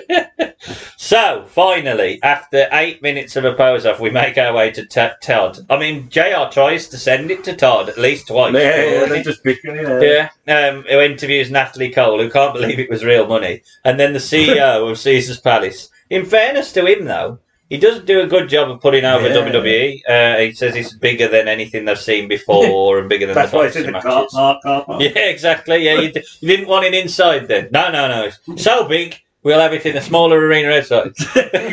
Speaker 1: So, finally, after eight minutes of a pose off, we make our way to T- Todd. I mean, JR tries to send it to Todd at least twice.
Speaker 18: Yeah, they just bickering. you know.
Speaker 1: Yeah, um, who interviews Natalie Cole, who can't believe it was real money, and then the CEO of Caesar's Palace. In fairness to him, though, he does do a good job of putting over
Speaker 18: Yeah.
Speaker 1: WWE. Uh, he says it's bigger than anything they've seen before and bigger than
Speaker 18: That's
Speaker 1: the
Speaker 18: why it's
Speaker 1: boxing
Speaker 18: in the car
Speaker 1: matches.
Speaker 18: park. Car park.
Speaker 1: Yeah, exactly. Yeah, you, d- you didn't want it inside then. No, no, no. It's so big, we'll have it in a smaller arena outside. uh,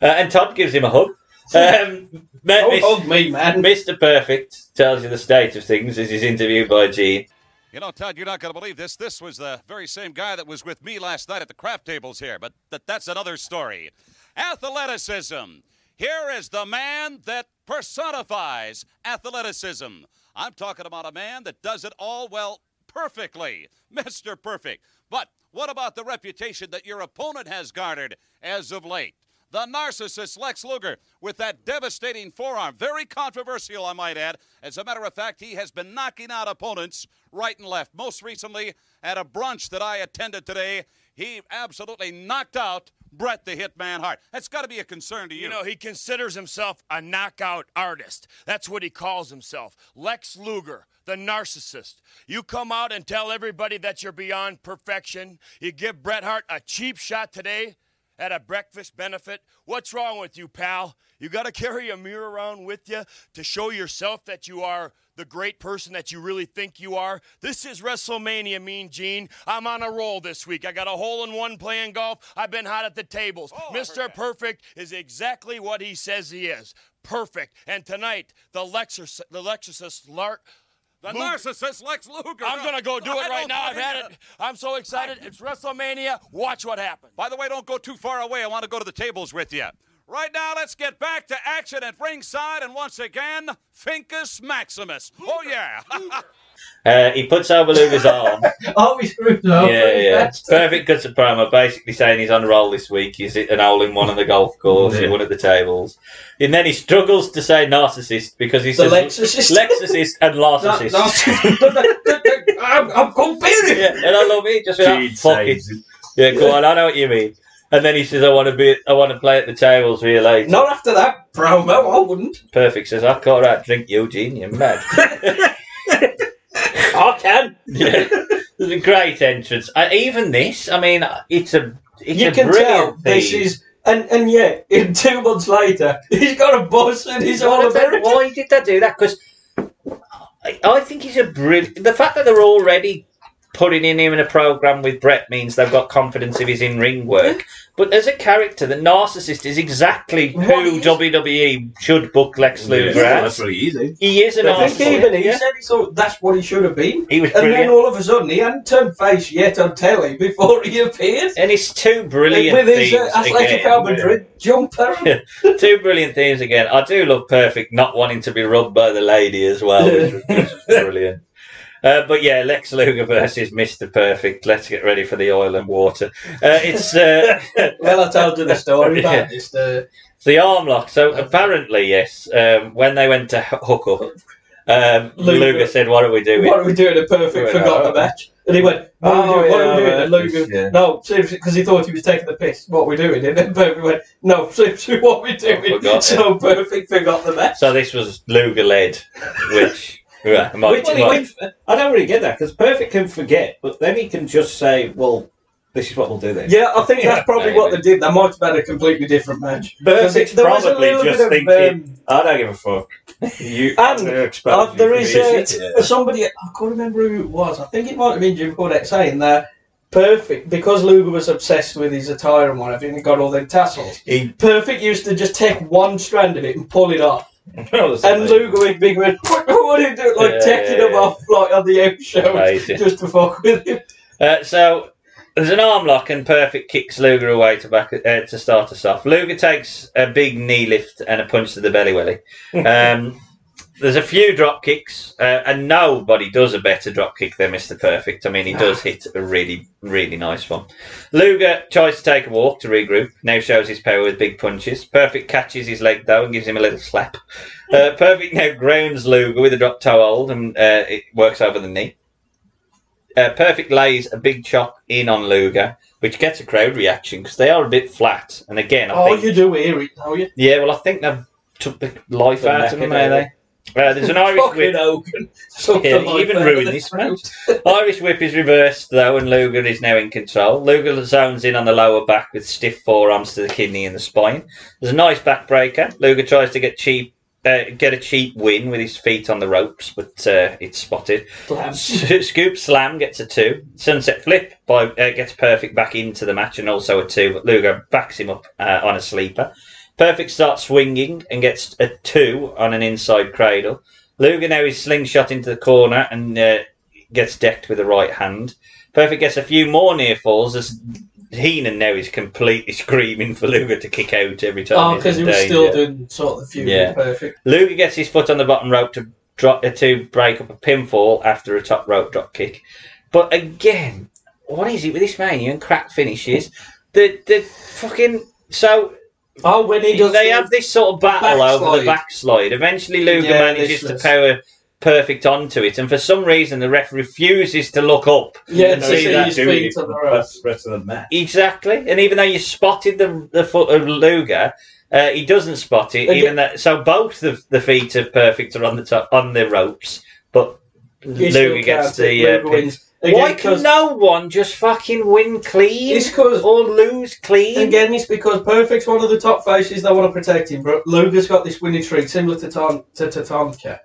Speaker 1: and Todd gives him a hug. Um, hug
Speaker 2: me, man.
Speaker 1: Mr. Perfect tells you the state of things as he's interviewed by Gene.
Speaker 8: You know, Todd, you're not going to believe this. This was the very same guy that was with me last night at the craft tables here, but th- that's another story. Athleticism. Here is the man that personifies athleticism. I'm talking about a man that does it all well perfectly, Mr. Perfect. But what about the reputation that your opponent has garnered as of late? The narcissist Lex Luger with that devastating forearm. Very controversial, I might add. As a matter of fact, he has been knocking out opponents right and left. Most recently, at a brunch that I attended today, He absolutely knocked out Brett the Hitman Hart. That's got to be a concern to you.
Speaker 10: You know, he considers himself a knockout artist. That's what he calls himself. Lex Luger, the narcissist. You come out and tell everybody that you're beyond perfection. You give Bret Hart a cheap shot today at a breakfast benefit. What's wrong with you, pal? You got to carry a mirror around with you to show yourself that you are the great person that you really think you are. This is WrestleMania, Mean Gene. I'm on a roll this week. I got a hole in one playing golf. I've been hot at the tables. Mr. Perfect is exactly what he says he is. Perfect. And tonight, the Lexus, the Lexus Lark.
Speaker 8: The narcissist Lex Luger.
Speaker 10: I'm gonna go do
Speaker 8: I
Speaker 10: it right
Speaker 8: don't
Speaker 10: now. I've
Speaker 8: blame
Speaker 10: had
Speaker 8: you.
Speaker 10: it. I'm so excited. It's WrestleMania. Watch what happens.
Speaker 8: By the way, don't go too far away. I want to go to the tables with you. Right now, let's get back to action at ringside, and once again, Finkus Maximus. Oh yeah.
Speaker 1: Uh, he puts over Luger's arm.
Speaker 25: oh, he's screwed up.
Speaker 1: yeah, yeah. Perfect cuts of promo, basically saying he's on a roll this week. He's hit an hole in one on the golf course. He
Speaker 25: Yeah.
Speaker 1: won at the tables, and then he struggles to say narcissist because he
Speaker 25: The
Speaker 1: says
Speaker 25: Lexicist.
Speaker 1: Lexicist and narcissist. I'm, I'm confused. Yeah, and I love it. Just without
Speaker 25: Gene
Speaker 1: fucking.
Speaker 25: saves
Speaker 1: Yeah, go on. I know what you mean. And then he says, "I want to be. I want to play at the tables with you later." Not after that promo. I wouldn't. Perfect says, "I can't out drink Eugene. You're mad." I can. Yeah. It's a great entrance. Uh, even this, I mean, it's a it's
Speaker 2: you
Speaker 1: a
Speaker 2: can
Speaker 1: brilliant
Speaker 2: tell this
Speaker 1: theme.
Speaker 2: is and and yet in two months later he's got a bus and he's
Speaker 1: I
Speaker 2: all
Speaker 1: don't know
Speaker 2: about
Speaker 1: why did they do that because I, I think he's a brilliant. The fact that they're already putting in him in a program with Brett means they've got confidence of his in ring work. But as a character, the narcissist is exactly who WWE should book Lex Luger
Speaker 26: well,
Speaker 1: as.
Speaker 26: that's what he is, eh?
Speaker 1: He is a
Speaker 2: I
Speaker 1: narcissist.
Speaker 2: think even he
Speaker 1: yeah.
Speaker 2: said he thought that's what he should have been.
Speaker 1: He was
Speaker 2: and then
Speaker 1: brilliant.
Speaker 2: all of a sudden he hadn't turned face yet on telly before he appeared.
Speaker 1: And it's two brilliant
Speaker 2: with his uh,
Speaker 1: themes
Speaker 2: athletic
Speaker 1: again,
Speaker 2: Real
Speaker 1: yeah.
Speaker 2: Madrid jumper.
Speaker 1: Two brilliant themes again. I do love Perfect not wanting to be rubbed by the lady as well, which was, which was brilliant. Uh, but yeah, Lex Luger versus Mr. Perfect. Let's get ready for the oil and water. Uh, it's uh,
Speaker 2: well, I told you the story about
Speaker 1: Yeah.
Speaker 2: this. uh, The,
Speaker 1: it's the arm lock. So apparently, yes, um, when they went to h- hook up, um, Luger.
Speaker 2: Luger-
Speaker 1: said, "What are we doing?
Speaker 2: what are we doing? A perfect
Speaker 1: Right,
Speaker 2: forgot
Speaker 1: right.
Speaker 2: the match, and he went, "What are we doing? What are
Speaker 1: Oh,
Speaker 2: we
Speaker 1: yeah,
Speaker 2: doing?" And
Speaker 1: right,
Speaker 2: Luger,
Speaker 1: yeah.
Speaker 2: no, seriously, because he thought he was taking the piss. What are we doing? And then Perfect went, "No, seriously, what are we doing?"
Speaker 1: forgot,
Speaker 2: so Perfect forgot the match.
Speaker 1: So this was Luger led, which right, might-
Speaker 26: Which-
Speaker 1: might-
Speaker 26: which- I don't really get that because Perfect can forget, but then he can just say, "Well, this is what we'll do then."
Speaker 2: Yeah, I think that's probably what
Speaker 26: maybe.
Speaker 2: they did. They might have had a completely different match.
Speaker 26: Perfect
Speaker 2: 'Cause it- there was a
Speaker 26: probably
Speaker 2: little
Speaker 26: just
Speaker 2: bit of, um,
Speaker 26: thinking, "I don't give a fuck." You
Speaker 2: and
Speaker 26: expose
Speaker 2: uh,
Speaker 26: me
Speaker 2: there
Speaker 26: for
Speaker 2: is
Speaker 26: this.
Speaker 2: uh, somebody I can't remember who it was. I think it might have been Jim Cornette saying that perfect because Luger was obsessed with his attire and whatever, and he got all them tassels. perfect used to just take one strand of it and pull it off. and Luger would be going, "What what are you doing?" Like
Speaker 1: Yeah,
Speaker 2: taking
Speaker 1: yeah,
Speaker 2: them
Speaker 1: yeah.
Speaker 2: off like on the out show
Speaker 1: Amazing.
Speaker 2: just to fuck with him.
Speaker 1: Uh, so there's an arm lock and perfect kicks Luger away to back uh, to start us off. Luger takes a big knee lift and a punch to the belly welly. Um, there's a few drop kicks, uh, and nobody does a better drop kick than Mr. Perfect. I mean, he
Speaker 2: Ah.
Speaker 1: does hit a really, really nice one. Luger tries to take a walk to regroup. Now shows his power with big punches. Perfect catches his leg though and gives him a little slap. Uh, Perfect now grounds Luger with a drop toe hold and uh, it works over the knee. Uh, Perfect lays a big chop in on Luger, which gets a crowd reaction because they are a bit flat. And again, I
Speaker 2: Oh,
Speaker 1: think
Speaker 2: you do hear it, don't you?
Speaker 1: yeah, well, I think they've took the life out of them, are they? Uh, there's an Irish
Speaker 2: eh? Fucking
Speaker 1: whip.
Speaker 2: Hogan.
Speaker 1: Yeah,
Speaker 2: Something
Speaker 1: they
Speaker 2: like
Speaker 1: even
Speaker 2: that.
Speaker 1: ruined this match. Irish whip is reversed though, and Luger is now in control. Luger zones in on the lower back with stiff forearms to the kidney and the spine. There's a nice backbreaker. Luger tries to get cheap, uh, get a cheap win with his feet on the ropes, but uh, it's spotted. S- Scoop slam gets a two. Sunset flip by uh, gets perfect back into the match and also a two. But Luger backs him up uh, on a sleeper. Perfect starts swinging and gets a two on an inside cradle. Luger now is slingshot into the corner and uh, gets decked with a right hand. Perfect gets a few more near falls as Heenan now is completely screaming for Luger to kick out every time.
Speaker 2: Oh,
Speaker 1: he's
Speaker 2: because he
Speaker 1: in
Speaker 2: was still
Speaker 1: danger.
Speaker 2: doing sort of the feud
Speaker 1: Yeah.
Speaker 2: with perfect.
Speaker 1: Luger gets his foot on the bottom rope to drop uh, to break up a pinfall after a top rope drop kick. But again, what is it with this mania and crap finishes? The the fucking so
Speaker 2: oh when
Speaker 1: they have this sort of battle over the
Speaker 2: Backslide.
Speaker 1: backslide. Eventually, Luger
Speaker 2: Yeah,
Speaker 1: manages
Speaker 2: this
Speaker 1: to
Speaker 2: was-
Speaker 1: power perfect onto it, and for some reason the ref refuses to look up
Speaker 2: Yeah,
Speaker 1: and
Speaker 2: to
Speaker 1: see
Speaker 2: see
Speaker 1: that
Speaker 2: his feet to the rest.
Speaker 18: rest of the match.
Speaker 1: Exactly, and even though you spotted the the foot of Luger, uh, he doesn't spot it.
Speaker 2: And
Speaker 1: even that, so both the the feet of Perfect are on the top on the ropes, but
Speaker 2: He still
Speaker 1: Luger gets
Speaker 2: counts it.
Speaker 1: the
Speaker 2: Luger
Speaker 1: uh, pin.
Speaker 2: wins. Again,
Speaker 1: Why can
Speaker 2: 'cause-
Speaker 1: no one just fucking win clean?
Speaker 2: It's because
Speaker 1: or lose clean.
Speaker 2: Again, it's because Perfect's one of the top faces they want to protect him, but Luger's got this winning streak similar to Tom to, to Tomka.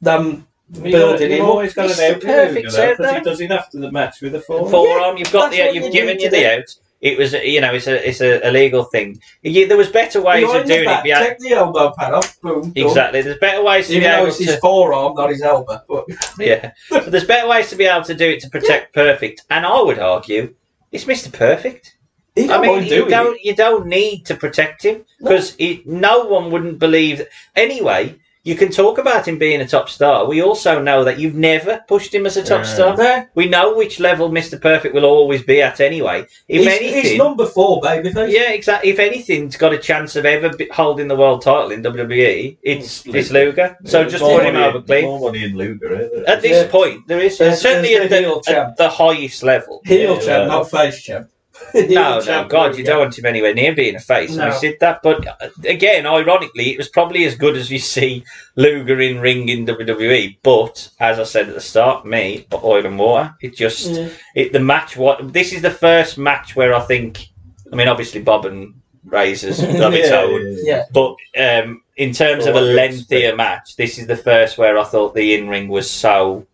Speaker 2: Them building him up.
Speaker 18: always got an out perfect because he does enough to the match with a forearm.
Speaker 1: forearm. You've got the
Speaker 18: That's
Speaker 1: out.
Speaker 18: what
Speaker 1: You've
Speaker 18: you
Speaker 1: given
Speaker 18: need
Speaker 1: you
Speaker 18: to
Speaker 1: the
Speaker 18: do.
Speaker 1: out. It was, you know, it's a it's a, a legal thing. You, there was better ways
Speaker 2: Behind
Speaker 1: of
Speaker 2: the
Speaker 1: doing
Speaker 2: back,
Speaker 1: it. behind-
Speaker 2: Take the elbow pad off. Boom. done.
Speaker 1: Exactly. There's better ways to
Speaker 2: Even
Speaker 1: be
Speaker 2: though
Speaker 1: able
Speaker 2: it's his
Speaker 1: to-
Speaker 2: forearm, not his elbow. But
Speaker 1: yeah. So there's better ways to be able to do it to protect Perfect, and I would argue it's Mister Perfect. I
Speaker 2: don't
Speaker 1: mean,
Speaker 2: mind
Speaker 1: you
Speaker 2: doing
Speaker 1: don't you don't need to protect him because no. one wouldn't believe. Anyway, you can talk about him being a top star. We also know that you've never pushed him as a top
Speaker 2: Yeah.
Speaker 1: star.
Speaker 2: No.
Speaker 1: We know which level Mister Perfect will always be at anyway. If
Speaker 2: he's,
Speaker 1: anything,
Speaker 2: he's number four, babyface.
Speaker 1: yeah, exactly. If anything's got a chance of ever be- holding the world title in WWE, it's it's Luger. So
Speaker 18: There's
Speaker 1: just
Speaker 18: more
Speaker 1: put him
Speaker 18: money-
Speaker 1: over clean.
Speaker 18: More money in Luger. eh, there
Speaker 1: At
Speaker 18: is.
Speaker 1: this point, there is
Speaker 2: There's-
Speaker 1: certainly
Speaker 2: there's
Speaker 1: at,
Speaker 2: the
Speaker 1: the,
Speaker 2: heel
Speaker 1: at
Speaker 2: champ.
Speaker 1: the highest level.
Speaker 2: Heel champ, not face champ.
Speaker 1: no, no,
Speaker 2: champ,
Speaker 1: God, you don't want him anywhere near being a face. And
Speaker 2: No.
Speaker 1: we did that, but uh, again, ironically, it was probably as good as you see Luger in ring in WWE. But as I said at the start, me oil and water. It just
Speaker 2: Yeah.
Speaker 1: it the match. What this is the first match where I think. I mean, obviously, Bob and Razor's of its
Speaker 2: Yeah,
Speaker 1: own,
Speaker 2: yeah, yeah.
Speaker 1: but um, in terms
Speaker 2: Well,
Speaker 1: of a
Speaker 2: I
Speaker 1: lengthier
Speaker 2: guess,
Speaker 1: match, this is the first where I thought the in ring was so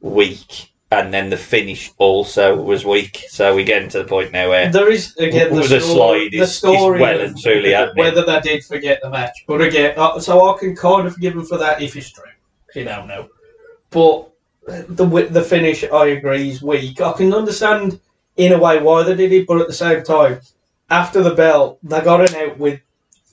Speaker 1: weak, and then the finish also was weak. So we're getting to the point now where
Speaker 2: There is again
Speaker 1: w-
Speaker 2: the,
Speaker 1: w- the
Speaker 2: story,
Speaker 1: slide is,
Speaker 2: the story
Speaker 1: is well
Speaker 2: of
Speaker 1: and truly happening.
Speaker 2: whether they did forget the match. But again, uh, so I can kind of forgive him for that if it's true. You don't know, but the wi- the finish I agree is weak. I can understand in a way why they did it, but at the same time, after the bell, they got an out with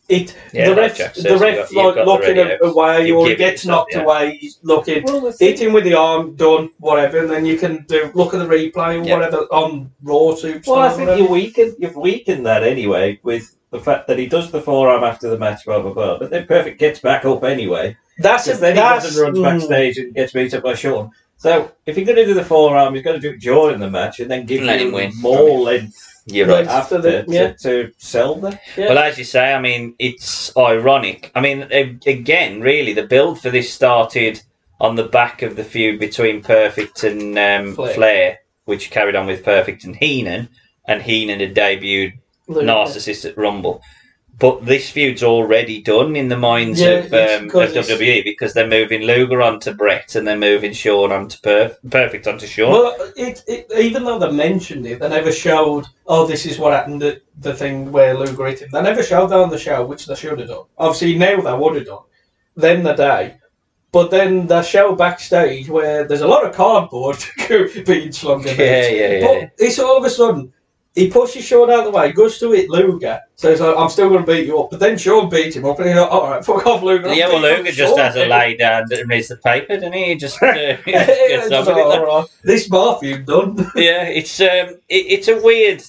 Speaker 2: it.
Speaker 1: Yeah,
Speaker 2: the
Speaker 1: like
Speaker 2: ref,
Speaker 1: Jack says,
Speaker 2: the
Speaker 1: you've
Speaker 2: ref,
Speaker 1: got- you've
Speaker 2: like
Speaker 1: got
Speaker 2: looking
Speaker 1: the radio.
Speaker 2: away,
Speaker 1: You
Speaker 2: or he
Speaker 1: give it
Speaker 2: gets
Speaker 1: to
Speaker 2: knocked
Speaker 1: something, yeah.
Speaker 2: away. He's looking, hit him with the arm, done, whatever, and then you can do look at the replay or
Speaker 18: Yeah.
Speaker 2: whatever on Raw Superstar.
Speaker 18: Well, I
Speaker 2: or
Speaker 18: think
Speaker 2: whatever.
Speaker 18: you weaken, you've weakened that anyway with the fact that he does the forearm after the match, blah, blah, blah. But then Perfect gets back up anyway.
Speaker 2: That's
Speaker 18: Because
Speaker 2: a-
Speaker 18: then he
Speaker 2: that's-
Speaker 18: goes and runs
Speaker 2: mm.
Speaker 18: backstage and gets beat up by Sean. So if you're going to do the forearm, you've got to do it during the match and then give
Speaker 1: Let
Speaker 18: you
Speaker 1: him win.
Speaker 18: more length
Speaker 1: You're right.
Speaker 18: after the,
Speaker 1: Yeah.
Speaker 18: to, to sell them.
Speaker 1: Well, as you say, I mean, it's ironic. I mean, a- again, really, the build for this started on the back of the feud between Perfect and um,
Speaker 2: Flair.
Speaker 1: Flair. which carried on with Perfect and Heenan, and Heenan had debuted
Speaker 2: Luger.
Speaker 1: Narcissist at Rumble. But this feud's already done in the minds
Speaker 2: Yeah,
Speaker 1: of,
Speaker 2: it's
Speaker 1: um, of
Speaker 2: 'cause it's-
Speaker 1: WWE because they're moving Luger onto Brett and they're moving Sean onto Perf- Perfect onto Sean.
Speaker 2: Well, it, it, even though they mentioned it, they never showed, oh, this is what happened at the thing where Luger hit him. They never showed that on the show, which they should have done. Obviously, now they would have done. Then the day. But then they show backstage where there's a lot of cardboard being slung about.
Speaker 1: Yeah, yeah, yeah.
Speaker 2: But it's all of a sudden, he pushes Sean out of the way, goes to it, Luger. So he's like, I'm still going to beat you up. But then Sean beats him up, and he's like, all right, fuck off, Luger. I'm
Speaker 1: yeah, well,
Speaker 2: beating up
Speaker 1: Luger just
Speaker 2: Sean."
Speaker 1: has a lay down and reads the paper, doesn't he? He Just, uh, gets
Speaker 2: It's
Speaker 1: on with it.
Speaker 2: all right. This Barfield done.
Speaker 1: yeah, it's um, it, it's a weird,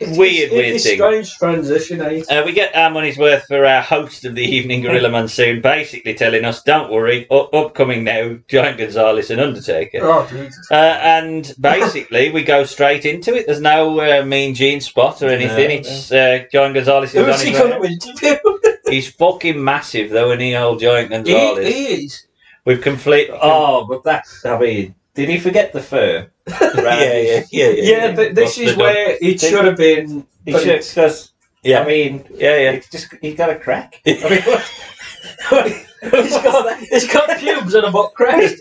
Speaker 1: weird,
Speaker 2: It's-
Speaker 1: weird
Speaker 2: it's
Speaker 1: thing.
Speaker 2: strange transition, eh?
Speaker 1: Uh, we get our money's worth for our host of the evening, Gorilla Monsoon, basically telling us, "Don't worry, u- upcoming now, Giant Gonzalez and Undertaker."
Speaker 2: Oh, Jesus.
Speaker 1: Uh, and basically, we go straight into it. There's no uh, Mean Gene spot or anything.
Speaker 2: No,
Speaker 1: it's uh, Giant Gonzalez is
Speaker 2: Who's
Speaker 1: on
Speaker 2: he
Speaker 1: his
Speaker 2: gonna
Speaker 1: way. He's fucking massive, though, isn't he, old Giant Gonzalez?
Speaker 2: is.
Speaker 1: We've complete.
Speaker 18: Oh, but that's, I mean, did he forget the fur?
Speaker 1: yeah, yeah, yeah, yeah.
Speaker 2: Yeah, but this is where it should have been.
Speaker 18: He
Speaker 2: but
Speaker 18: should,
Speaker 2: it's-
Speaker 18: because
Speaker 1: Yeah.
Speaker 18: I mean,
Speaker 1: yeah, yeah.
Speaker 18: It's just he's got a crack. I mean, what,
Speaker 2: it's got, it's got pubes and a butt crack.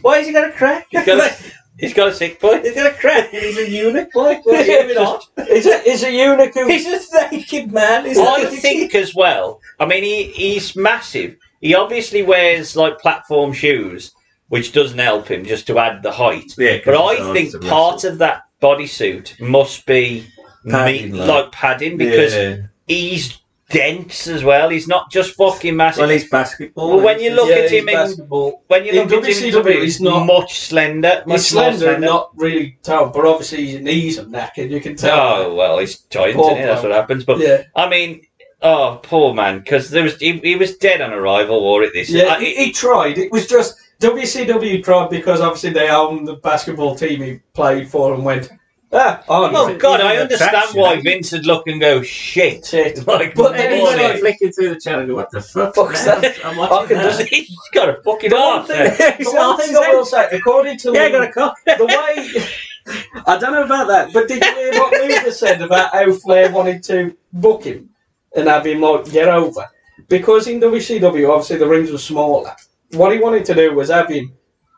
Speaker 18: why has he got a crack?
Speaker 1: He's got a, he's got a sick boy.
Speaker 18: He's got a crack. He's a eunuch. Like, what's going on?
Speaker 2: It's a, it's a unicorn.
Speaker 18: He's a naked man. Is
Speaker 1: I think as well. I mean, he, he's massive. He obviously wears like platform shoes, which doesn't help him just to add the height.
Speaker 18: Yeah, 'cause
Speaker 1: but
Speaker 18: his
Speaker 1: I
Speaker 18: arms
Speaker 1: think
Speaker 18: are
Speaker 1: part of that bodysuit must be
Speaker 18: Padding,
Speaker 1: me-
Speaker 18: like.
Speaker 1: like padding because
Speaker 18: Yeah.
Speaker 1: he's dense as well. He's not just fucking massive.
Speaker 18: Well, he's basketball.
Speaker 1: Well, when you look
Speaker 2: Yeah,
Speaker 1: at
Speaker 2: he's
Speaker 1: him in
Speaker 2: basketball.
Speaker 1: when you
Speaker 2: In
Speaker 1: look at him,
Speaker 2: WCW, he's not-
Speaker 1: much slender. Much
Speaker 2: He's
Speaker 1: more
Speaker 2: slender, and not really tall, but obviously his knees are knackered. You can tell.
Speaker 1: Oh well, he's giant.
Speaker 2: Poor
Speaker 1: isn't he? That's
Speaker 2: bloke.
Speaker 1: what happens. But
Speaker 2: Yeah.
Speaker 1: I mean, oh poor man, because there was he, he was dead on arrival. Or at this,
Speaker 2: Yeah,
Speaker 1: I-
Speaker 2: he, he tried. It was just WCW tried because obviously they own the basketball team he played for and went, ah, oh,
Speaker 1: Oh God, I understand why Vince would look and go shit. Like,
Speaker 2: But
Speaker 1: but
Speaker 2: then
Speaker 1: then
Speaker 2: he's like-
Speaker 15: flicking through the channel, what the fuck?
Speaker 1: Fuck's
Speaker 15: man?
Speaker 1: that?
Speaker 15: I'm
Speaker 1: Fucking
Speaker 15: watching
Speaker 1: does
Speaker 15: that.
Speaker 1: he? He's got a fucking
Speaker 2: The one
Speaker 1: arse.
Speaker 2: thing, the one thing I will say, according to
Speaker 15: Yeah, I
Speaker 2: Lou-
Speaker 15: got a cock.
Speaker 2: the way I don't know about that, but did you hear what Luther said about how Flair wanted to book him and have him like get over? Because in WCW, obviously the rings were smaller. What he wanted to do was have him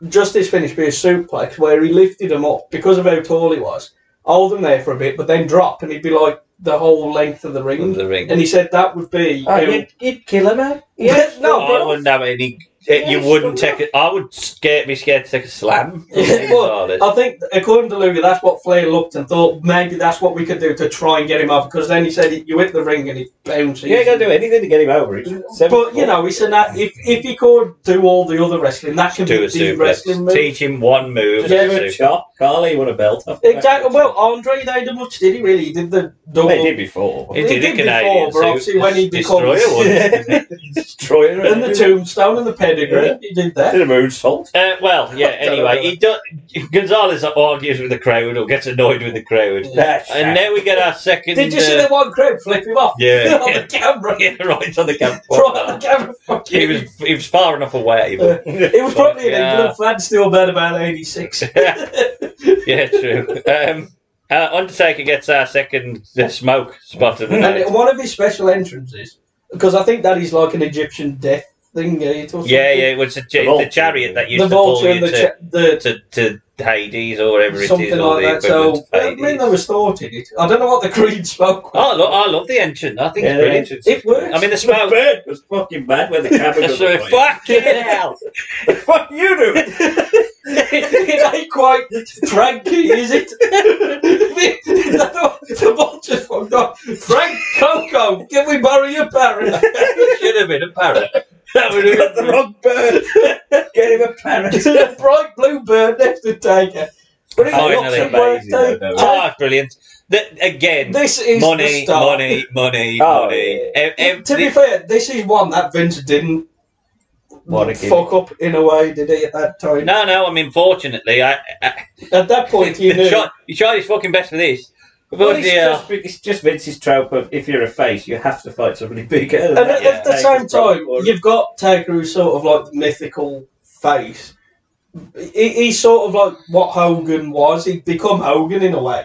Speaker 2: just his finish be a suplex where he lifted him up because of how tall he was, hold him there for a bit, but then drop, and he'd be like the whole length of the ring.
Speaker 1: the ring.
Speaker 2: And he said that would be.
Speaker 1: Oh,
Speaker 2: how-
Speaker 1: you'd-
Speaker 15: kill him, eh? man.
Speaker 2: Yeah,
Speaker 1: Oh,
Speaker 2: no,
Speaker 1: I
Speaker 2: but
Speaker 1: wouldn't have any. eh, you wouldn't take it. I would scare, be scared to take a slam.
Speaker 2: But I think, according to Luger, that's what Flair looked and thought maybe that's what we could do to try and get him off. Because then he said, "You hit the ring and he bounces."
Speaker 15: You ain't gonna do anything to get him over. He's seven
Speaker 2: But you know, it's an if if he could do all the other wrestling, that can
Speaker 1: Do
Speaker 2: be
Speaker 1: a
Speaker 2: the
Speaker 1: suplex.
Speaker 2: wrestling move.
Speaker 1: Teach him one move.
Speaker 2: Just do a
Speaker 1: Suplex.
Speaker 15: chop. Carly won a belt. off that.
Speaker 2: Exactly. Well, Andre they did much, did he? Really, he did the double.
Speaker 15: Well, he did before.
Speaker 1: He did a
Speaker 2: before,
Speaker 1: Canadian
Speaker 2: but obviously when he
Speaker 1: Destroyer
Speaker 2: becomes
Speaker 1: one.
Speaker 15: Destroyer
Speaker 2: and the tombstone and the pedigree,
Speaker 1: Yeah.
Speaker 2: he did that.
Speaker 15: Did a moonsault.
Speaker 1: Uh, well, yeah.
Speaker 15: don't know
Speaker 1: Anyway, he do- Gonzalez argues with the crowd or gets annoyed with the crowd,
Speaker 15: Yeah.
Speaker 1: and now we get our second.
Speaker 2: Did you see
Speaker 1: uh,
Speaker 2: that one crowd flip him off?
Speaker 1: Yeah.
Speaker 2: on the camera.
Speaker 1: Yeah, right on the camera.
Speaker 2: Right on the camera.
Speaker 1: he was he was far enough away.
Speaker 2: Uh,
Speaker 1: But,
Speaker 2: it was probably an
Speaker 1: Yeah.
Speaker 2: England fan still mad about '86.
Speaker 1: yeah, true. Um, uh, Undertaker gets our second uh, smoke spot of the night.
Speaker 2: And one of his special entrances, because I think that is like an Egyptian death thing. Yeah, it was
Speaker 1: Yeah, yeah, it was a,
Speaker 2: The
Speaker 1: the,
Speaker 2: vulture.
Speaker 1: the chariot that used
Speaker 2: The
Speaker 1: to pull
Speaker 2: vulture
Speaker 1: you
Speaker 2: and the
Speaker 1: to,
Speaker 2: cha- the-
Speaker 1: to, to Hades or whatever it is.
Speaker 2: something
Speaker 1: or
Speaker 2: like
Speaker 1: the
Speaker 2: that. So
Speaker 1: equivalent to
Speaker 2: I
Speaker 1: Hades.
Speaker 2: mean, they restored it. I don't know what the Creed spoke.
Speaker 1: Oh, I love, I love the entrance. I think
Speaker 15: Yeah,
Speaker 1: it's brilliant.
Speaker 2: It works.
Speaker 1: I mean, the smoke.
Speaker 15: bird was fucking bad when the camera
Speaker 1: That's
Speaker 15: was
Speaker 1: right.
Speaker 15: away.
Speaker 1: Fucking hell!
Speaker 15: What you do?
Speaker 2: it ain't quite Frankie, is it? the vulture's one. No, Frank Coco, can we borrow your parrot?
Speaker 1: It should have been a parrot. That would have
Speaker 15: The wrong bird. Get him a parrot.
Speaker 2: a bright blue bird next to Tiger. But it looks
Speaker 1: Finally.
Speaker 2: it worked
Speaker 15: Amazing, though,
Speaker 2: out.
Speaker 15: don't it?
Speaker 2: I-
Speaker 1: Ah, brilliant. That, again,
Speaker 2: This is the
Speaker 1: money,
Speaker 2: start.
Speaker 1: money, money,
Speaker 15: Oh,
Speaker 1: money, Ev- ev-
Speaker 2: to be
Speaker 1: thi-
Speaker 2: fair, this is one that Vince didn't
Speaker 15: What a gig.
Speaker 2: fuck up in a way, did he? At that time,
Speaker 1: No, no. I mean, fortunately, I, I
Speaker 2: at that point, he
Speaker 1: he
Speaker 2: knew.
Speaker 1: tried, he tried his fucking best for this. But
Speaker 15: Well, it's,
Speaker 1: the, uh,
Speaker 15: just, it's just Vince's trope of if you're a face, you have to fight somebody bigger.
Speaker 2: and
Speaker 15: than
Speaker 2: at,
Speaker 15: that.
Speaker 2: at the
Speaker 15: Taker's
Speaker 2: same time,
Speaker 15: probably-
Speaker 2: you've got Taker, who's sort of like the mythical face. He, he's sort of like what Hogan was. He'd become Hogan in a way.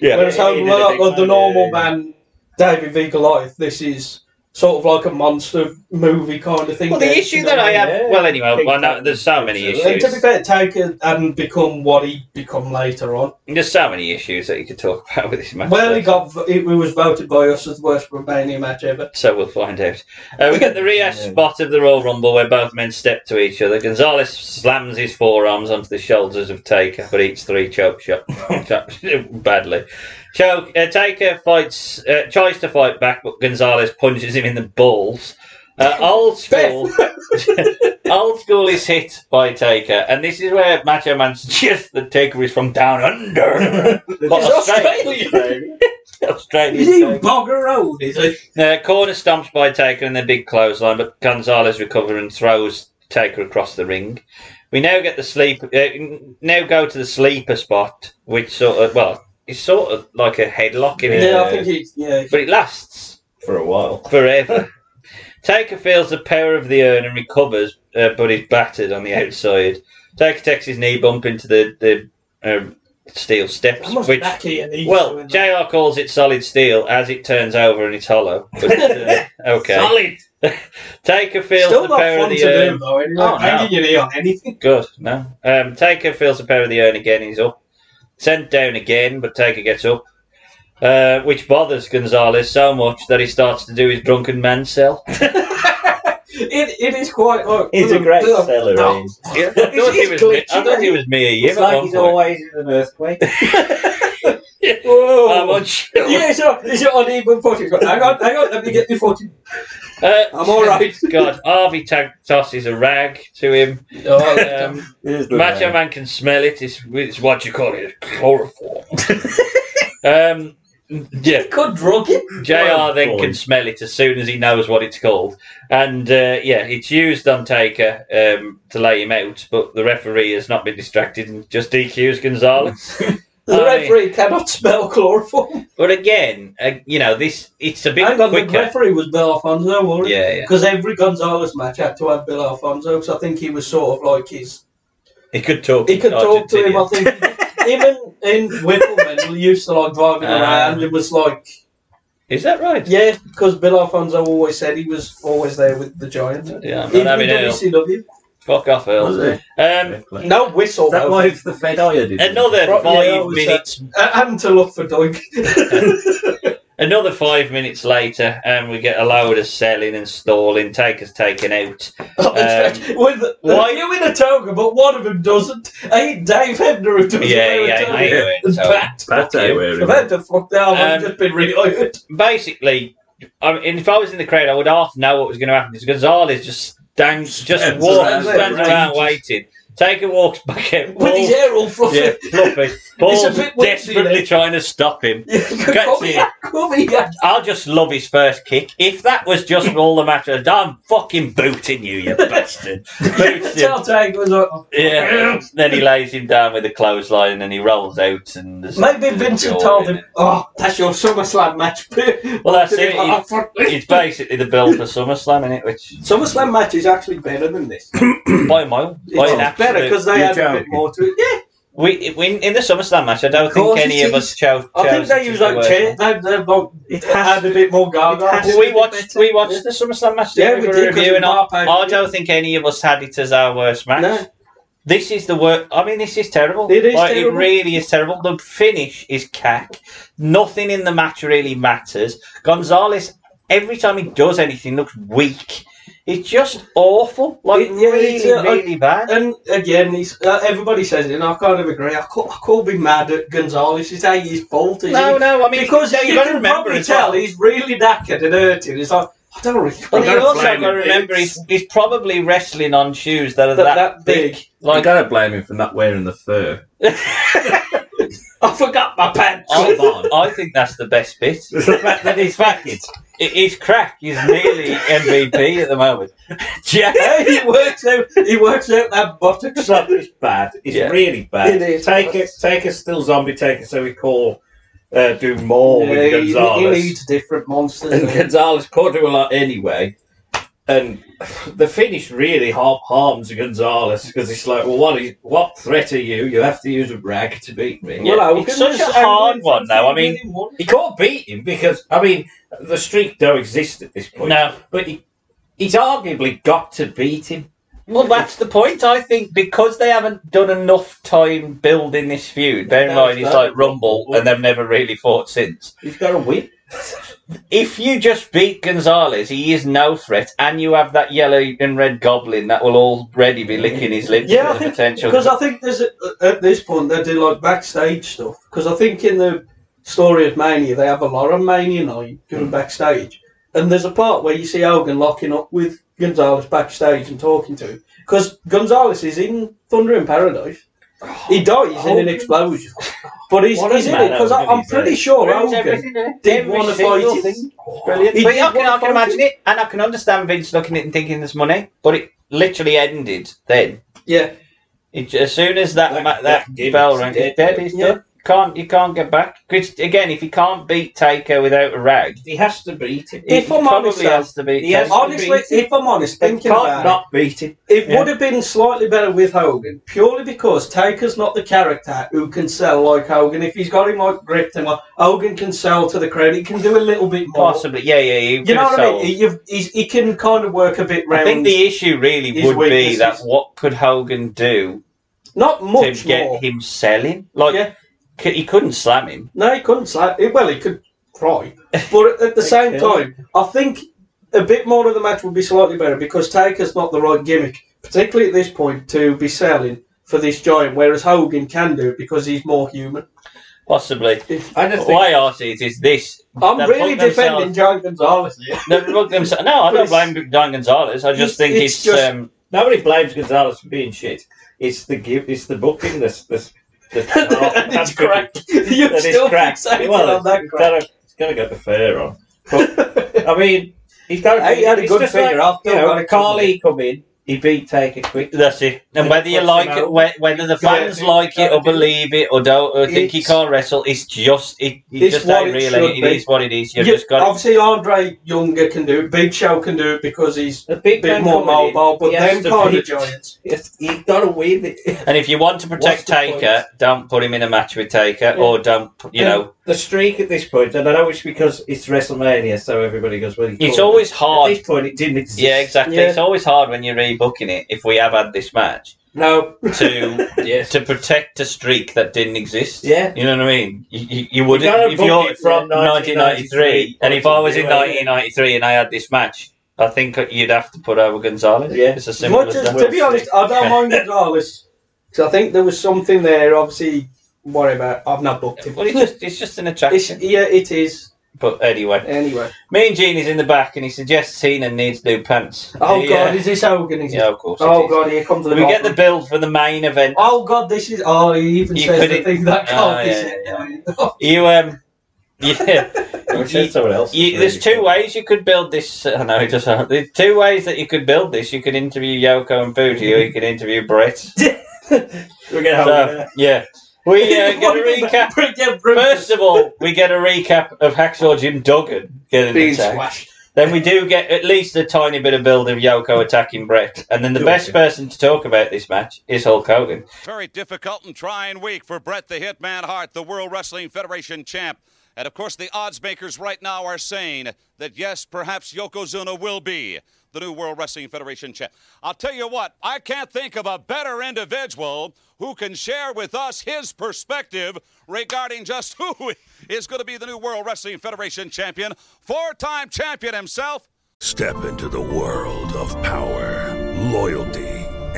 Speaker 15: yeah,
Speaker 2: Whereas
Speaker 15: he- he
Speaker 2: Hogan,
Speaker 15: did a
Speaker 2: like,
Speaker 15: big
Speaker 2: like the
Speaker 15: man,
Speaker 2: normal
Speaker 15: yeah, yeah.
Speaker 2: man, David V. Goliath, this is sort of like a monster movie kind of thing.
Speaker 1: well, the
Speaker 2: Vince,
Speaker 1: issue
Speaker 2: you
Speaker 1: that
Speaker 2: know
Speaker 1: I
Speaker 2: what mean?
Speaker 1: have.
Speaker 15: yeah.
Speaker 1: Well, anyway,
Speaker 15: Big
Speaker 1: well, no,
Speaker 15: time.
Speaker 1: there's so many
Speaker 2: And to be
Speaker 1: issues.
Speaker 2: fair, Taker hadn't become what he'd become later on.
Speaker 1: There's so many issues that you could talk about with this match.
Speaker 2: Well, he got it was voted by us as the worst Romania match ever.
Speaker 1: So we'll find out. Uh, we get the rehash spot of the Royal Rumble where both men step to each other. Gonzalez slams his forearms onto the shoulders of Taker, but eats three choke shots badly. Choke, uh, Taker fights, uh, tries to fight back, but Gonzalez punches him in the balls. Uh, old school, old school is hit by Taker, and this is where Macho Man suggests that Taker is from down under, Like
Speaker 2: Australian.
Speaker 1: Australia.
Speaker 2: You bogger road, is it?
Speaker 1: Uh, corner stomps by Taker and then big clothesline, but Gonzalez recovers and throws Taker across the ring. We now get the sleep. Uh, now go to the sleeper spot, which sort of well, it's sort of like a headlock in
Speaker 2: Yeah,
Speaker 1: it,
Speaker 2: I think he. Yeah,
Speaker 1: but it lasts
Speaker 15: for a while.
Speaker 1: forever. Taker feels the power of the urn and recovers, uh, but is battered on the outside. Taker takes his knee bump into the the um, steel steps,
Speaker 2: how much
Speaker 1: which
Speaker 2: backy and he's
Speaker 1: well,
Speaker 2: doing that.
Speaker 1: JR calls it solid steel as it turns over and it's hollow. But, uh, okay.
Speaker 15: Solid.
Speaker 1: Taker feels
Speaker 2: Still
Speaker 1: the
Speaker 2: not
Speaker 1: power of
Speaker 2: fun
Speaker 1: the
Speaker 2: to do
Speaker 1: urn.
Speaker 2: though. Anyway,
Speaker 1: Oh, no.
Speaker 2: hanging your knee on anything.
Speaker 1: Good, no. Um, Taker feels the power of the urn again. He's up. Sent down again, but Taker gets up, uh, which bothers Gonzalez so much that he starts to do his drunken man cell.
Speaker 2: It, it is quite. Like,
Speaker 15: He's a great
Speaker 2: No.
Speaker 15: seller.
Speaker 2: No.
Speaker 15: Ian.
Speaker 1: I thought he was me- I thought he was me a
Speaker 15: It's
Speaker 1: year at
Speaker 15: like
Speaker 1: one
Speaker 15: he's
Speaker 1: point.
Speaker 15: always in an earthquake.
Speaker 2: Whoa.
Speaker 1: I'm unsure.
Speaker 2: yeah, it's not, it's not uneven footing. But Hang on, hang on, let me get the footing.
Speaker 1: Uh,
Speaker 2: I'm all right.
Speaker 1: God, Harvey tag- tosses a rag to him.
Speaker 2: Oh,
Speaker 1: Um,
Speaker 15: Here's the
Speaker 1: Macho
Speaker 15: man.
Speaker 1: Man can smell it. It's, it's what you call it, chloroform. um, Yeah.
Speaker 6: could drug him.
Speaker 1: JR then can smell it as soon as he knows what it's called. And uh, yeah, it's used on Taker um, to lay him out, but the referee has not been distracted and just DQs Gonzalez.
Speaker 2: The referee cannot smell chloroform.
Speaker 1: But again, uh, you know, this it's a bit
Speaker 2: Hang on, the
Speaker 1: quicker.
Speaker 2: referee was Bill Alfonso, wasn't
Speaker 1: Yeah, yeah.
Speaker 2: Because every Gonzalez match had to have Bill Alfonso, because I think he was sort of like his.
Speaker 1: He could talk.
Speaker 2: He could talk to him. I think even in Whippleman, we used to like driving
Speaker 1: Ah.
Speaker 2: around. It was like.
Speaker 1: Is that right?
Speaker 2: Yeah, because Bill Alfonso always said he was always there with the Giants.
Speaker 1: Yeah, I'm not
Speaker 2: even
Speaker 1: having
Speaker 2: in
Speaker 1: it.
Speaker 2: WCW.
Speaker 1: Fuck off, Earl. Um,
Speaker 2: no whistle.
Speaker 1: that
Speaker 2: though.
Speaker 1: why it's the Fed Eye did it? Another
Speaker 2: Right,
Speaker 1: five
Speaker 2: yeah, it was, uh,
Speaker 1: minutes.
Speaker 2: I happened to look for Doink.
Speaker 1: Another five minutes later, and we get a load of selling and stalling. Taker's taken out. Um,
Speaker 2: With
Speaker 1: Why-
Speaker 2: why you in a toga, but one of them doesn't. Ain't Dave Hebner who doesn't
Speaker 1: Yeah,
Speaker 2: wear
Speaker 1: yeah, I
Speaker 2: a
Speaker 1: know
Speaker 2: toga.
Speaker 1: it. Oh,
Speaker 2: It's
Speaker 1: So,
Speaker 2: Pat.
Speaker 1: Pat I wear it.
Speaker 2: I've had to fuck down. I've
Speaker 1: Um,
Speaker 2: just been rehired.
Speaker 1: basically, I mean, if I was in the crowd, I would half know what was going to happen because Gonzalez just stands, just
Speaker 6: Stands
Speaker 1: walks,
Speaker 6: around,
Speaker 1: stands
Speaker 6: right.
Speaker 1: around waiting. Taker walks back out
Speaker 2: With his hair all fluffy.
Speaker 1: Yeah, fluffy. Paul's
Speaker 2: It's a bit windy,
Speaker 1: desperately trying to stop him. Gets it. I'll just love his first kick. If that was just all the matter, I'm fucking booting you, you bastard. Boots him.
Speaker 2: Telltale was like,
Speaker 1: Yeah. then he lays him down with a clothesline and he rolls out and there's-
Speaker 2: Maybe Vincent told him, "Oh, that's your SummerSlam match."
Speaker 1: Well, that's it.
Speaker 2: Oh,
Speaker 1: It's,
Speaker 2: fuck.
Speaker 1: it's basically the build for SummerSlam, isn't it? Which
Speaker 2: SummerSlam match is actually better than this.
Speaker 1: by a mile, by an
Speaker 2: It's better
Speaker 1: absolute-
Speaker 2: because they had a bit more to it. Yeah.
Speaker 1: We, we in the SummerSlam match, I don't
Speaker 2: course
Speaker 1: think any
Speaker 2: it
Speaker 1: of us chose.
Speaker 2: I think
Speaker 1: chose
Speaker 2: they
Speaker 1: it
Speaker 2: use
Speaker 1: to
Speaker 2: like
Speaker 1: work.
Speaker 2: chairs. They they like it had a bit more gargoyle.
Speaker 1: Well, we watched we watched the SummerSlam match.
Speaker 2: Yeah,
Speaker 1: didn't
Speaker 2: we
Speaker 1: for
Speaker 2: did, 'cause
Speaker 1: review,
Speaker 2: we
Speaker 1: and I,
Speaker 2: marked out,
Speaker 1: I don't think any of us had it as our worst match. This is the worst. I mean, this is terrible.
Speaker 6: It is
Speaker 1: Like,
Speaker 6: terrible.
Speaker 1: It really is terrible. The finish is cack. Nothing in the match really matters. Gonzalez, every time he does anything, looks weak. It's just awful. Like really,
Speaker 2: uh, I-
Speaker 1: really bad.
Speaker 2: And again, he's, uh, everybody says it, and I kind of agree. I could, I could be mad at Gonzalez. It's ain't his fault. is
Speaker 1: No,
Speaker 2: it?
Speaker 1: no, I mean,
Speaker 2: because
Speaker 1: yeah,
Speaker 2: you,
Speaker 1: you gotta
Speaker 2: can
Speaker 1: remember
Speaker 2: probably
Speaker 1: as
Speaker 2: tell
Speaker 1: well.
Speaker 2: he's really knackered and hurting. It's like I don't really.
Speaker 1: But you also got to remember he's, he's probably wrestling on shoes that are that, big.
Speaker 18: Like, I gotta blame him for not wearing the fur.
Speaker 2: I forgot my pants.
Speaker 1: I, I think that's the best bit. the fact that he's fucking. His crack is nearly MVP at the moment.
Speaker 2: Yeah, he works out. He works out that buttock shot.
Speaker 18: It's bad. It's really bad.
Speaker 2: It is.
Speaker 18: Take it. Take it. Still zombie. Take it. So we call. Uh, do more with
Speaker 2: Yeah, he-
Speaker 18: Gonzalez.
Speaker 2: he needs different monsters.
Speaker 18: and Gonzalez caught him a lot anyway. And the finish really har- harms Gonzalez because it's like, well, what, is, what threat are you? You have to use a rag to beat me.
Speaker 1: Yeah, Well, I it's such a hard one, though. I mean,
Speaker 18: he can't beat him because, I mean, the streak don't exist at this point.
Speaker 1: No.
Speaker 18: But he, he's arguably got to beat him.
Speaker 1: Well, that's the point. I think because they haven't done enough time building this feud. Bear in
Speaker 18: No,
Speaker 1: mind,
Speaker 18: it's
Speaker 1: it's
Speaker 18: not.
Speaker 1: like Rumble, and they've never really fought since.
Speaker 18: He's got to win.
Speaker 1: If you just beat Gonzalez, he is no threat, and you have that yellow and red goblin that will already be licking his lips. for
Speaker 2: Yeah, I
Speaker 1: the
Speaker 2: think
Speaker 1: potential.
Speaker 2: because I think there's a, at this point they do like backstage stuff because I think in the story of Mania they have a lot of Mania night
Speaker 1: Hmm.
Speaker 2: doing backstage, and there's a part where you see Hogan locking up with Gonzalez backstage and talking to him because Gonzalez is in Thunder in Paradise. He dies in an explosion, but he's,
Speaker 1: Oh, What a
Speaker 2: he's in
Speaker 1: man
Speaker 2: it because
Speaker 1: Hogan
Speaker 2: I'm
Speaker 1: is,
Speaker 2: pretty
Speaker 1: right?
Speaker 2: sure
Speaker 1: Ruins
Speaker 2: Hogan
Speaker 1: everything, eh?
Speaker 2: did
Speaker 1: Every
Speaker 2: want to fight
Speaker 1: single
Speaker 2: it.
Speaker 1: thing. Brilliant.
Speaker 2: He
Speaker 1: But
Speaker 2: did
Speaker 1: I can,
Speaker 2: want
Speaker 1: I
Speaker 2: to
Speaker 1: can
Speaker 2: fight
Speaker 1: imagine it, and I can understand Vince looking at it and thinking there's money, but it literally ended then.
Speaker 2: Yeah.
Speaker 1: It, as soon as that ma- that,
Speaker 18: gimmick's
Speaker 1: bell rang,
Speaker 18: dead.
Speaker 1: it's dead. It's done. Can't you can't get back? 'Cause again, if you can't beat Taker without a rag,
Speaker 18: He has to beat him.
Speaker 1: He
Speaker 2: If I'm
Speaker 1: probably
Speaker 2: honest,
Speaker 1: has
Speaker 2: though,
Speaker 1: to beat
Speaker 2: he has
Speaker 1: Taker.
Speaker 2: to Honestly, beat him. if I'm honest,
Speaker 1: They
Speaker 2: thinking
Speaker 1: can't
Speaker 2: about
Speaker 1: not
Speaker 2: it,
Speaker 18: beat him.
Speaker 2: It
Speaker 1: Yeah.
Speaker 2: would have been slightly better with Hogan, purely because Taker's not the character who can sell like Hogan. If he's got him like gripped and like Hogan can sell to the crowd, he can do a little bit more.
Speaker 1: Possibly, yeah, yeah. You,
Speaker 2: You know what I mean? He, you've, he's, he can kind of work a bit round.
Speaker 1: I think the issue really
Speaker 2: his
Speaker 1: would be
Speaker 2: weaknesses.
Speaker 1: that what could Hogan do?
Speaker 2: Not much
Speaker 1: to get
Speaker 2: more.
Speaker 1: him selling. Like c- he couldn't slam him.
Speaker 2: No, he couldn't slap. It, well, he could try, but at the same
Speaker 1: kill
Speaker 2: time, I think a bit more of the match would be slightly better because Taker's not the right gimmick, particularly at this point, to be selling for this giant. Whereas Hogan can do it because he's more human.
Speaker 1: Possibly.
Speaker 18: I
Speaker 2: just think-
Speaker 1: Why Artie, it is this.
Speaker 2: I'm
Speaker 1: They've
Speaker 2: really
Speaker 1: booked
Speaker 2: defending
Speaker 1: themselves-
Speaker 2: John Gonzalez. here.
Speaker 1: they've booked themselves- No, I
Speaker 2: But
Speaker 1: don't
Speaker 2: it's-
Speaker 1: blame Don Gonzalez. I just
Speaker 18: It's-
Speaker 1: think
Speaker 18: it's
Speaker 1: it's.
Speaker 18: just-
Speaker 1: um,
Speaker 18: Nobody blames Gonzalez for being shit. It's the give. It's the booking. This this that-
Speaker 2: It's cracked. You're
Speaker 18: that is
Speaker 2: still
Speaker 18: cracked.
Speaker 2: fixated
Speaker 18: well,
Speaker 2: on that
Speaker 18: it's gonna- It's going to go the fair on. But, I mean, he's got.
Speaker 1: He had a
Speaker 18: it's
Speaker 1: good
Speaker 18: just
Speaker 1: figure
Speaker 18: Like,
Speaker 1: off,
Speaker 18: you
Speaker 1: though,
Speaker 18: know,
Speaker 1: got
Speaker 18: when
Speaker 1: it, couldn't
Speaker 18: Carly come in, he beat Take It Quick.
Speaker 1: That's it. And whether you
Speaker 18: Puts
Speaker 1: like
Speaker 18: him
Speaker 1: it,
Speaker 18: out.
Speaker 1: whe- whether the
Speaker 18: Yeah,
Speaker 1: fans
Speaker 18: it-
Speaker 1: like it or believe it or don't, or think he
Speaker 2: It's-
Speaker 1: can't wrestle, it's just it. You
Speaker 2: It's
Speaker 1: just
Speaker 2: what
Speaker 1: don't
Speaker 2: it
Speaker 1: really.
Speaker 2: should
Speaker 1: It
Speaker 2: be.
Speaker 1: is what it is. You've
Speaker 2: You-
Speaker 1: just got.
Speaker 2: obviously, Andre Younger can do it. Big Show can do it because he's a
Speaker 18: big
Speaker 2: bit
Speaker 1: man
Speaker 2: more
Speaker 1: coming in,
Speaker 2: mobile. But
Speaker 1: he has
Speaker 2: them
Speaker 1: to
Speaker 2: kind
Speaker 1: be-
Speaker 2: of giants,
Speaker 18: you've got to win it.
Speaker 1: And if you want to protect
Speaker 18: What's the
Speaker 1: Taker, don't put him in a match with Taker, or don't. You
Speaker 18: And
Speaker 1: know,
Speaker 18: the streak at this point, and I know it's because it's WrestleMania, so everybody goes, "Well, he
Speaker 1: It's
Speaker 18: called
Speaker 1: always
Speaker 18: it."
Speaker 1: hard.
Speaker 18: At this point, it didn't exist.
Speaker 1: yeah, exactly. It's always hard when you're rebooking it. If we have had this match,
Speaker 18: no,
Speaker 1: to to protect a streak that didn't exist.
Speaker 18: Yeah.
Speaker 1: you know what I mean. You, you, you
Speaker 18: gotta
Speaker 1: wouldn't if
Speaker 18: book
Speaker 1: you're
Speaker 18: it from
Speaker 1: from
Speaker 18: 1993,
Speaker 1: 1993, and if I was in
Speaker 18: yeah.
Speaker 1: 1993 and I had this match, I think you'd have to put over Gonzalez. Yeah, it's as
Speaker 2: As
Speaker 1: simple
Speaker 2: much
Speaker 1: as
Speaker 2: as,
Speaker 1: that.
Speaker 2: to be honest, I don't mind Gonzalez because I think there was something there. Obviously, worry about. I've not booked him.
Speaker 1: Well, it's just it's just an attraction.
Speaker 2: yeah, it is.
Speaker 1: But anyway,
Speaker 2: anyway,
Speaker 1: me and Gene is in the back, and he suggests Cena needs new pants.
Speaker 2: Oh
Speaker 1: Yeah.
Speaker 2: God, is this Hogan? Is it?
Speaker 1: uh, Yeah, of course. it
Speaker 2: Oh
Speaker 1: is.
Speaker 2: God, here comes the.
Speaker 1: We get the
Speaker 2: bottom.
Speaker 1: build for the main event.
Speaker 2: Oh God, this is. Oh, he even
Speaker 1: You
Speaker 2: says the
Speaker 1: couldn't-
Speaker 2: thing that
Speaker 1: Oh,
Speaker 2: can't be
Speaker 1: yeah,
Speaker 2: said.
Speaker 1: You um, yeah. You-
Speaker 18: someone else.
Speaker 1: you- there's two ways you could build this. I know it doesn't. There's two ways that you could build this. You could interview Yoko and Fuji, or you could interview Brett.
Speaker 18: we get
Speaker 1: So, yeah. We uh, get a recap. First of all, we get a recap of Hacksaw Jim Duggan getting
Speaker 2: Being
Speaker 1: attacked.
Speaker 2: smashed.
Speaker 1: Then we do get at least a tiny bit of build of Yoko attacking Brett. And then the best person to talk about this match is Hulk Hogan.
Speaker 8: Very difficult and trying week for Brett the Hitman Hart, the World Wrestling Federation champ. And of course, the odds makers right now are saying that yes, perhaps Yokozuna will be the new World Wrestling Federation champ. I'll tell you what, I can't think of a better individual who can share with us his perspective regarding just who is going to be the new World Wrestling Federation champion, four time champion himself,
Speaker 12: Step into the world of power, loyalty,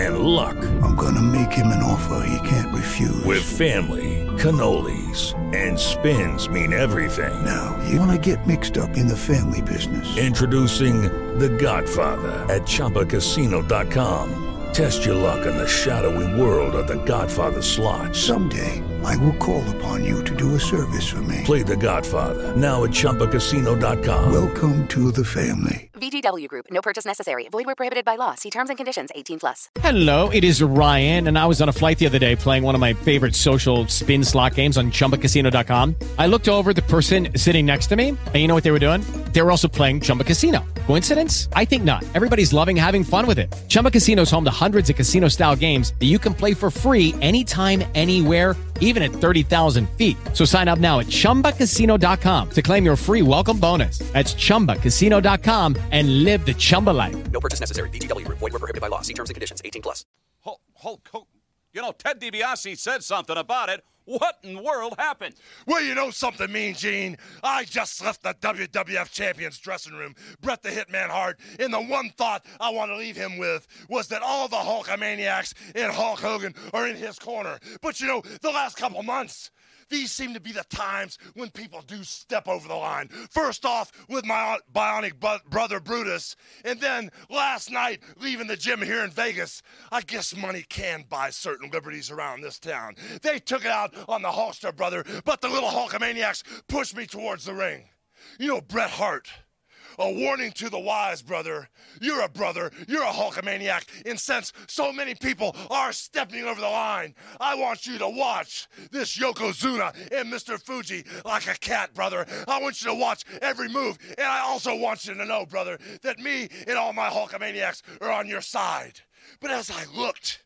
Speaker 12: and luck.
Speaker 27: I'm gonna make him an offer he can't refuse.
Speaker 12: With family, cannolis, and spins mean everything. Now,
Speaker 27: You wanna get mixed up in the family business.
Speaker 12: introducing The Godfather at ChumbaCasino.com. Test your luck in the shadowy world of The Godfather slot.
Speaker 27: Someday, I will call upon you to do a service for me.
Speaker 12: Play The Godfather now at ChumbaCasino.com.
Speaker 27: Welcome to the family.
Speaker 14: VGW Group. No purchase necessary. Void where prohibited by law. See terms and conditions. 18 plus.
Speaker 15: Hello, it is Ryan, and I was on a flight the other day playing one of my favorite social spin slot games on chumbacasino.com. I looked over at the person sitting next to me, and you know what they were doing? They were also playing Chumba Casino. Coincidence? I think not. Everybody's loving having fun with it. Chumba Casino is home to hundreds of casino style games that you can play for free anytime, anywhere even at 30,000 feet. So sign up now at ChumbaCasino.com to claim your free welcome bonus. That's ChumbaCasino.com and live the Chumba life.
Speaker 28: No purchase necessary. VGW Group. Void where prohibited by law. See terms and conditions. 18 plus.
Speaker 8: Hulk, Hulk, Hogan. You know, Ted DiBiase said something about it. What in the world happened?
Speaker 29: Well, you know something, Mean Gene? I just left the WWF Champions dressing room, Bret the Hitman Hart, and the one thought I want to leave him with was that all the Hulkamaniacs and Hulk Hogan are in his corner. But you know, the last couple months, these seem to be the times when people do step over the line. First off, with my bionic bu- brother Brutus, and then last night, leaving the gym here in Vegas. I guess money can buy certain liberties around this town. They took it out on the Hulkster brother, but the little Hulkamaniacs pushed me towards the ring. You know, Bret Hart. A warning to the wise, brother. You're a brother. You're a Hulkamaniac. And since so many people are stepping over the line, I want you to watch this Yokozuna and Mr. Fuji like a cat, brother. I want you to watch every move. And I also want you to know, brother, that me and all my Hulkamaniacs are on your side. But as I looked,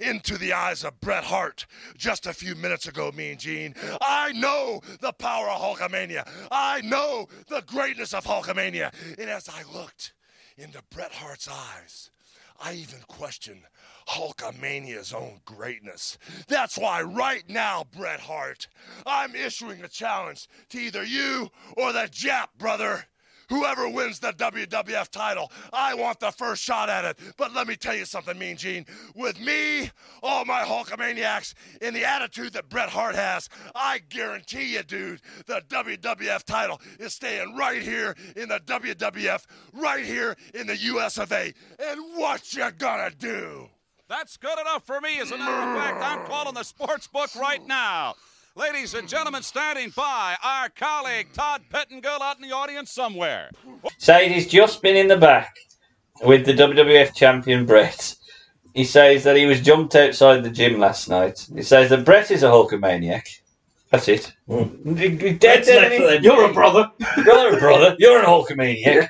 Speaker 29: into the eyes of Bret Hart just a few minutes ago, Mean Gene. I know the power of Hulkamania. I know the greatness of Hulkamania. And as I looked into Bret Hart's eyes, I even questioned Hulkamania's own greatness. That's why right now, Bret Hart, I'm issuing a challenge to either you or the Jap, brother. Whoever wins the WWF title, I want the first shot at it. But let me tell you something, Mean Gene. With me, all my Hulkamaniacs, and the attitude that Bret Hart has, I guarantee you, dude, the WWF title is staying right here in the WWF, right here in the US of A. And what you gonna do?
Speaker 8: That's good enough for me. As a matter of fact, I'm calling the sports book right now. Ladies and gentlemen, standing by, our colleague Todd Pettingill out in the audience somewhere.
Speaker 1: Sadie's just been in the back with the WWF champion Brett. He says that he was jumped outside the gym last night. He says that Brett is a Hulkamaniac. That's it. Dead,
Speaker 18: Brett's
Speaker 1: dead,
Speaker 18: next
Speaker 1: isn't he?
Speaker 18: then. You're a brother.
Speaker 1: You're a brother. You're an Hulkamaniac.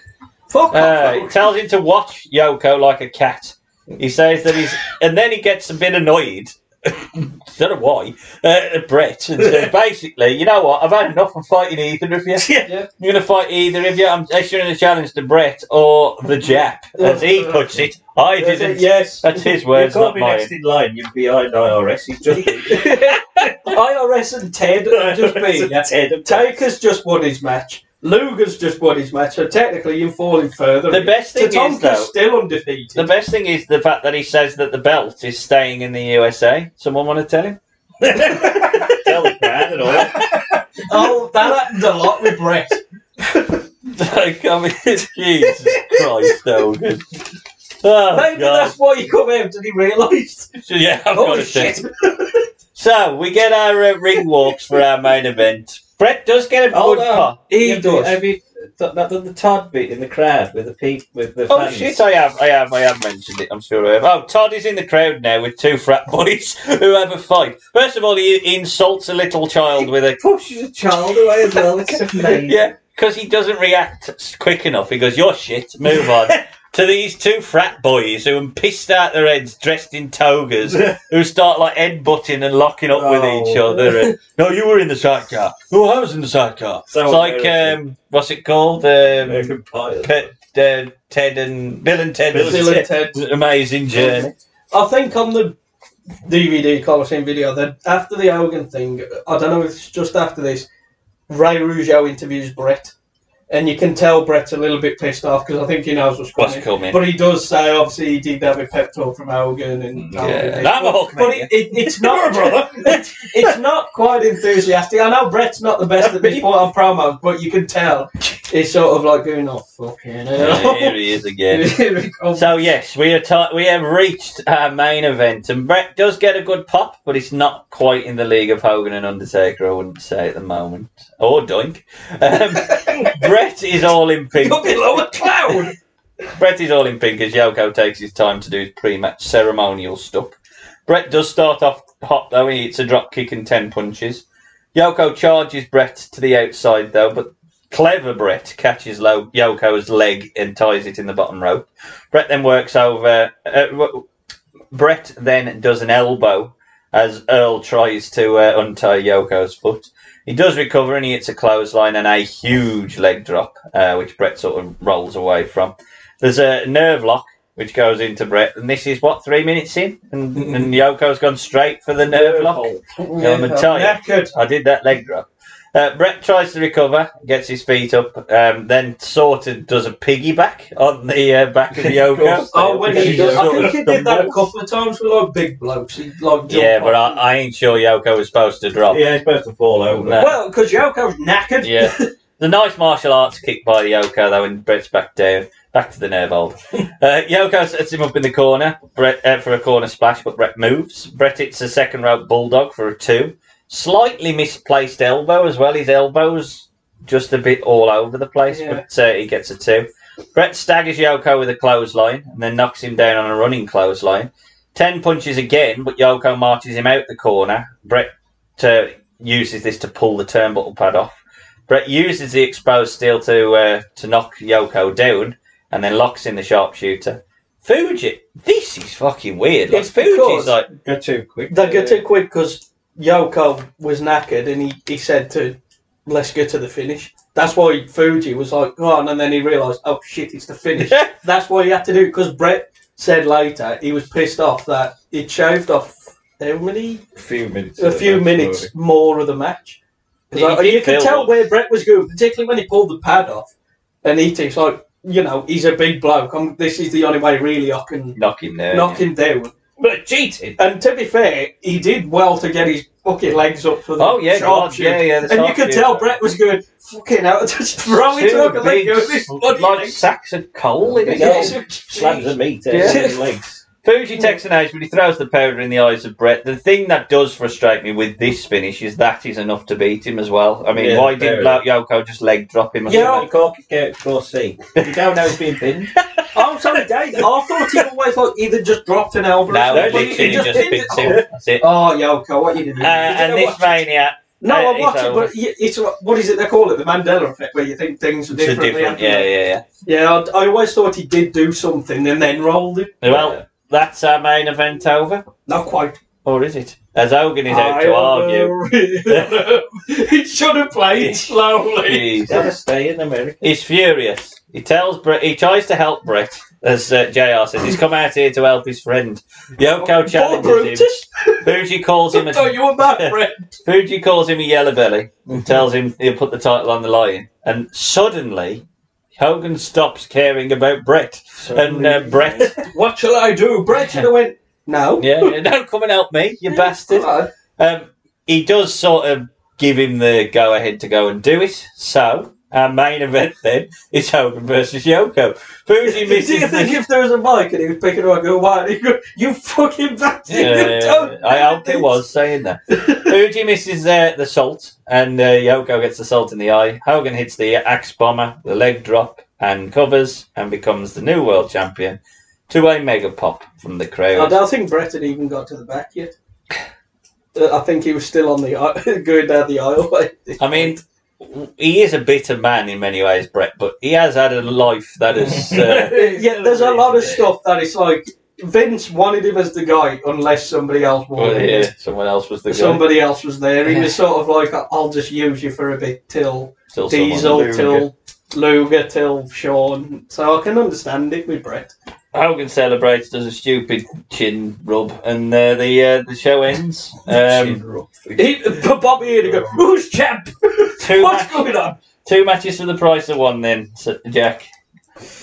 Speaker 1: Fuck uh, He tells him to watch Yoko like a cat. He says that he's. And then he gets a bit annoyed. don't know why. Uh, Brett. And says, basically, you know what? I've had enough of fighting either of you. Yeah. I'm going to fight either of you. I'm issuing a challenge to Brett or the Jap. As he puts it. I
Speaker 18: That's
Speaker 1: didn't.
Speaker 18: it, yes.
Speaker 1: That's his
Speaker 18: You
Speaker 1: words,
Speaker 18: can't
Speaker 1: not
Speaker 18: be
Speaker 1: mine.
Speaker 18: next in line. You're behind IRS. He's just
Speaker 2: IRS and Ted have just been.
Speaker 18: Ted.
Speaker 2: Taker's just won his match. Luger's just won his match. So technically, you're falling further.
Speaker 1: The best thing is,
Speaker 2: Tatanka's
Speaker 1: though,
Speaker 2: still undefeated.
Speaker 1: The best thing is the fact that he says that the belt is staying in the USA. Someone want to tell him?
Speaker 2: Oh, that happened a lot with Brett.
Speaker 1: like, I mean, Jesus Christ, Hogan. Oh,
Speaker 2: Maybe that's why he come out and he realised.
Speaker 1: So, yeah, I've
Speaker 2: Holy
Speaker 1: got to
Speaker 2: shit.
Speaker 1: say. So, we get our uh, ring walks for our main event. Brett does get a
Speaker 2: Oh,
Speaker 18: Hold
Speaker 1: good
Speaker 18: on.
Speaker 1: pop.
Speaker 18: He
Speaker 1: Yeah,
Speaker 18: does.
Speaker 1: have
Speaker 18: you- that, that, the Todd beat in the crowd with the people with the
Speaker 1: Oh
Speaker 18: fans.
Speaker 1: shit! I have, I have, I have mentioned it. I'm sure I have. Oh, Todd is in the crowd now with two frat boys who have a fight. First of all, he insults a little child with a
Speaker 18: pushes a child away as well. It's amazing.
Speaker 1: yeah, because he doesn't react s- quick enough. He goes, "You're shit. Move on." to these two frat boys who are pissed out their heads, dressed in togas, who start like headbutting and locking up with each
Speaker 18: Oh.
Speaker 1: other. And, no, you were in the sidecar. No, I was in the sidecar.
Speaker 18: So
Speaker 1: it's like
Speaker 18: embarrassing.
Speaker 1: um, what's it called? Um, American Pie. uh, Ted and Bill and Ted.
Speaker 2: Bill and Ted.
Speaker 1: Amazing journey.
Speaker 2: I think on the DVD Coliseum video that after the Hogan thing, I don't know if it's just after this, Ray Rougeau interviews Brett. And you can tell Brett's a little bit pissed off because I think he knows what's coming.
Speaker 1: What's coming.
Speaker 2: But he does say, obviously, he did that with pep talk from Hogan and
Speaker 1: Yeah,
Speaker 2: Hogan
Speaker 1: and
Speaker 2: this.
Speaker 1: I'm a Hulk
Speaker 2: But it, it, it's not, brother. It's, it's not quite enthusiastic. I know Brett's not the best at this point on promo, but you can tell he's sort of like going, "Oh fucking hell."
Speaker 1: Yeah, here he is again.
Speaker 2: Here he
Speaker 1: so yes, we are ti we have reached our main event, and Brett does get a good pop, but it's not quite in the league of Hogan and Undertaker. I wouldn't say at the moment, or Doink. Um, Brett is all in pink. below a cloud. Brett is all in pink as Yoko takes his time to do his pre-match ceremonial stuff. Brett does start off hot though. He hits a drop kick and ten punches. Yoko charges Brett to the outside though, but clever Brett catches Lo- Yoko's leg and ties it in the bottom rope. Brett then works over. Uh, w- Brett then does an elbow as Earl tries to uh, untie Yoko's foot. He does recover and he hits a clothesline and a huge leg drop, uh, which Brett sort of rolls away from. There's a nerve lock which goes into Brett, and this is what three minutes in, and, and Yoko's gone straight for the nerve lock. I'm
Speaker 2: Yeah,
Speaker 1: tired. I did that leg drop. Uh, Brett tries to recover, gets his feet up, um, then sort of does a piggyback on the uh, back of Yoko.
Speaker 2: Oh, when he does, I think he did that a
Speaker 1: Sort of-
Speaker 2: couple of times with like big blokes. He like
Speaker 1: Yeah, but I, I ain't sure Yoko was supposed to drop.
Speaker 18: Yeah, he's supposed to fall over.
Speaker 2: Well, because Yoko's knackered.
Speaker 1: Yeah. The nice martial arts kick by Yoko, though, and Brett's back down, back to the nerve hold. Uh, Yoko sets him up in the corner Brett, uh, for a corner splash, but Brett moves. Brett hits a second rope bulldog for a two. Slightly misplaced elbow as well. His elbow's just a bit all over the place,
Speaker 18: Yeah.
Speaker 1: but uh, he gets a two. Brett staggers Yoko with a clothesline and then knocks him down on a running clothesline. Ten punches again, but Yoko marches him out the corner. Brett uh, uses this to pull the turnbuckle pad off. Brett uses the exposed steel to uh, to knock Yoko down, and then locks in the sharpshooter. Fuji, this is fucking weird. Like
Speaker 2: It's
Speaker 1: Fuji's
Speaker 2: because-
Speaker 1: like
Speaker 18: go too quick.
Speaker 2: They get too quick because Yoko was knackered and he, he said to, let's get to the finish. That's why Fuji was like, go on. And then he realised, oh shit, it's the finish. That's why he had to do it because Brett said later he was pissed off that he shaved off how many?
Speaker 18: A few minutes.
Speaker 2: a few minutes more of the match. It's
Speaker 18: He
Speaker 2: like,
Speaker 18: did
Speaker 2: you can
Speaker 18: build
Speaker 2: tell
Speaker 18: up.
Speaker 2: where Brett was going, particularly when he pulled the pad off. And he thinks, like, you know, he's a big bloke. i this is the only way, really, I can
Speaker 1: knock him down.
Speaker 2: knock him down.
Speaker 1: But cheated.
Speaker 2: And to be fair, he did well to get his fucking legs up for the
Speaker 1: Oh, yeah,
Speaker 2: sharp
Speaker 1: God, yeah, yeah, the
Speaker 2: And you
Speaker 1: sharp
Speaker 2: could
Speaker 1: shoot.
Speaker 2: tell Brett was going, fucking out, just throw it up and let go of this.
Speaker 1: like sacks of coal in his
Speaker 2: Yeah.
Speaker 1: slabs of meat.
Speaker 2: Yeah.
Speaker 1: Fuji takes an ace, but he throws the powder in the eyes of Brett. The thing that does frustrate me with this finish is that is enough to beat him as well. I mean,
Speaker 2: Yeah,
Speaker 1: why didn't
Speaker 2: fair
Speaker 1: Bloke Yoko just leg drop him? or
Speaker 2: You're
Speaker 1: something?
Speaker 2: on Corky's Couch Course C. You don't know he's been pinned. oh, sorry, Dave. I thought he always like either just dropped an elbow.
Speaker 1: No,
Speaker 2: or something.
Speaker 1: literally
Speaker 2: He
Speaker 1: just
Speaker 2: didn't.
Speaker 1: picked him. That's it.
Speaker 2: Oh, Yoko, what you doing?
Speaker 1: Uh, and this mania.
Speaker 2: No,
Speaker 1: uh,
Speaker 2: I watch
Speaker 1: is
Speaker 2: it,
Speaker 1: over.
Speaker 2: but y- it's what- what is it they call it? The Mandela effect, where you think things are
Speaker 1: It's a
Speaker 2: different.
Speaker 1: different, yeah, yeah, yeah.
Speaker 2: Yeah, I, I always thought he did do something and then rolled it.
Speaker 1: Well, that's our main event over.
Speaker 2: Not quite.
Speaker 1: Or is it? As Hogan is out
Speaker 2: I
Speaker 1: to
Speaker 2: am
Speaker 1: argue.
Speaker 2: it should have played slowly.
Speaker 1: He's stay in America. He's furious. He tells Brett. He tries to help Brett, as uh, Jr. says. He's come out here to help his friend. Yoko challenges him. Fuji calls him.
Speaker 2: Don't you want that, Brett?
Speaker 1: Fuji calls him a yellow belly and tells him he'll put the title on the line. And suddenly, Hogan stops caring about Brett. And uh, Brett,
Speaker 2: what shall I do? Brett should have went. No.
Speaker 1: Yeah, yeah, no, come and help me, you bastard. Um, he does sort of give him the go ahead to go and do it. So, our main event then is Hogan versus Yoko. Fuji
Speaker 2: Do you
Speaker 1: misses
Speaker 2: think
Speaker 1: the.
Speaker 2: if there was a mic and he was picking her up, go, why? He go, "Oh, you fucking bastard! you
Speaker 1: Yeah,
Speaker 2: don't.
Speaker 1: I hope it was saying that. Fuji misses uh, the salt, and uh, Yoko gets the salt in the eye. Hogan hits the axe bomber, the leg drop, and covers, and becomes the new world champion. To a mega pop from the crowd.
Speaker 30: I
Speaker 2: don't think Brett had even got to the back yet. Uh, I think he was still on the aisle, going down the aisle.
Speaker 1: I mean, he is a bitter man in many ways, Brett, but he has had a life that is. Uh,
Speaker 2: yeah, there's a lot of stuff that it's like Vince wanted him as the guy unless somebody else
Speaker 1: well,
Speaker 2: wanted him.
Speaker 1: yeah, someone else was the guy.
Speaker 2: Somebody else was there. He was sort of like, I'll just use you for a bit till,
Speaker 1: Till someone-
Speaker 2: Diesel,
Speaker 1: Luger.
Speaker 2: till Luger, till Sean. So I can understand it with Brett.
Speaker 1: Hogan celebrates, does a stupid chin rub, and uh, the uh, the show ends. Um,
Speaker 2: He, uh, Bobby here to go, who's champ?
Speaker 1: What's going on? Two matches for the price of one, then, so- Jack.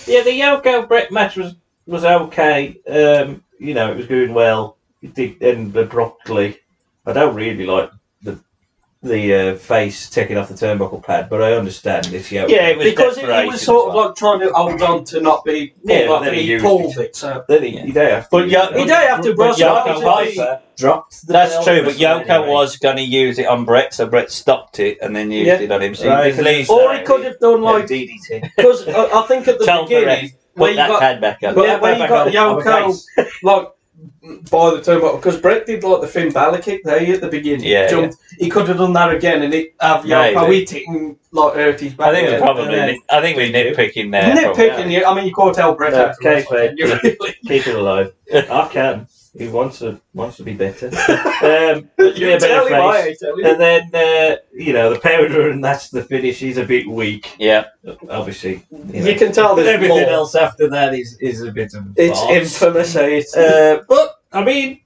Speaker 2: Yeah, the Yoko Brett match was was okay. Um, you know, it was going well. It did end abruptly.
Speaker 31: I don't really like the the uh, face taking off the turnbuckle pad, but I understand if you
Speaker 2: Yeah, because it, it was sort of like trying to hold on to not be pulled
Speaker 31: Yeah, but
Speaker 2: off,
Speaker 31: then
Speaker 2: and
Speaker 31: he
Speaker 2: he
Speaker 31: used
Speaker 2: pulled
Speaker 31: it.
Speaker 2: it. So
Speaker 31: Then he, he don't have to.
Speaker 1: But
Speaker 31: use
Speaker 1: Yo-
Speaker 31: it.
Speaker 2: he don't have to
Speaker 31: But
Speaker 2: brush it
Speaker 1: Yoko
Speaker 2: off. it's just-
Speaker 1: Viper
Speaker 31: dropped the
Speaker 1: That's true, but
Speaker 31: elbow.
Speaker 1: Yoko was going to use it on Brett, so Brett stopped it and then used
Speaker 2: Yeah.
Speaker 1: it on him. So
Speaker 2: Right.
Speaker 1: he was least-
Speaker 2: Or he could have done like because I, I think at the
Speaker 1: Tell Perez,
Speaker 2: beginning
Speaker 1: put
Speaker 2: when you
Speaker 1: that
Speaker 2: got
Speaker 1: pad back on. Put
Speaker 2: yeah,
Speaker 1: that
Speaker 2: when
Speaker 1: pad
Speaker 2: you got
Speaker 1: back on. I'm a
Speaker 2: Yoko like by the turnbuckle because Brett did like the Finn Balor kick there at the beginning.
Speaker 1: Yeah,
Speaker 2: jumped. He could have done that again and it have Yoko
Speaker 1: Maybe.
Speaker 2: eat it and like hurt his back.
Speaker 1: I think we're
Speaker 2: Yeah.
Speaker 1: probably.
Speaker 2: Yeah.
Speaker 1: I think we're nitpicking there.
Speaker 2: Nitpicking you, I mean, you can't tell Brett.
Speaker 31: No,
Speaker 2: after
Speaker 31: okay,
Speaker 2: wrestling,
Speaker 31: Brett.
Speaker 2: you really-
Speaker 31: Keep it alive. I can. He wants to wants to be better. Um, be a better
Speaker 2: tell him I
Speaker 31: face.
Speaker 2: tell him.
Speaker 31: and then uh, you know the powder, and that's the finish. He's a bit weak.
Speaker 1: Yeah,
Speaker 31: obviously.
Speaker 2: You can tell
Speaker 31: But
Speaker 2: there's
Speaker 31: everything
Speaker 2: more.
Speaker 31: else after that is is a bit of
Speaker 2: It's
Speaker 31: farce.
Speaker 2: infamous. eh? It's,
Speaker 31: Uh, but I mean,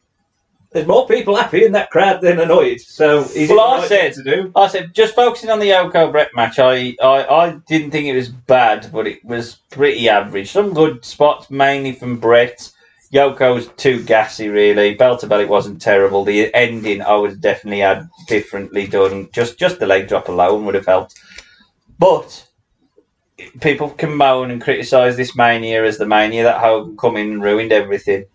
Speaker 31: there's more people happy in that crowd than annoyed. So he's
Speaker 1: Well,
Speaker 31: in the
Speaker 1: I
Speaker 31: right
Speaker 1: said,
Speaker 31: thing to do.
Speaker 1: I said, just focusing on the Yoko Brett match, I, I, I didn't think it was bad, but it was pretty average. Some good spots, mainly from Brett. Yoko's too gassy, really. Bell to bell, it wasn't terrible. The ending, I would have definitely had differently done. Just, just the leg drop alone would have helped. But people can moan and criticise this mania as the mania that Hogan come in and ruined everything.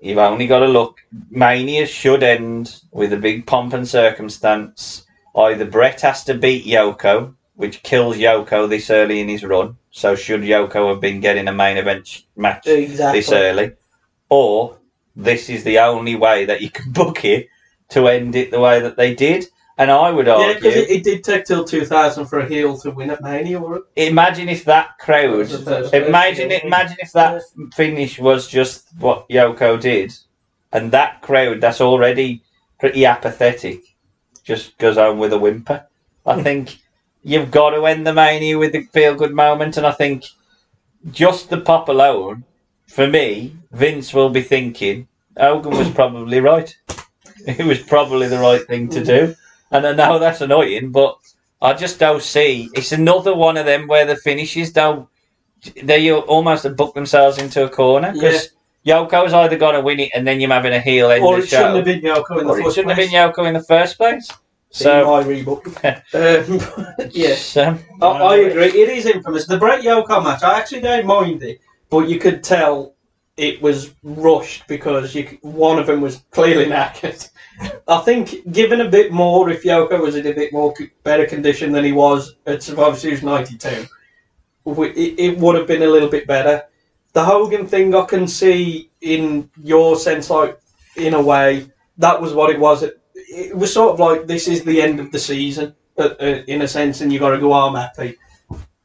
Speaker 1: You've only got to look. Mania should end with a big pomp and circumstance. Either Brett has to beat Yoko, which kills Yoko this early in his run. So should Yoko have been getting a main event sh- match
Speaker 2: Exactly.
Speaker 1: this early, or this is the only way that you can book it to end it the way that they did. And I would
Speaker 2: Yeah,
Speaker 1: argue,
Speaker 2: because it, it did take till 2000 for a heel to win at Mania, or
Speaker 1: imagine if that crowd, imagine it, imagine if that finish was just what Yoko did, and that crowd that's already pretty apathetic just goes home with a whimper. I think you've got to end the mania with a feel good moment, and I think just the pop alone, for me, Vince will be thinking Hogan was probably right. It was probably the right thing to do. And I know that's annoying, but I just don't see. It's another one of them where the finishes don't. They almost have booked themselves into a corner because Yoko's either going to win it and then you're having a heel end
Speaker 2: or
Speaker 1: the
Speaker 2: it
Speaker 1: show.
Speaker 2: shouldn't have been Yoko in the
Speaker 1: Or it
Speaker 2: first
Speaker 1: shouldn't have
Speaker 2: place.
Speaker 1: been Yoko in the first place. So
Speaker 2: my rebook. um, yes,
Speaker 1: I,
Speaker 2: I agree. It is infamous. The Brett Yoko match, I actually don't mind it, but you could tell it was rushed because you, c- one of them was clearly knackered. I think given a bit more, if Yoko was in a bit more c- better condition than he was at Survivor Series 92, w- it, it would have been a little bit better. The Hogan thing I can see in your sense, like, in a way, that was what it was. It, it was sort of like this is the end of the season, but, uh, in a sense, and you got to go, I'm happy.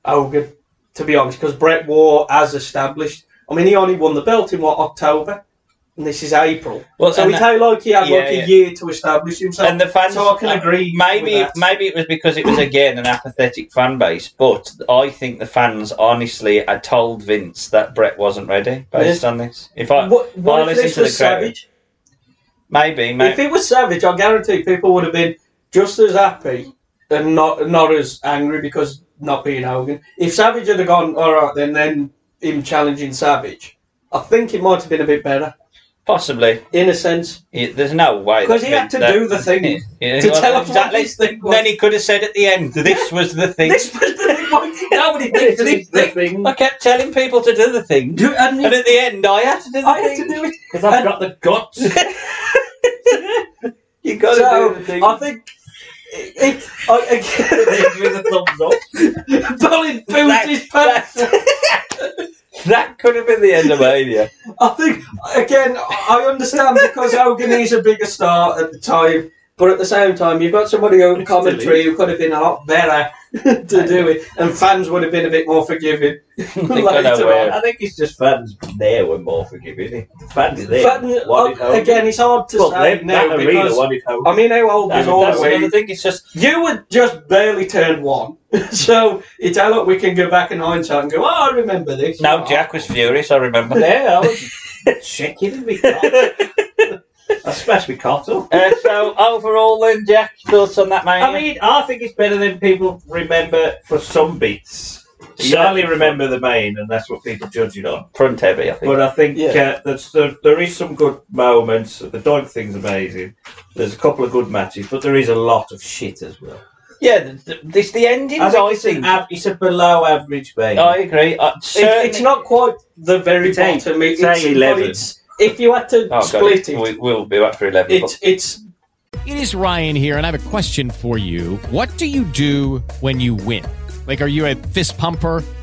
Speaker 2: Hogan, to be honest, because Brett War, as established, I mean, he only won the belt in what October, and this is April.
Speaker 1: Well,
Speaker 2: so
Speaker 1: and
Speaker 2: we
Speaker 1: that-
Speaker 2: take like he had like
Speaker 1: Yeah, yeah.
Speaker 2: a year to establish himself.
Speaker 1: and the fans. uh,
Speaker 2: so I can agree.
Speaker 1: Maybe
Speaker 2: with that.
Speaker 1: maybe it was because it was again an apathetic fan base, but I think the fans honestly had told Vince that Brett wasn't ready based
Speaker 2: Yeah.
Speaker 1: on this. If I,
Speaker 2: What-
Speaker 1: if
Speaker 2: what
Speaker 1: I
Speaker 2: if
Speaker 1: listen
Speaker 2: this
Speaker 1: to the
Speaker 2: was
Speaker 1: crowd, maybe maybe
Speaker 2: If it was Savage, I guarantee people would have been just as happy and not not as angry because not being Hogan. If Savage had have gone, all right, then then him challenging Savage, I think it might have been a bit better.
Speaker 1: Possibly,
Speaker 2: in a sense,
Speaker 1: it- there's no way
Speaker 2: because
Speaker 1: that
Speaker 2: he had
Speaker 1: Vince-
Speaker 2: to
Speaker 1: that-
Speaker 2: do the thing
Speaker 1: Yeah,
Speaker 2: to
Speaker 1: well,
Speaker 2: tell us what
Speaker 1: exactly.
Speaker 2: his thing was.
Speaker 1: Then he could have said at the end, "This was the thing."
Speaker 2: This was the thing. Nobody
Speaker 1: did this thing. I kept telling people to do the thing, and, at the end, I had to do the
Speaker 2: I had
Speaker 1: thing
Speaker 2: to do it.
Speaker 1: because I've got the guts. you got to
Speaker 2: So,
Speaker 1: do the thing.
Speaker 2: I think. It, I,
Speaker 1: Give me the thumbs up.
Speaker 2: Colin boots his pants.
Speaker 1: That could have been the end of Mania.
Speaker 2: I think again, I understand because Hogan is a bigger star at the time, but at the same time, you've got somebody on commentary who could have been a lot better to do it, and fans would have been a bit more forgiving
Speaker 1: think I know
Speaker 2: later
Speaker 1: where-
Speaker 2: on.
Speaker 1: I think it's just fans there were more forgiving. eh? Fans there.
Speaker 2: Fans-
Speaker 1: wanted
Speaker 2: uh,
Speaker 1: Hogan.
Speaker 2: again, it's hard to
Speaker 1: Well,
Speaker 2: say
Speaker 1: that-
Speaker 2: now
Speaker 1: that arena
Speaker 2: because
Speaker 1: wanted Hogan.
Speaker 2: I mean, how old
Speaker 1: That-
Speaker 2: is all
Speaker 1: that's
Speaker 2: of
Speaker 1: another thing, It's just
Speaker 2: you were just barely turned one, so it's how like we can go back in hindsight and go, "Oh, I remember this."
Speaker 1: No, Jack was furious. I remember that.
Speaker 2: Yeah, I
Speaker 1: Checking me. I smashed me cough Uh, so overall, then Jack, thoughts on that, mate?
Speaker 18: I mean, I think it's better than people remember for some beats. You
Speaker 1: Yeah.
Speaker 18: only remember the main, and that's what people judge it on.
Speaker 1: front heavy, I think.
Speaker 18: But I think
Speaker 1: Yeah.
Speaker 18: uh, that's, there, there is some good moments. The dog thing's amazing. There's a couple of good matches, but there is a lot of shit as well.
Speaker 1: Yeah, th- th- this the ending.
Speaker 18: I
Speaker 1: I
Speaker 18: think
Speaker 1: think.
Speaker 18: it's, an av- it's a below average main.
Speaker 1: I agree. I,
Speaker 2: It, it's not quite the very
Speaker 18: It's eight.
Speaker 2: bottom. It,
Speaker 18: It's
Speaker 2: Uh, it's,
Speaker 18: eight,
Speaker 2: but
Speaker 18: 11.
Speaker 2: it's- if you had
Speaker 1: Oh,
Speaker 2: to
Speaker 15: God,
Speaker 2: split it,
Speaker 1: We, we'll be back for eleven.
Speaker 2: it's it's
Speaker 15: It is Ryan here, and I have a question for you. What do you do when you win? Like, are you a fist pumper?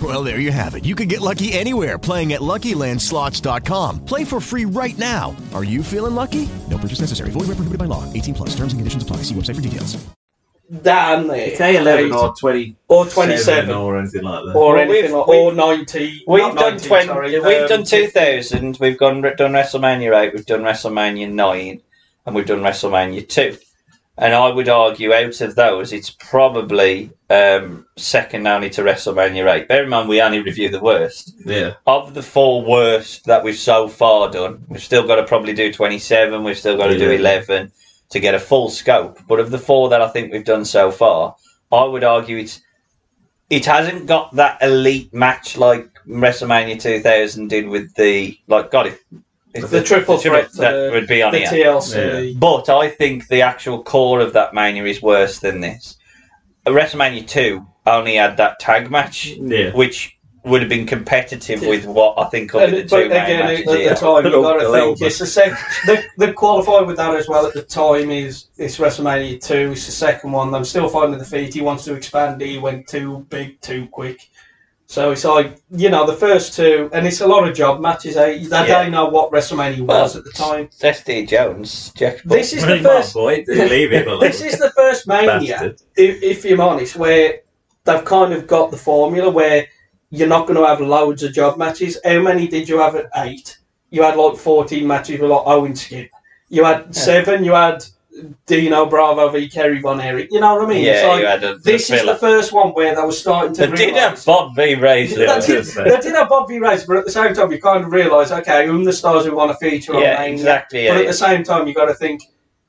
Speaker 4: Well, there you have it. You can get lucky anywhere playing at LuckyLandSlots.com. Play for free right now. Are you feeling lucky? No purchase necessary. Void where prohibited by law. 18 plus. Terms and conditions apply. See website for details.
Speaker 2: down there.
Speaker 18: It's A11 or 20.
Speaker 2: Or 27.
Speaker 18: Or anything like that.
Speaker 2: or
Speaker 1: Well,
Speaker 2: anything
Speaker 1: we've-
Speaker 2: like or ninety.
Speaker 1: We've
Speaker 2: not
Speaker 1: done
Speaker 2: 90,
Speaker 1: twenty.
Speaker 2: sorry,
Speaker 1: we've
Speaker 2: um,
Speaker 1: done two thousand. We've gone done WrestleMania eight. We've done WrestleMania nine, and we've done WrestleMania two. And I would argue, out of those, it's probably um, second only to WrestleMania eight. Bear in mind, we only review the worst.
Speaker 18: Yeah.
Speaker 1: Of the four worst that we've so far done, we've still got to probably do twenty-seven. We've still got to do
Speaker 18: Yeah.
Speaker 1: eleven to get a full scope. But of the four that I think we've done so far, I would argue it's it hasn't got that elite match like WrestleMania 2000 did with the like God if, if
Speaker 2: The triple threat,
Speaker 1: that
Speaker 2: uh,
Speaker 1: would be on
Speaker 2: the
Speaker 1: here.
Speaker 2: TLC.
Speaker 1: But I think the actual core of that Mania is worse than this. WrestleMania 2 only had that tag match,
Speaker 18: Yeah.
Speaker 1: which would have been competitive
Speaker 2: Yeah.
Speaker 1: with what I think will
Speaker 2: And-
Speaker 1: be the
Speaker 2: but
Speaker 1: two main
Speaker 2: again, at
Speaker 1: matches
Speaker 2: the
Speaker 1: here.
Speaker 2: time, you've got to think it's the second. They, they qualified with that as well. At the time, is it's WrestleMania two. It's the second one. I'm still finding the feet. He wants to expand. He went too big, too quick. So it's like you know the first two, and it's a lot of job matches. Eh? They
Speaker 1: Yeah.
Speaker 2: don't know what WrestleMania was at the time.
Speaker 1: SD Jones, Jack.
Speaker 2: This is the first. this is the first mania,
Speaker 1: Bastard.
Speaker 2: if, if you're honest, where they've kind of got the formula where you're not going to have loads of job matches. How many did you have at eight? you had like 14 matches with like Owen Skip. You had seven. You had Dino Bravo v Kerry Von Erich. You know what I mean?
Speaker 1: Yeah,
Speaker 2: it's like,
Speaker 1: you had a-
Speaker 2: this
Speaker 1: the
Speaker 2: is the
Speaker 1: filler.
Speaker 2: first one where they were starting to.
Speaker 1: They did
Speaker 2: realise-
Speaker 1: have Bob v. Razor.
Speaker 2: They did, they did have Bob v Razor, but at the same time, you kind of realise, okay, who are the stars we want to feature on
Speaker 1: Yeah,
Speaker 2: Mania?
Speaker 1: exactly, yeah,
Speaker 2: but at
Speaker 1: yeah.
Speaker 2: the same time, you got to think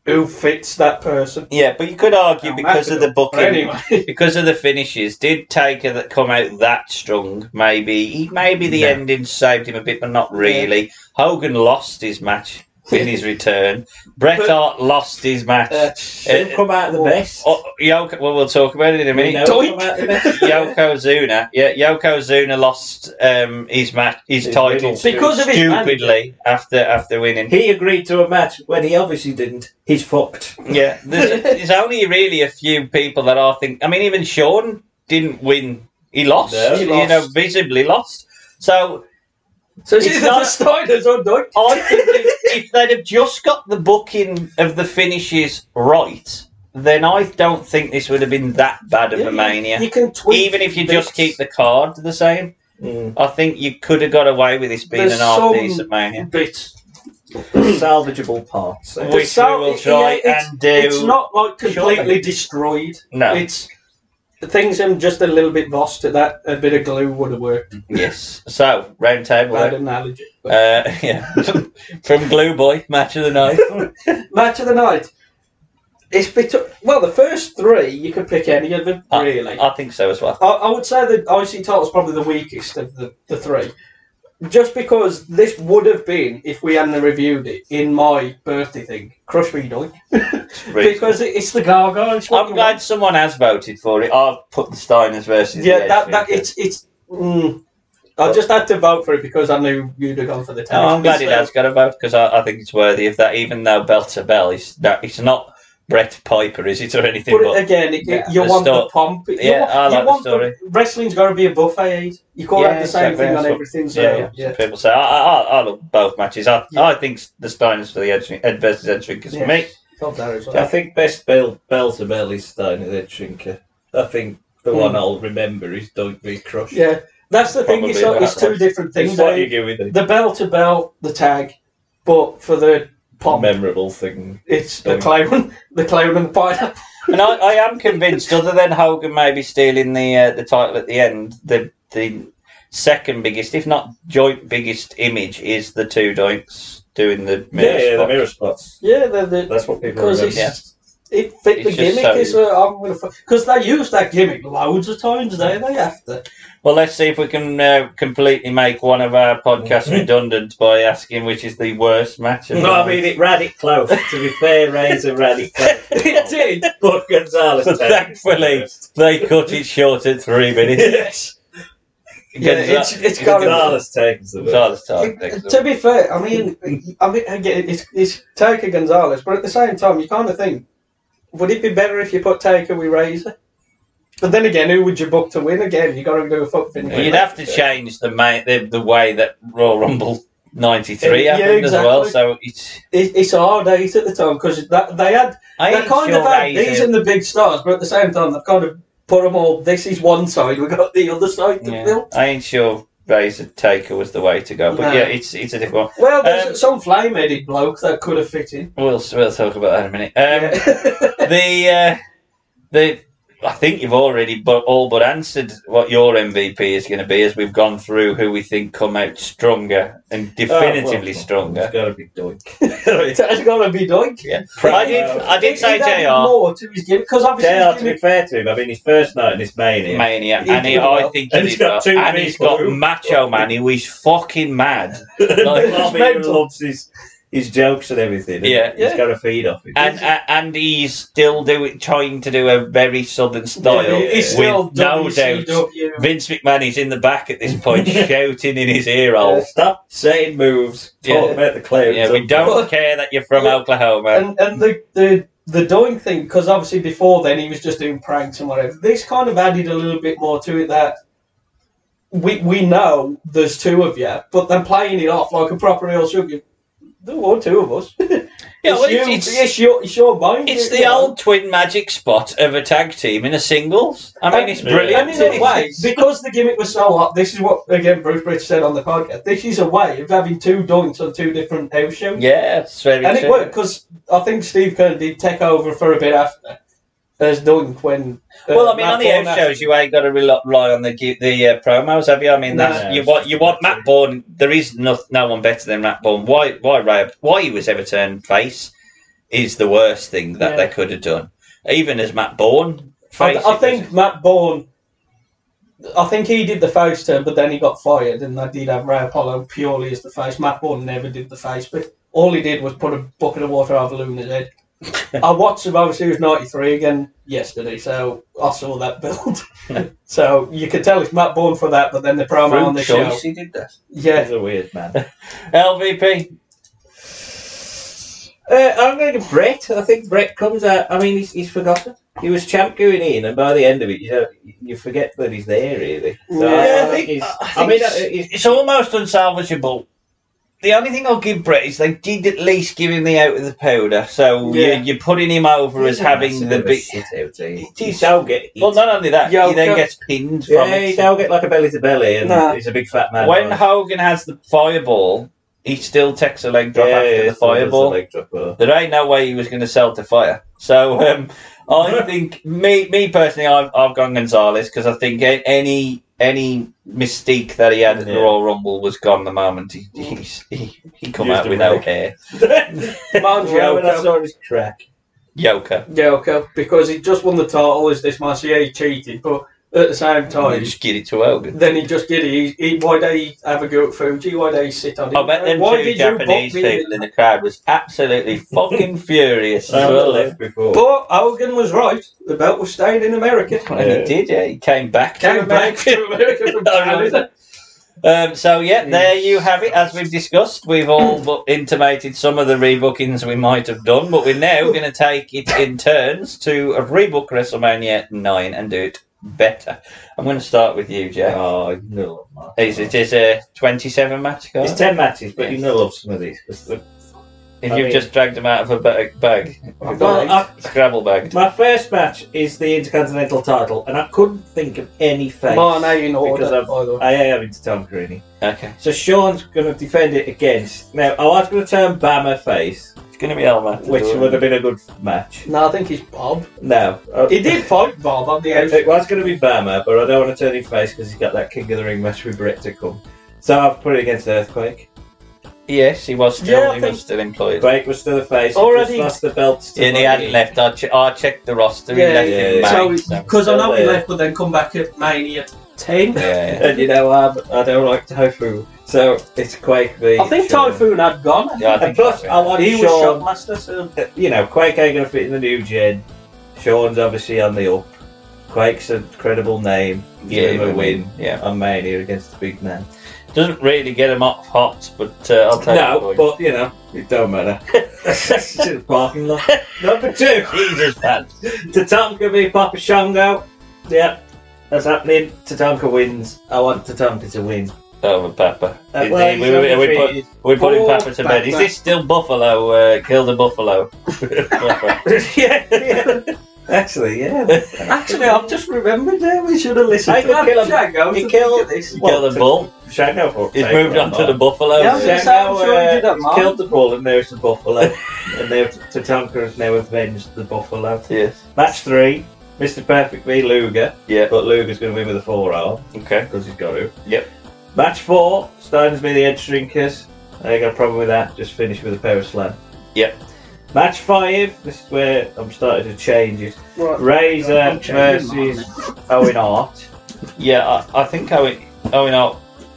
Speaker 2: who fits that person.
Speaker 1: Yeah, but you could argue because of the
Speaker 2: But
Speaker 1: booking, because of the finishes, did Taker that come out that strong? Maybe he- maybe the ending saved him a bit, but not really. Hogan lost his match in his return. Bret
Speaker 16: But-
Speaker 1: Hart lost his match.
Speaker 16: who Uh, come out the best?
Speaker 1: Oh, Yoko, well, we'll talk about it in a
Speaker 16: We
Speaker 1: minute.
Speaker 16: know who come out the best.
Speaker 1: Yokozuna, yeah, Yokozuna lost um, his match, his title
Speaker 16: Because of his
Speaker 1: stupidly after after winning.
Speaker 32: He agreed to a match when he obviously didn't. He's fucked.
Speaker 1: Yeah, there's, there's only really a few people that I think. I mean, even Sean didn't win. He lost.
Speaker 16: No.
Speaker 1: you
Speaker 16: He lost.
Speaker 1: know, visibly lost. So,
Speaker 2: so it's either the Steiners or Doug.
Speaker 1: I think if, if they'd have just got the booking of the finishes right, then I don't think this would have been that bad of a mania.
Speaker 2: you can tweak
Speaker 1: even if you
Speaker 2: bits.
Speaker 1: just keep the card the same. I think you could have got away with this being an
Speaker 2: There's
Speaker 1: half
Speaker 2: some
Speaker 1: decent mania.
Speaker 2: Bits.
Speaker 32: salvageable parts.
Speaker 1: Which we will try
Speaker 2: it's,
Speaker 1: and do.
Speaker 2: It's not like completely
Speaker 1: shortly.
Speaker 2: destroyed.
Speaker 1: No.
Speaker 2: it's the things I'm just a little bit lost at that. A bit of glue would have worked.
Speaker 1: Yes. So, round table. eh?
Speaker 2: Bad
Speaker 1: then.
Speaker 2: analogy.
Speaker 1: Uh, yeah. From Glue Boy, match of the night.
Speaker 2: Match of the night. It's between well, the first three you could pick any of them. Really,
Speaker 1: I think so as well.
Speaker 2: I, I would say that IC title's probably the weakest of the, the three. Just because this would have been, if we hadn't reviewed it, in my birthday thing, Crush Me Doink. because it, it's the gargoyle. It's what
Speaker 1: I'm
Speaker 2: you
Speaker 1: glad
Speaker 2: want.
Speaker 1: someone has voted for it. I've put the Steiners versus.
Speaker 2: Yeah,
Speaker 1: the Edge
Speaker 2: that,
Speaker 1: thing.
Speaker 2: that it's it's. Mm, I just had to vote for it because I knew you'd have gone for the
Speaker 1: No,
Speaker 2: tag.
Speaker 1: Oh, I'm glad it has got a vote because I, I think it's worthy of that. Even though Bell to Bell is that it's not Brett Piper, is it or anything?
Speaker 2: But again, it,
Speaker 1: Yeah.
Speaker 2: you
Speaker 1: The
Speaker 2: want
Speaker 1: sto-
Speaker 2: the pomp. You
Speaker 1: Yeah,
Speaker 2: want,
Speaker 1: I
Speaker 2: you
Speaker 1: like the
Speaker 2: want
Speaker 1: story.
Speaker 2: wrestling's got to be a buffet. You can't have the same
Speaker 1: exactly,
Speaker 2: thing
Speaker 1: that's
Speaker 2: on
Speaker 1: what-
Speaker 2: everything. So
Speaker 1: yeah, yeah.
Speaker 2: yeah.
Speaker 1: So people say I, I, I love both matches. I, I think the Steiners for the Edge, Ed versus Edge because
Speaker 2: Yeah.
Speaker 1: for me,
Speaker 2: God, that is
Speaker 32: I think best bell, bell to bell is Steiner than Trinker. I think the
Speaker 2: Hmm.
Speaker 32: one I'll remember is Don't Be Crushed.
Speaker 2: Yeah, that's the thing. It's, like,
Speaker 32: Probably
Speaker 2: it's two
Speaker 32: that.
Speaker 2: different things. eh?
Speaker 32: It's what
Speaker 2: They-
Speaker 32: you give with it.
Speaker 2: The bell to bell, the tag, but for the pop,
Speaker 32: memorable thing.
Speaker 2: it's the clown, the clown and the pineapple.
Speaker 1: and I, I am convinced, other than Hogan maybe stealing the uh, the title at the end, the the second biggest, if not joint biggest, image is the two doinks doing the mirror
Speaker 32: yeah, the
Speaker 1: spot.
Speaker 32: mirror spots.
Speaker 2: Yeah, the, the,
Speaker 32: that's what people
Speaker 2: because
Speaker 32: remember.
Speaker 2: it's it fit
Speaker 1: It's
Speaker 2: the
Speaker 1: just
Speaker 2: gimmick.
Speaker 1: so-
Speaker 2: Is uh, I'm gonna because they use that gimmick loads of times. They they after.
Speaker 1: Well, let's see if we can uh, completely make one of our podcasts redundant by asking which is the worst match. Of the
Speaker 32: Mm-hmm. No, I
Speaker 1: night.
Speaker 32: mean it ran it close. to be fair, Razor ran it close.
Speaker 2: it did.
Speaker 32: But Gonzalez
Speaker 1: But thankfully, they cut it short at three minutes.
Speaker 32: Yes.
Speaker 2: Yeah, it's- it's kind of-
Speaker 32: Gonzalez takes the
Speaker 1: Gonzalez
Speaker 32: takes
Speaker 2: To be fair, I mean, I mean, again, it's, it's Taker Gonzalez, but at the same time, you kind of think, would it be better if you put Taker with Razor? But then again, who would you book to win? Again, you got to do a foot finish.
Speaker 1: You'd have to change the, ma- the the way that Royal Rumble '93
Speaker 2: Yeah,
Speaker 1: happened as well.
Speaker 2: exactly.
Speaker 1: So it's
Speaker 2: It, it's hard days at the time because that they had
Speaker 1: I
Speaker 2: they
Speaker 1: ain't
Speaker 2: kind
Speaker 1: sure
Speaker 2: of had
Speaker 1: Razor-
Speaker 2: these and the big stars, but at the same time, they've kind of put them all. This is one side, we got the other side to
Speaker 1: yeah,
Speaker 2: fill.
Speaker 1: I ain't sure Razor Taker was the way to go, but
Speaker 2: No.
Speaker 1: yeah, it's it's a different one.
Speaker 2: Well, there's some flame-headed bloke that could have fit in.
Speaker 1: We'll we'll talk about that in a minute. Um, the uh, the I think you've already but all but answered what your MVP is going to be as we've gone through who we think come out stronger and
Speaker 32: Oh,
Speaker 1: definitively stronger. It's
Speaker 32: got to be Doink.
Speaker 2: it's got to be Doink.
Speaker 1: Yeah, I did. I did say Jr.
Speaker 2: more to his gimmick because obviously his
Speaker 32: JR, to be
Speaker 2: gimmick-
Speaker 32: fair to him, I mean, his first night in this mania.
Speaker 1: Mania, and he, I think he
Speaker 32: and he's
Speaker 1: did
Speaker 32: got
Speaker 1: well.
Speaker 32: two
Speaker 1: and he's got Macho Man who is fucking mad. Like-
Speaker 32: Bobby who loves his, his jokes and everything.
Speaker 1: Yeah.
Speaker 32: He's got to feed off it.
Speaker 1: and a- and he's still doing trying to do a very southern style
Speaker 32: Yeah, he's still
Speaker 1: with no doubt.
Speaker 32: WCW.
Speaker 1: Vince McMahon is in the back at this point, shouting in his ear hole.
Speaker 32: Stop saying moves. Talk about the clouds.
Speaker 1: Yeah, we don't care that you're from Oklahoma.
Speaker 2: and, and the, the the Doink thing because obviously before then he was just doing pranks and whatever. This kind of added a little bit more to it that we we know there's two of you, but then playing it off like a proper real sugar There were two of us.
Speaker 1: Yeah, well, it's,
Speaker 2: It's you.
Speaker 1: it's,
Speaker 2: It's your, it's your mind.
Speaker 1: It's
Speaker 2: You
Speaker 1: the
Speaker 2: know.
Speaker 1: old twin magic spot of a tag team in a singles. I mean, it's
Speaker 2: I
Speaker 1: brilliant.
Speaker 2: mean, in a way, because the gimmick was so hot, this is what, again, Bruce Bridge said on the podcast. This is a way of having two dunks on two different house shows.
Speaker 1: Yeah, it's very
Speaker 2: and it
Speaker 1: true.
Speaker 2: worked because I think Steve Kerr did take over for a bit after as Dunk when. uh,
Speaker 1: Well, I mean,
Speaker 2: Matt
Speaker 1: on the
Speaker 2: Bourne
Speaker 1: house shows, you ain't got to rely on the gi- the uh, promos, have you? I mean,
Speaker 2: No.
Speaker 1: that's, you want you want Matt Bourne. There is no, no one better than Matt Bourne. Why why Ray, why he was ever turned face is the worst thing that they could have done. Even as Matt Bourne,
Speaker 2: I,
Speaker 1: face,
Speaker 2: I think Matt Bourne. I think he did the face turn, but then he got fired, and they did have Ray Apollo purely as the face. Matt Bourne never did the face, but all he did was put a bucket of water over Luna's head. I watched him, obviously, he was 93 again yesterday, so I saw that build. so you could tell it's Matt Bourne for that, but then the promo
Speaker 1: Rude
Speaker 2: on the show.
Speaker 1: choice he did that.
Speaker 2: Yeah.
Speaker 1: He's a weird man. LVP.
Speaker 28: Uh, I'm going to Brett. I think Brett comes out. I mean, he's, he's forgotten. He was champ going in, and by the end of it, you don't, you forget that he's there. Really. So
Speaker 1: Yeah,
Speaker 28: I,
Speaker 1: I think-
Speaker 28: he's,
Speaker 1: I
Speaker 28: I
Speaker 1: mean,
Speaker 28: mean, uh,
Speaker 1: it's, it's almost unsalvageable. The only thing I'll give Brett is they did at least give him the out of the powder, so
Speaker 28: Yeah.
Speaker 1: you, you're putting him over as
Speaker 28: He's a
Speaker 1: having
Speaker 28: massive
Speaker 1: the
Speaker 28: bit of a
Speaker 1: big.
Speaker 28: he shall get.
Speaker 1: Well, not only that,
Speaker 28: Yo,
Speaker 1: he then
Speaker 28: go-
Speaker 1: gets pinned
Speaker 28: Yeah,
Speaker 1: from it.
Speaker 28: he shall get like a belly to belly, and
Speaker 1: Nah.
Speaker 28: he's a big fat man.
Speaker 1: when Hogan has the fireball, he still takes a leg drop
Speaker 28: Yeah,
Speaker 1: after
Speaker 28: he
Speaker 1: the
Speaker 28: still does the
Speaker 1: fireball.
Speaker 28: leg drop, uh.
Speaker 1: There ain't no way he was going to sell to fire. So um, I think me, me personally, I've, I've gone Gonzalez because I think a- any any mystique that he had at the Royal Rumble was gone the moment he he's, he, he come
Speaker 28: Used
Speaker 1: out
Speaker 28: him
Speaker 1: with no
Speaker 28: right.
Speaker 1: hair.
Speaker 2: Mind
Speaker 28: Well, when I
Speaker 2: Yoko.
Speaker 28: saw his crack.
Speaker 1: Yoko.
Speaker 2: Yoko, because he just won the title as this match. Yeah, he cheated, but at the same
Speaker 1: You
Speaker 2: time,
Speaker 1: just get it to Hogan.
Speaker 2: Then he just did it. He, he, why did he have a go at Fuji? Why did he sit on it?
Speaker 1: I bet them
Speaker 2: Oh, why
Speaker 1: Oh, two
Speaker 2: did
Speaker 1: Japanese
Speaker 2: you book me?
Speaker 1: people in the crowd was absolutely fucking furious. as
Speaker 2: I haven't
Speaker 1: well.
Speaker 2: left But Hogan was right. The belt was staying in America.
Speaker 1: And he did, yeah. He came back.
Speaker 2: Came back to America from Canada.
Speaker 1: Um, so yeah, there you have it. As we've discussed, we've all but intimated some of the rebookings we might have done, but we're now going to take it in turns to rebook WrestleMania nine and do it better. I'm going to start with you, Jack. Oh no, is it is a 27 match? Card?
Speaker 28: It's 10 matches, but you're going to love some of these. 'cause the-
Speaker 1: If
Speaker 28: I
Speaker 1: you've
Speaker 28: mean-
Speaker 1: just dragged them out of a bag, bag
Speaker 28: Well, I-
Speaker 1: Scrabble bag.
Speaker 28: My first match is the Intercontinental title, and I couldn't think of any face.
Speaker 2: Mine ain't in order,
Speaker 28: because
Speaker 2: by the way.
Speaker 28: I'm, I uh, am into Tom Greeny.
Speaker 1: Okay.
Speaker 28: So Sean's going to defend it against. Now, I was going to turn Bama face. It's
Speaker 1: going to be Elmer.
Speaker 28: Which
Speaker 2: do it.
Speaker 28: would have been a good match.
Speaker 2: No, I think he's Bob.
Speaker 28: No.
Speaker 2: He did fight Bob on the
Speaker 28: oh, It was going to be Bama, but I don't want to turn him face because he's got that King of the Ring match with Brett to come. So I've put it against Earthquake.
Speaker 1: Yes, he was still
Speaker 28: Yeah, I
Speaker 1: he
Speaker 28: think-
Speaker 1: was still employed.
Speaker 28: Earthquake was still the face. he
Speaker 2: Already-
Speaker 28: just lost the belt. To
Speaker 1: And he
Speaker 28: Roddy.
Speaker 1: hadn't left. I, che- I checked the roster. he left in May,
Speaker 2: so because I know he
Speaker 28: Yeah.
Speaker 2: left, but then come back at Mania ten.
Speaker 28: and you know I'm, I don't like tofu, so it's Quake v.
Speaker 2: I think Typhoon had gone.
Speaker 28: Yeah, I think
Speaker 2: and plus,
Speaker 28: so,
Speaker 2: I want
Speaker 28: He was
Speaker 2: Sean. so
Speaker 28: Uh, you know, Quake ain't going to fit in the new gen. Sean's obviously on the up. Quake's a credible name.
Speaker 1: Yeah,
Speaker 28: Give him a
Speaker 1: he
Speaker 28: win
Speaker 1: would, yeah.
Speaker 28: on Mania against the big man.
Speaker 1: Doesn't really get him up hot, but uh, I'll take
Speaker 28: No,
Speaker 1: it.
Speaker 28: but you know, it don't matter. it's in the parking lot. Number two.
Speaker 1: Jesus, man.
Speaker 28: Tatanka v Papa Shango. Yeah, that's happening. Tatanka wins. I want Tatanka to win.
Speaker 1: Over Papa.
Speaker 28: Uh,
Speaker 1: Is
Speaker 28: well,
Speaker 1: he-
Speaker 28: he's
Speaker 1: we, we, we,
Speaker 28: underrated.
Speaker 1: put, we put him
Speaker 28: Poor
Speaker 1: Papa to bed. Is
Speaker 28: Papa.
Speaker 1: this still Buffalo? Uh, kill the Buffalo. Papa.
Speaker 28: Actually, yeah.
Speaker 2: Actually, I've just remembered now. We should have listened.
Speaker 28: I
Speaker 2: to
Speaker 28: could
Speaker 2: that.
Speaker 28: kill him.
Speaker 2: Shango
Speaker 28: He
Speaker 2: to
Speaker 28: killed-
Speaker 2: think of this.
Speaker 1: He killed the bull.
Speaker 28: Shango.
Speaker 1: He's moved on to the Buffalo.
Speaker 2: Yeah, I was gonna say, I'm sure
Speaker 1: uh,
Speaker 2: he did that, Mark.
Speaker 28: killed the bull, and there's the buffalo. and there, Tatanka has now avenged the buffalo.
Speaker 1: Yes.
Speaker 28: Match three. Mr. Perfect v Luger.
Speaker 1: Yeah.
Speaker 28: But Luger's going to win with a forearm.
Speaker 1: Okay.
Speaker 28: Because he's got to.
Speaker 1: Yep.
Speaker 28: Match four. Stones v the Edge Shrinkers. I ain't got a problem with that. Just finish with a power slam.
Speaker 1: Yep.
Speaker 28: Match five. This is where I'm starting to change it.
Speaker 1: Right.
Speaker 28: Razor
Speaker 1: I'm changing
Speaker 28: versus Owen Hart.
Speaker 1: Yeah, I, I think Owen, Owen Hart.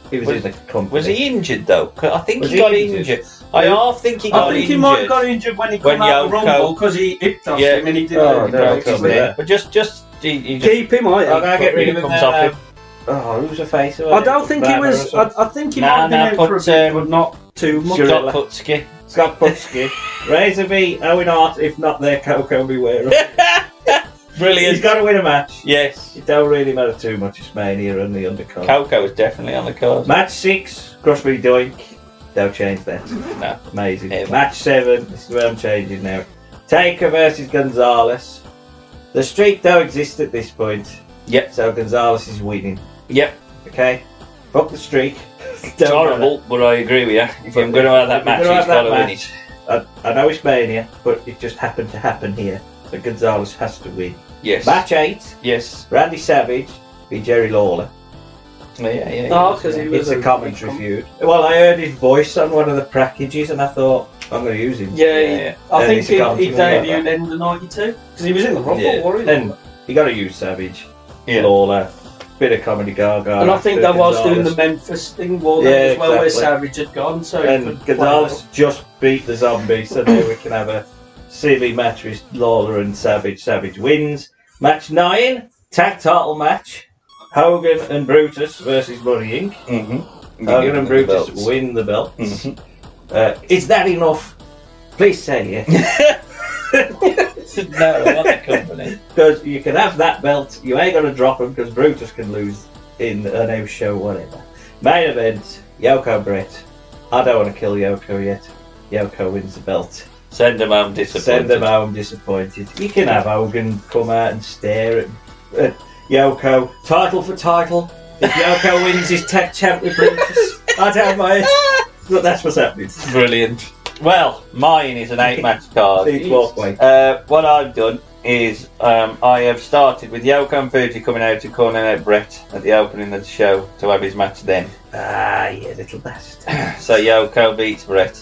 Speaker 28: He was, in the company.
Speaker 1: Was he injured, though? 'Cause I think
Speaker 28: Was
Speaker 1: he,
Speaker 28: he
Speaker 1: got
Speaker 28: injured?
Speaker 1: injured. I half think he got
Speaker 2: I think
Speaker 1: injured.
Speaker 2: he might have got injured when he came
Speaker 1: When
Speaker 2: out of the
Speaker 1: Yoko-
Speaker 2: Rumble because he hit us
Speaker 1: Yeah.
Speaker 2: him and he did
Speaker 1: Oh, no,
Speaker 2: a break,
Speaker 1: come
Speaker 2: didn't he?
Speaker 1: there. But just, just, he, he just
Speaker 2: Keep him, I
Speaker 28: I'm gonna
Speaker 2: think.
Speaker 28: get rid
Speaker 1: He
Speaker 28: of him.
Speaker 1: comes off
Speaker 28: Then,
Speaker 1: it.
Speaker 28: oh, who's a face?
Speaker 2: I don't think he was. I, I think he
Speaker 28: Nah,
Speaker 2: might have been
Speaker 28: nah,
Speaker 2: out
Speaker 28: put,
Speaker 2: for a bit, but not too much.
Speaker 28: Scott
Speaker 1: Putski.
Speaker 28: Scott Putski. Razor V. Owen Hart. If not there, Coco Beware.
Speaker 1: Brilliant.
Speaker 28: He's got to win a match.
Speaker 1: Yes.
Speaker 28: It don't really matter too much. It's Mania and the undercard.
Speaker 1: Coco was definitely on the card.
Speaker 28: Match six. Crosby Doink.
Speaker 7: No change there. No. Amazing. Match seven. This is where I'm changing now. Taker versus Gonzalez. The streak though exists at this point. Yep. So Gonzalez is winning. Yep. Okay. Fuck the streak.
Speaker 1: It's horrible, but I agree with you. If I'm going to have that
Speaker 7: If you're
Speaker 1: match, he's
Speaker 7: gonna have
Speaker 1: got
Speaker 7: that
Speaker 1: to win
Speaker 7: match,
Speaker 1: it.
Speaker 7: I, I know it's Mania, but it just happened to happen here. So Gonzalez has to win.
Speaker 1: Yes.
Speaker 7: Match eight.
Speaker 1: Yes.
Speaker 7: Randy Savage v Jerry Lawler.
Speaker 1: Yeah, yeah, yeah.
Speaker 7: Oh, because he was it's a commentary feud. Well, I heard his voice on one of the packages, and I thought I'm going to use him.
Speaker 2: Yeah, he- I
Speaker 7: And
Speaker 2: think
Speaker 7: it's a
Speaker 2: he,
Speaker 7: commentary
Speaker 2: he
Speaker 7: about
Speaker 2: debuted
Speaker 7: that.
Speaker 2: in the 92 because he was in the Rumble,
Speaker 7: Yeah.
Speaker 2: wasn't he?
Speaker 7: Then you got to use Savage, Lawler, bit of comedy Gaga,
Speaker 2: and I think
Speaker 7: bit
Speaker 2: that
Speaker 7: of
Speaker 2: was doing
Speaker 7: Gonzalez.
Speaker 2: the Memphis thing, wasn't
Speaker 7: Yeah,
Speaker 2: it, as well,
Speaker 7: exactly.
Speaker 2: where Savage had gone. So he could
Speaker 7: and
Speaker 2: play
Speaker 7: Gonzalez
Speaker 2: well.
Speaker 7: just beat the zombie, so now we can have a silly match with Lawler and Savage. Savage wins. Match nine, tag title match. Hogan and Brutus versus Money Inc. Mm-hmm. Hogan and
Speaker 1: Give them the
Speaker 7: Brutus
Speaker 1: belts. Mm-hmm.
Speaker 7: win the belts. Uh, is that enough? Please say yes. no, I want the company. Because you can have that belt, you ain't going to drop them because Brutus can lose in an house show, whatever. Main event Yoko Brett. I don't want to kill Yoko yet. Yoko wins the belt.
Speaker 1: Send him home disappointed.
Speaker 7: Send them home disappointed. You can have Hogan come out and stare at, at Yoko, title for title. If Yoko wins his tech champ with Brutus, I'd have my. But that's what's happening.
Speaker 1: Brilliant. Well, mine is an eight-match card.
Speaker 7: Please walk away.
Speaker 1: Uh, what I've done is um, I have started with Yoko and Fuji coming out to calling out Brett at the opening of the show to have his match then.
Speaker 7: Ah, you little bastard.
Speaker 1: So Yoko beats Brett.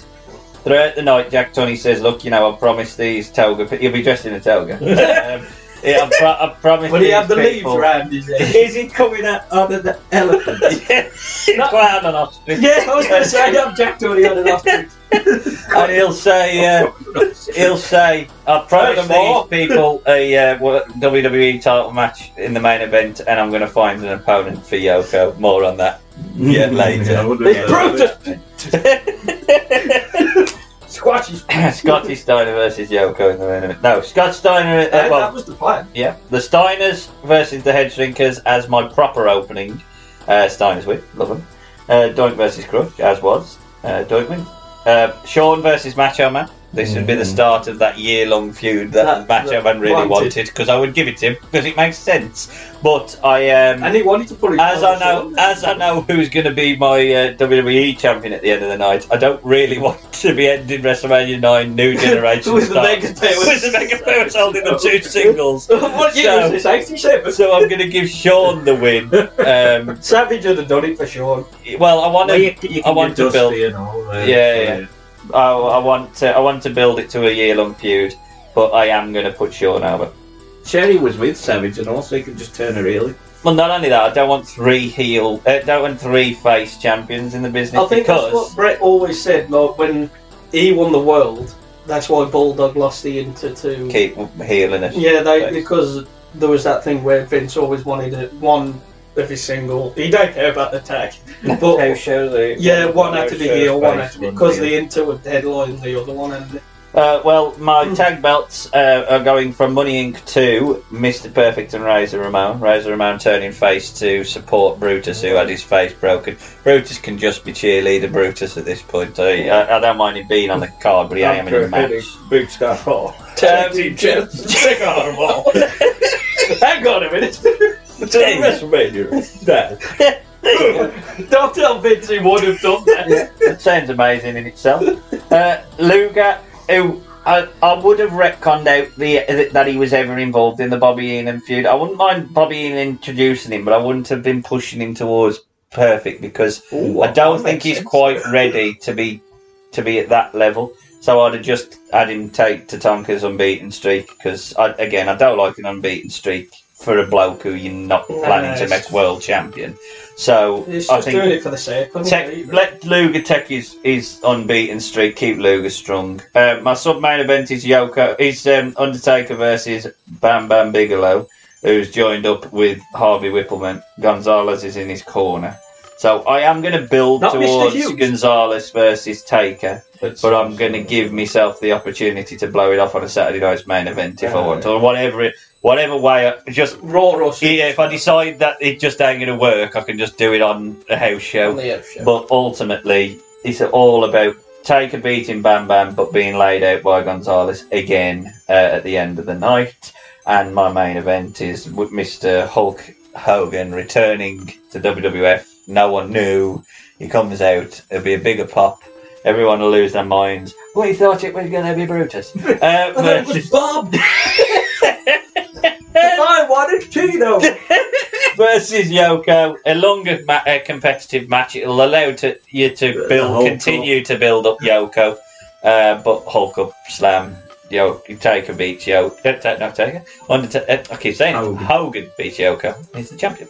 Speaker 1: Throughout the night, Jack Tunney says, "Look, you know, I promised these toga. You'll be dressed in a toga. um, yeah, I, pro- I promised.
Speaker 2: Will he have the
Speaker 1: leaves
Speaker 2: leaves round his head?
Speaker 7: Is he coming out on an elephant?
Speaker 1: Clown on ostrich.
Speaker 2: Yeah, I was going to say, I'm Jack Doherty on an ostrich.
Speaker 1: and he'll say, uh, he'll say, I promised
Speaker 2: Furthermore-
Speaker 1: these people a uh, wo- WWE title match in the main event, and I'm going to find an opponent for Yoko. More on that yeah, later.
Speaker 2: It's Brutus! Squashy.
Speaker 1: Scotty Steiner versus Yoko in the main event. No, Scott Steiner. Uh,
Speaker 2: That,
Speaker 1: well,
Speaker 2: that was the plan.
Speaker 1: yeah, the Steiners versus the Head Shrinkers as my proper opening. Uh, Steiners win, love them. Uh, Doink versus Crutch, as was. Uh, Doink win. Uh, Sean versus Macho Man. This would be the start of that year long feud that, Macho Man really
Speaker 7: wanted.
Speaker 1: wanted because I would give it to him because it makes sense. But I um,
Speaker 2: and he wanted to put it
Speaker 1: as I know as I know who's going to be my uh, WWE champion at the end of the night. I don't really want to be ending WrestleMania nine New Generation
Speaker 2: With the
Speaker 1: style.
Speaker 2: Mega Powers.
Speaker 1: with the Mega Powers holding the two singles.
Speaker 2: What year
Speaker 1: So-
Speaker 2: was this? 87?
Speaker 1: so I'm going to give Sean the win. Um,
Speaker 2: Savage would have done it for Sean.
Speaker 1: well, I want
Speaker 2: Well, you
Speaker 1: to.
Speaker 2: can- you
Speaker 1: I
Speaker 2: can
Speaker 1: want
Speaker 2: do
Speaker 1: to build.
Speaker 2: Dusty
Speaker 1: Yeah,
Speaker 2: and all that.
Speaker 1: yeah. I, I want to. I want to build it to a year-long feud, but I am going to put Sean over.
Speaker 7: Cherry was with Savage, and also he can just turn her heel.
Speaker 1: Well, not only that, I don't want three heel. Uh, don't want three face champions in the business
Speaker 2: I think that's
Speaker 1: because
Speaker 2: what Brett always said like, when he won the world. That's why Bulldog lost the Inter to.
Speaker 1: keep healing it.
Speaker 2: Yeah, they, because there was that thing where Vince always wanted it, one of his single. He don't care about the tag. But yeah, one had to be heel, one had to be because the Inter would headline the other one, and
Speaker 1: Uh, well, my tag belts uh, are going from Money Inc. to Mr. Perfect and Razor Ramon. Razor Ramon turning face to support Brutus, who had his face broken. Brutus can just be cheerleader Brutus at this point. I, I, I don't mind him being on the card, but he ain't having a match.
Speaker 7: Boots got four.
Speaker 2: Tag team champs, check on them all. Hang on a minute.
Speaker 7: WrestleMania. That.
Speaker 2: Don't tell Vince he would have done that.
Speaker 1: It sounds amazing in itself. Uh, Luger, who I, I would have retconned out the, that he was ever involved in the Bobby Heenan feud. I wouldn't mind Bobby Heenan introducing him, but I wouldn't have been pushing him towards perfect because I don't think he's quite ready to be to be at that level. So I'd have just had him take Tatanka's unbeaten streak because I, again I don't like an unbeaten streak for a bloke who you're not
Speaker 2: No,
Speaker 1: planning to
Speaker 2: it's-
Speaker 1: make world champion. So
Speaker 2: He's
Speaker 1: I
Speaker 2: just
Speaker 1: think
Speaker 2: doing it for the sake of it.
Speaker 1: Tech, let Luger take his, his unbeaten streak. Keep Luger strong. Uh, my sub main event is Yoko. Is um, Undertaker versus Bam Bam Bigelow, who's joined up with Harvey Whippleman. Gonzalez is in his corner. So I am going to build
Speaker 2: Not Mr.
Speaker 1: towards
Speaker 2: Hughes.
Speaker 1: Gonzalez versus Taker, but I'm going to give myself the opportunity to blow it off on a Saturday night's main event if I
Speaker 7: Yeah.
Speaker 1: want, or whatever it, whatever way. I, just
Speaker 2: raw or
Speaker 1: yeah. If I decide that it just ain't going to work, I can just do it on a house show.
Speaker 2: On the house show.
Speaker 1: But ultimately, it's all about take a beating, Bam Bam, but being laid out by Gonzalez again uh, at the end of the night. And my main event is with Mr. Hulk Hogan returning to WWF. No one knew. He comes out. It'll be a bigger pop. Everyone will lose their minds. We thought it was going to be Brutus. Uh,
Speaker 7: it was Bob. I wanted Tito.
Speaker 1: versus Yoko, a longer ma- uh, competitive match. It'll allow to, you to build,
Speaker 7: Hulk
Speaker 1: continue to build up Yoko, uh, but Hulk up slam. Yo, Taker beats Yoko. Uh, ta- no, Taker. Undertaker. Uh, I keep saying it. Hogan. beats Yoko. He's the champion.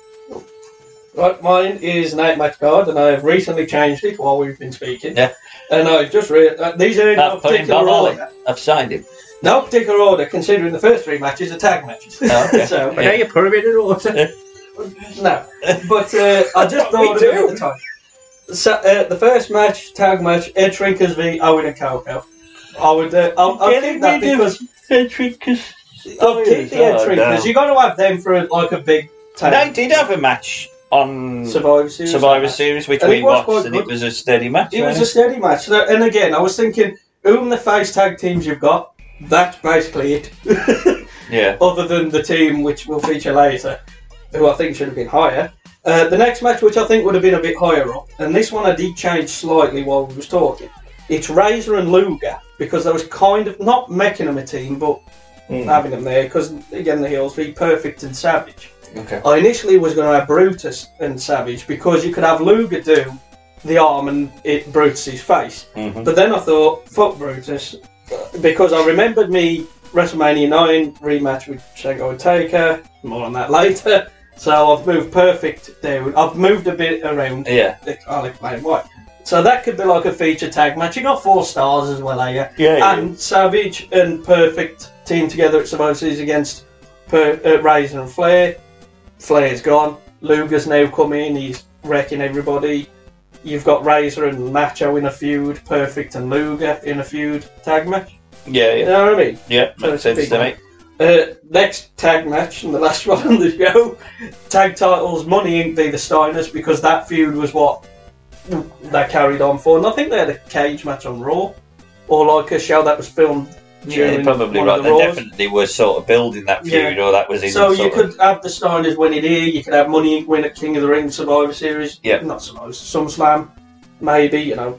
Speaker 2: Right, mine is an eight match card, and I have recently changed it while we've been speaking.
Speaker 1: Yeah.
Speaker 2: And I've just read uh, these are in no
Speaker 1: I've put him Bob
Speaker 2: particular
Speaker 1: Holly.
Speaker 2: order.
Speaker 1: I've signed him.
Speaker 2: No particular order, considering the first three matches are tag matches.
Speaker 1: Oh, Okay.
Speaker 2: so,
Speaker 1: But now you
Speaker 2: put them in an order. no, but uh, I just thought of it at the time. So, uh, the first match, tag match, Ed Shrinkers v Owen and Coco. I would, uh, I'll, I'll
Speaker 7: Getting
Speaker 2: keep that
Speaker 7: rid of
Speaker 2: because
Speaker 1: Ed Shrinkers.
Speaker 2: I'll keep the Ed
Speaker 1: Oh, no.
Speaker 2: Shrinkers. You got to have them for like a big. Tag.
Speaker 1: They did have a match on
Speaker 2: Survivor Series,
Speaker 1: Survivor Series which
Speaker 2: And
Speaker 1: we
Speaker 2: it was
Speaker 1: watched,
Speaker 2: quite
Speaker 1: and it
Speaker 2: good.
Speaker 1: was a steady match.
Speaker 2: It was
Speaker 1: wasn't
Speaker 2: a steady match. So- And again, I was thinking, whom the face tag teams you've got, that's basically it.
Speaker 1: Yeah.
Speaker 2: Other than the team which we'll feature later, who I think should have been higher. Uh, the next match, which I think would have been a bit higher up, and this one I did change slightly while we was talking. It's Razor and Luger because I was kind of not making them a team, but
Speaker 1: Mm.
Speaker 2: having them there because again the heels be perfect and savage.
Speaker 1: Okay.
Speaker 2: I initially was going to have Brutus and Savage because you could have Luger do the arm and it Brutus's face.
Speaker 1: Mhm.
Speaker 2: But then I thought, fuck Brutus, because I remembered me WrestleMania 9 rematch with Shango and Taker. More on that later. So I've moved perfect down. I've moved a bit around.
Speaker 1: Yeah.
Speaker 2: I'll explain why. So that could be like a feature tag match. You got four stars as well, are you?
Speaker 1: Yeah, yeah.
Speaker 2: And Savage and Perfect team together at Survivor Series against per- uh, Razor and Flair. Flair's gone. Luger's now come in. He's wrecking everybody. You've got Razor and Macho in a feud. Perfect and Luger in a feud tag match.
Speaker 1: Yeah, yeah.
Speaker 2: You know what I mean?
Speaker 1: Yeah,
Speaker 2: So
Speaker 1: makes
Speaker 2: it's a
Speaker 1: sense
Speaker 2: big
Speaker 1: to
Speaker 2: one.
Speaker 1: me.
Speaker 2: Uh, next tag match and the last one on the show. Tag titles Money Inc. v the Steiners because that feud was what they carried on for. And I think they had a cage match on Raw or like a show that was filmed
Speaker 1: Yeah,
Speaker 2: during
Speaker 1: you're probably
Speaker 2: one
Speaker 1: right.
Speaker 2: of the
Speaker 1: They
Speaker 2: Raws.
Speaker 1: definitely were sort of building that feud, or that was in
Speaker 2: so you
Speaker 1: sort
Speaker 2: could
Speaker 1: of,
Speaker 2: have the Steiners win it here. You could have Money Inc. win at King of the Ring Survivor Series.
Speaker 1: Yeah.
Speaker 2: not Survivor SummerSlam. Maybe you know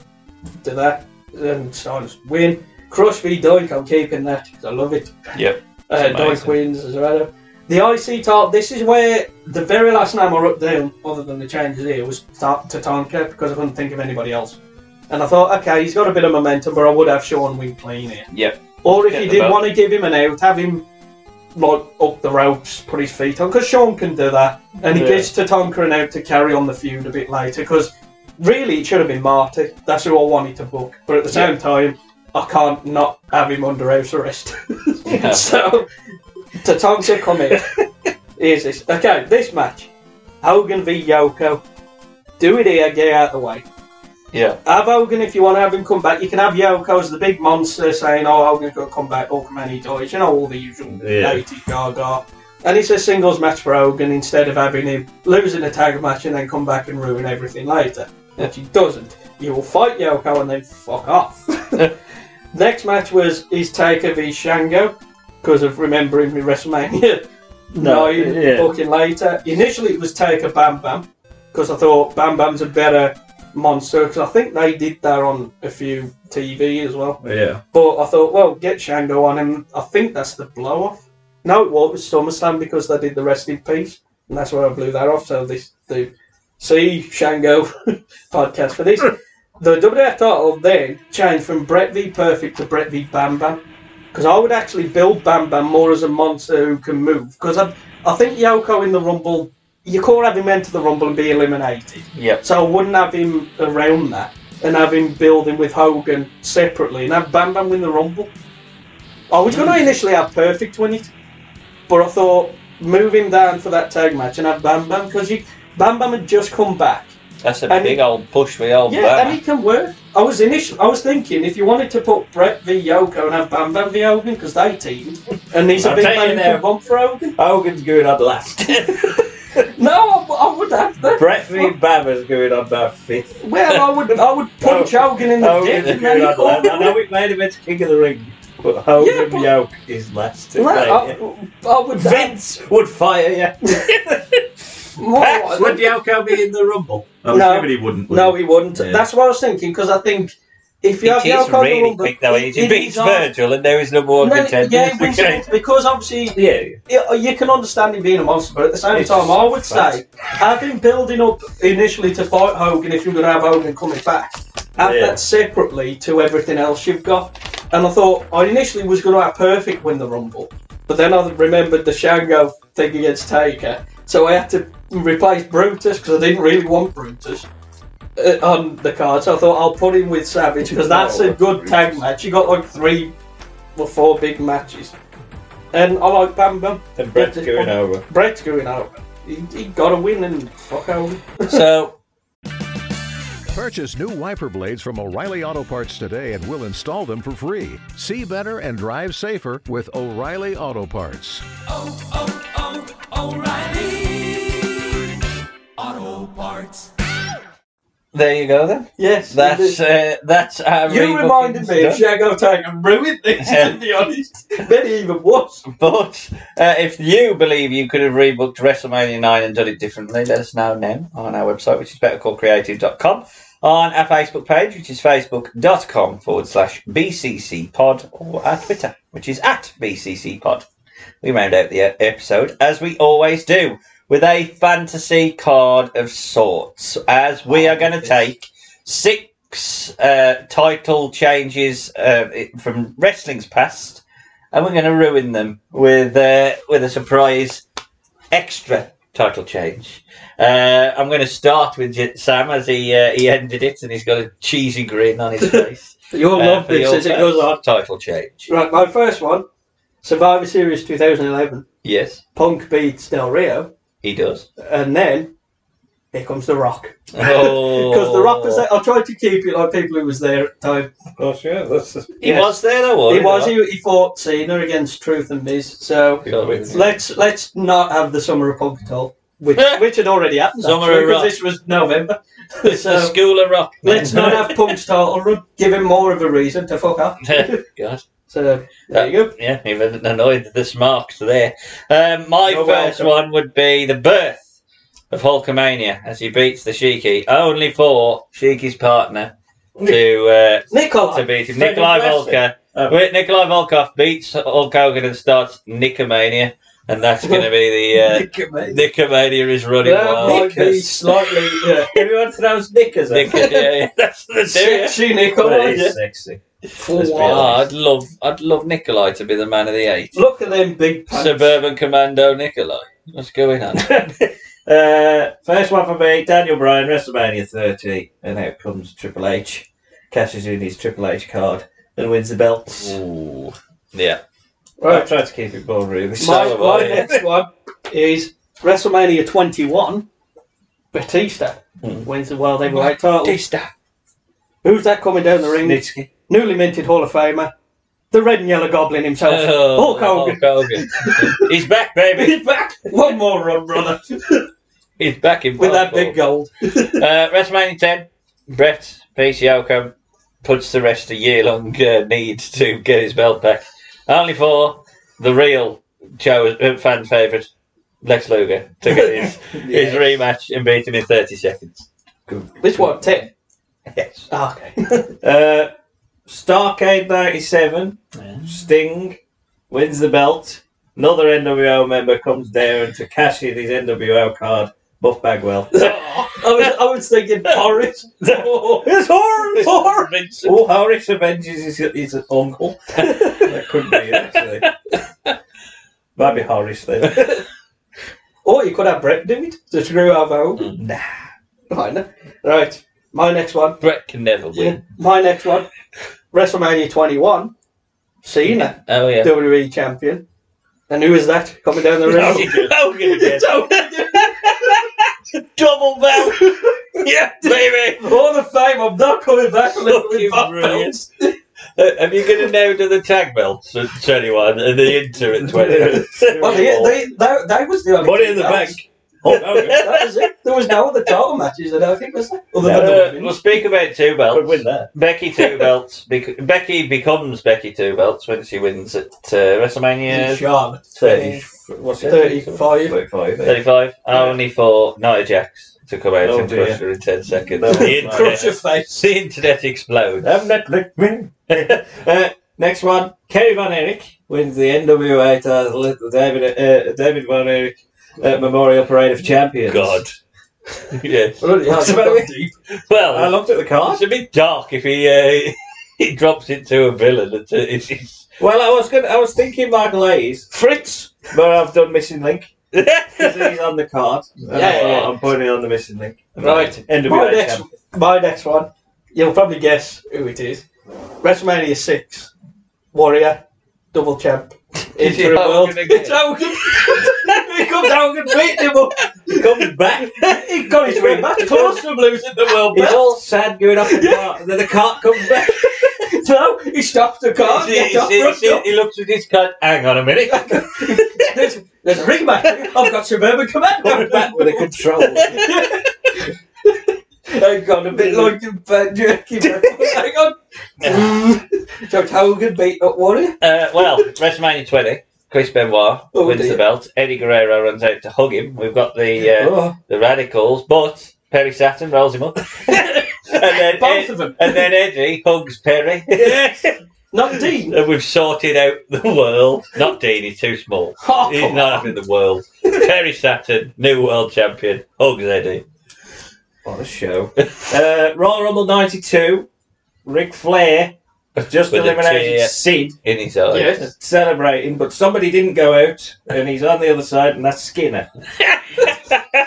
Speaker 2: do that and Steiners win. Crush v Dyke. I'm keeping that 'cause I love it.
Speaker 1: Yep.
Speaker 2: Uh,
Speaker 1: It's
Speaker 2: Dyke
Speaker 1: amazing.
Speaker 2: wins as well. The IC title. This is where the very last name I wrote down, other than the changes here, was Ta- Tatanka because I couldn't think of anybody else. And I thought, okay, he's got a bit of momentum, but I would have Sean Wing playing here.
Speaker 1: Yep.
Speaker 2: Or if
Speaker 1: Get
Speaker 2: you
Speaker 1: the
Speaker 2: did
Speaker 1: belt.
Speaker 2: want to give him an out, have him like up the ropes, put his feet on, because Sean can do that, and he
Speaker 1: Yeah.
Speaker 2: gives Tatanka an out to carry on the feud a bit later. Because really, it should have been Marty. That's who I wanted to book, but at the same
Speaker 1: Yeah.
Speaker 2: time, I can't not have him under house arrest.
Speaker 1: Yeah.
Speaker 2: so Tatanka come in. Here's this. Okay, this match, Hogan v Yoko. Do it here, get out of the way.
Speaker 1: Yeah.
Speaker 2: Have Hogan if you want to have him come back. You can have Yoko as the big monster saying, "Oh, Hogan's going to come back. Hulkman he dies." You know all the usual
Speaker 1: Yeah.
Speaker 2: eighty gaga. And it's a singles match for Hogan instead of having him losing a tag match and then come back and ruin everything later, which he doesn't. You will fight Yoko and then fuck off. Next match was his Taker v Shango because of remembering me WrestleMania
Speaker 7: No,
Speaker 2: nine
Speaker 7: yeah.
Speaker 2: fucking later. Initially, it was Taker Bam Bam because I thought Bam Bam's a better monster because I think they did that on a few TV as well.
Speaker 7: Yeah.
Speaker 2: But I thought, well, get Shango on him. I think that's the blow off. No, it was, it was SummerSlam because they did the rest in peace, and that's where I blew that off. So this the see Shango podcast for this. The WF title then changed from Brett v Perfect to Brett v Bam Bam because I would actually build Bam Bam more as a monster who can move because I, I think Yoko in the Rumble you can't have him enter the Rumble and be eliminated.
Speaker 1: Yep.
Speaker 2: So I wouldn't have him around that and have him building with Hogan separately and have Bam Bam win the Rumble. I was going to initially have Perfect win it, but I thought move him down for that tag match and have Bam Bam because Bam Bam had just come back.
Speaker 1: That's a
Speaker 2: and
Speaker 1: big
Speaker 2: he-
Speaker 1: old push we old
Speaker 2: Yeah,
Speaker 1: back.
Speaker 2: and it can work. I was initially, I was thinking if you wanted to put Brett v Yoko and have Bam Bam v Hogan because they teamed, and he's a
Speaker 7: I'll
Speaker 2: big
Speaker 7: tell you
Speaker 2: man who
Speaker 7: now.
Speaker 2: can bump for Hogan.
Speaker 7: Hogan's going on last.
Speaker 2: No, I I would have that.
Speaker 1: Brett v. Bammer's going on about fifth.
Speaker 2: Well, I would, I would punch Hogan in the dick.
Speaker 1: Hogan's
Speaker 2: and then
Speaker 1: going
Speaker 2: he'd
Speaker 1: on
Speaker 2: go-
Speaker 1: that. I know it made him into King of the Ring, but Hogan Yoke is last. to play.
Speaker 2: Well, I, I would.
Speaker 1: Vince would fire you. Perhaps would Yoko be in the Rumble? I'm
Speaker 2: No.
Speaker 1: assuming he wouldn't. would
Speaker 2: No,
Speaker 1: he?
Speaker 2: he wouldn't.
Speaker 1: Yeah.
Speaker 2: That's what I was thinking because I think if you
Speaker 1: It
Speaker 2: have
Speaker 1: is
Speaker 2: Yoko
Speaker 1: really
Speaker 2: Ono, but
Speaker 1: quick though. He
Speaker 2: it
Speaker 1: beats
Speaker 2: is hard.
Speaker 1: Virgil, and there is no more
Speaker 2: No,
Speaker 1: contenders.
Speaker 2: yeah, it wins
Speaker 1: Okay.
Speaker 2: it because obviously yeah, you can understand him being a monster, but at the same
Speaker 1: It's
Speaker 2: time, I would
Speaker 1: fat.
Speaker 2: say I've been building up initially to fight Hogan if you're going to have Hogan coming back. Add
Speaker 1: Yeah.
Speaker 2: that separately to everything else you've got. And I thought I initially was going to have Perfect win the Rumble, but then I remembered the Shango thing against Taker, so I had to replace Brutus because I didn't really want Brutus uh, on the card. So I thought I'll put him with Savage
Speaker 1: Oh,
Speaker 2: because that's a good tag match. You got like three or four big matches. And I like Bam Bam.
Speaker 1: And Brett's going over.
Speaker 2: Brett's going over. He, he got to win and fuck over.
Speaker 1: So
Speaker 9: Purchase new wiper blades from O'Reilly Auto Parts today and we'll install them for free. See better and drive safer with O'Reilly Auto Parts.
Speaker 10: Oh, O'Reilly Auto Parts.
Speaker 1: there you go then.
Speaker 2: Yes,
Speaker 1: that's uh, that's our
Speaker 2: You
Speaker 1: rebooking
Speaker 2: reminded me of
Speaker 1: stuff.
Speaker 2: Shago Tag and ruined this, to be honest. Then he even was.
Speaker 1: But uh, if you believe you could have rebooked WrestleMania 9 and done it differently, let us know now on our website, which is bettercallcreative.com, on our Facebook page, which is facebook.com forward slash BCC pod, or our Twitter, which is at BCC pod. We round out the e- episode, as we always do, with a fantasy card of sorts, as we are going to take six uh, title changes uh, from wrestling's past and we're going to ruin them with uh, with a surprise extra title change. Uh, I'm going to start with J- Sam as he uh, he ended it, and he's got a cheesy grin on his face. Uh,
Speaker 2: You'll love
Speaker 1: for
Speaker 2: this
Speaker 1: your
Speaker 2: as it
Speaker 1: first
Speaker 2: goes on.
Speaker 1: Title change.
Speaker 2: Right, my first one Survivor Series 2011.
Speaker 1: Yes,
Speaker 2: Punk beats Del Rio,
Speaker 1: he does.
Speaker 2: and then here comes The Rock.
Speaker 1: Oh.
Speaker 2: Because The Rock was there. I tried to keep it like people who was there at the time.
Speaker 1: Of course, yeah. That's He was there though,
Speaker 2: He
Speaker 1: wasn't he,
Speaker 2: was.
Speaker 1: The
Speaker 2: He, he fought Cena against Truth and Miz. So
Speaker 1: So it's-
Speaker 2: let's let's not have the Summer of Punk at all, which, which had already happened.
Speaker 1: Summer
Speaker 2: actually,
Speaker 1: of
Speaker 2: 'cause
Speaker 1: Rock.
Speaker 2: this was November.
Speaker 1: the
Speaker 2: so
Speaker 1: School of Rock.
Speaker 2: let's not have Punk's title run. Give him more of a reason to fuck up.
Speaker 1: God.
Speaker 2: So there you go.
Speaker 1: Uh, Yeah, even annoyed that this marked there. Um, my first one would be the birth of Hulkamania as he beats the Sheiky, only for Sheiky's partner to uh,
Speaker 2: Nikolai Oh.
Speaker 1: to beat him.
Speaker 2: Friend
Speaker 1: Nikolai
Speaker 2: of wrestling.
Speaker 1: Volka. Wait, Nikolai Volkov beats Hulk Hogan and starts Nickomania, and that's going to be the uh,
Speaker 2: Nickomania.
Speaker 1: Nickomania is running
Speaker 2: That
Speaker 1: wild.
Speaker 2: might be slightly. Yeah.
Speaker 1: Everyone throws knickers. Knickers, yeah, yeah, that's the
Speaker 2: Sexy Nikolai,
Speaker 1: That is
Speaker 2: yeah.
Speaker 1: sexy.
Speaker 2: Oh,
Speaker 1: Let's be
Speaker 2: wow.
Speaker 1: honest. I'd love, I'd love Nikolai to be the man of the eight.
Speaker 2: Look at them big pants.
Speaker 1: Suburban Commando Nikolai. What's going on?
Speaker 7: Uh, first one for me, Daniel Bryan, WrestleMania 30, and out comes Triple H. Cashes in his Triple H card and wins the belts.
Speaker 1: Ooh. Yeah.
Speaker 7: I've tried to keep it boring. really.
Speaker 2: My, my next one is WrestleMania 21. Batista wins the World Heavyweight title.
Speaker 1: Batista.
Speaker 2: Who's that coming down the ring?
Speaker 7: Snitsky.
Speaker 2: Newly minted Hall of Famer. The red and yellow goblin himself.
Speaker 1: Oh,
Speaker 2: Hulk Hogan.
Speaker 1: Hulk Hogan. He's back, baby.
Speaker 2: He's back. One more run, brother.
Speaker 1: He's back in
Speaker 2: With that
Speaker 1: Blackpool.
Speaker 2: big gold.
Speaker 1: uh, WrestleMania 10, Brett P.C. Outcome puts the rest of year long uh, need to get his belt back. Only for the real Joe, uh, fan favourite, Lex Luger, to get his, his rematch and beat him in 30 seconds.
Speaker 2: This one, 10.
Speaker 1: Yes.
Speaker 2: Okay.
Speaker 7: Uh, Starcade 97, Sting wins the belt. Another NWO member comes down to cash in his NWO card, Buff Bagwell.
Speaker 2: I was, I was thinking Horace. Oh, it's Horace. Horace.
Speaker 7: Oh, Horace avenges his, his uncle. that could be it, actually. Might be Horace then.
Speaker 2: Or you could have Brett do it to screw our vote.
Speaker 1: Mm. Nah.
Speaker 2: Right, no. right. My next one.
Speaker 1: Brett can never win.
Speaker 2: My next one. WrestleMania 21. Cena.
Speaker 1: Oh, yeah.
Speaker 2: WWE champion. And who is that coming down the ring?
Speaker 1: Hogan again. Double belt. yeah, baby.
Speaker 2: All the fame. I'm not coming back unless we belts.
Speaker 1: Uh, Are you going to now do the tag belts at 21 and the Inter at 20?
Speaker 2: Well, they, they, that, that was the only
Speaker 1: Money
Speaker 2: two
Speaker 1: in the
Speaker 2: belts.
Speaker 1: bank.
Speaker 2: Oh, that was it. There was no other title matches. I don't think was there. Other
Speaker 1: No,
Speaker 2: than the
Speaker 1: no,
Speaker 2: women's.
Speaker 1: Uh, we'll speak about two belts.
Speaker 2: Could win that.
Speaker 1: Becky two belts. Bec- Becky becomes Becky two belts when she wins at uh, WrestMania.
Speaker 2: In Charlotte.
Speaker 1: 30, what's it?
Speaker 2: 35.
Speaker 1: 35.
Speaker 7: eh?
Speaker 1: Only for Nia Jax to come out
Speaker 2: Oh,
Speaker 1: and
Speaker 2: dear.
Speaker 1: crush her in 10 seconds.
Speaker 2: Oh,
Speaker 1: the,
Speaker 2: my. Crush her
Speaker 1: internet, the internet explodes. I'm not
Speaker 7: uh, next one, Kerry Van Erich wins the NWA title at the David uh, David Van Erich uh, Memorial Parade of Champions.
Speaker 1: God. yeah.
Speaker 7: What's the matter with-
Speaker 1: Well,
Speaker 7: I looked at the card.
Speaker 1: It's a bit dark if he uh, he drops into a villain. It's, it's, it's,
Speaker 7: Well, I was good. I was thinking Michael Hayes, Fritz, but I've done missing link. 'Cause he's on the card. And I
Speaker 2: Yeah.
Speaker 7: thought, I'm putting on the missing link.
Speaker 2: Right.
Speaker 7: NWA
Speaker 2: my, next,
Speaker 7: champion.
Speaker 2: my next one. You'll probably guess who it is. WrestMania 6. Warrior. Double champ.
Speaker 7: Is it
Speaker 2: Interim
Speaker 7: Hogan
Speaker 2: world.
Speaker 7: again?
Speaker 2: It's Hogan. he comes out and beats him up. He comes back. He got his ring back. Close to losing the world
Speaker 7: He's
Speaker 2: belt.
Speaker 7: all sad going up the cart, and then the cart comes back.
Speaker 2: no, he stops the cart.
Speaker 7: He- he-
Speaker 2: gets off,
Speaker 7: he-
Speaker 2: runs
Speaker 7: he-
Speaker 2: off.
Speaker 1: he looks at his card. Hang on a minute.
Speaker 2: there's, there's a ring back. I've got Suburban Commando back with a control. I've got a bit like a bad jerky. Hang on. George Hogan beat up Warrior.
Speaker 1: Uh, well, WrestMania 20, Chris Benoit
Speaker 2: Oh,
Speaker 1: wins
Speaker 2: dear.
Speaker 1: the belt. Eddie Guerrero runs out to hug him. We've got the uh,
Speaker 2: Oh.
Speaker 1: the radicals, but Perry Saturn rolls him up. and then Both of them. And then Eddie hugs Perry.
Speaker 2: Not Dean.
Speaker 1: And we've sorted out the world. Not Dean, he's too small.
Speaker 2: Oh,
Speaker 1: he's not having the world. Perry Saturn, new world champion, hugs Eddie.
Speaker 7: What a show. uh, Royal Rumble 92, Ric Flair has just
Speaker 1: With a
Speaker 7: eliminated
Speaker 1: tear
Speaker 7: Sid.
Speaker 1: In his eyes.
Speaker 7: Celebrating, but somebody didn't go out, and he's on the other side, and that's Skinner.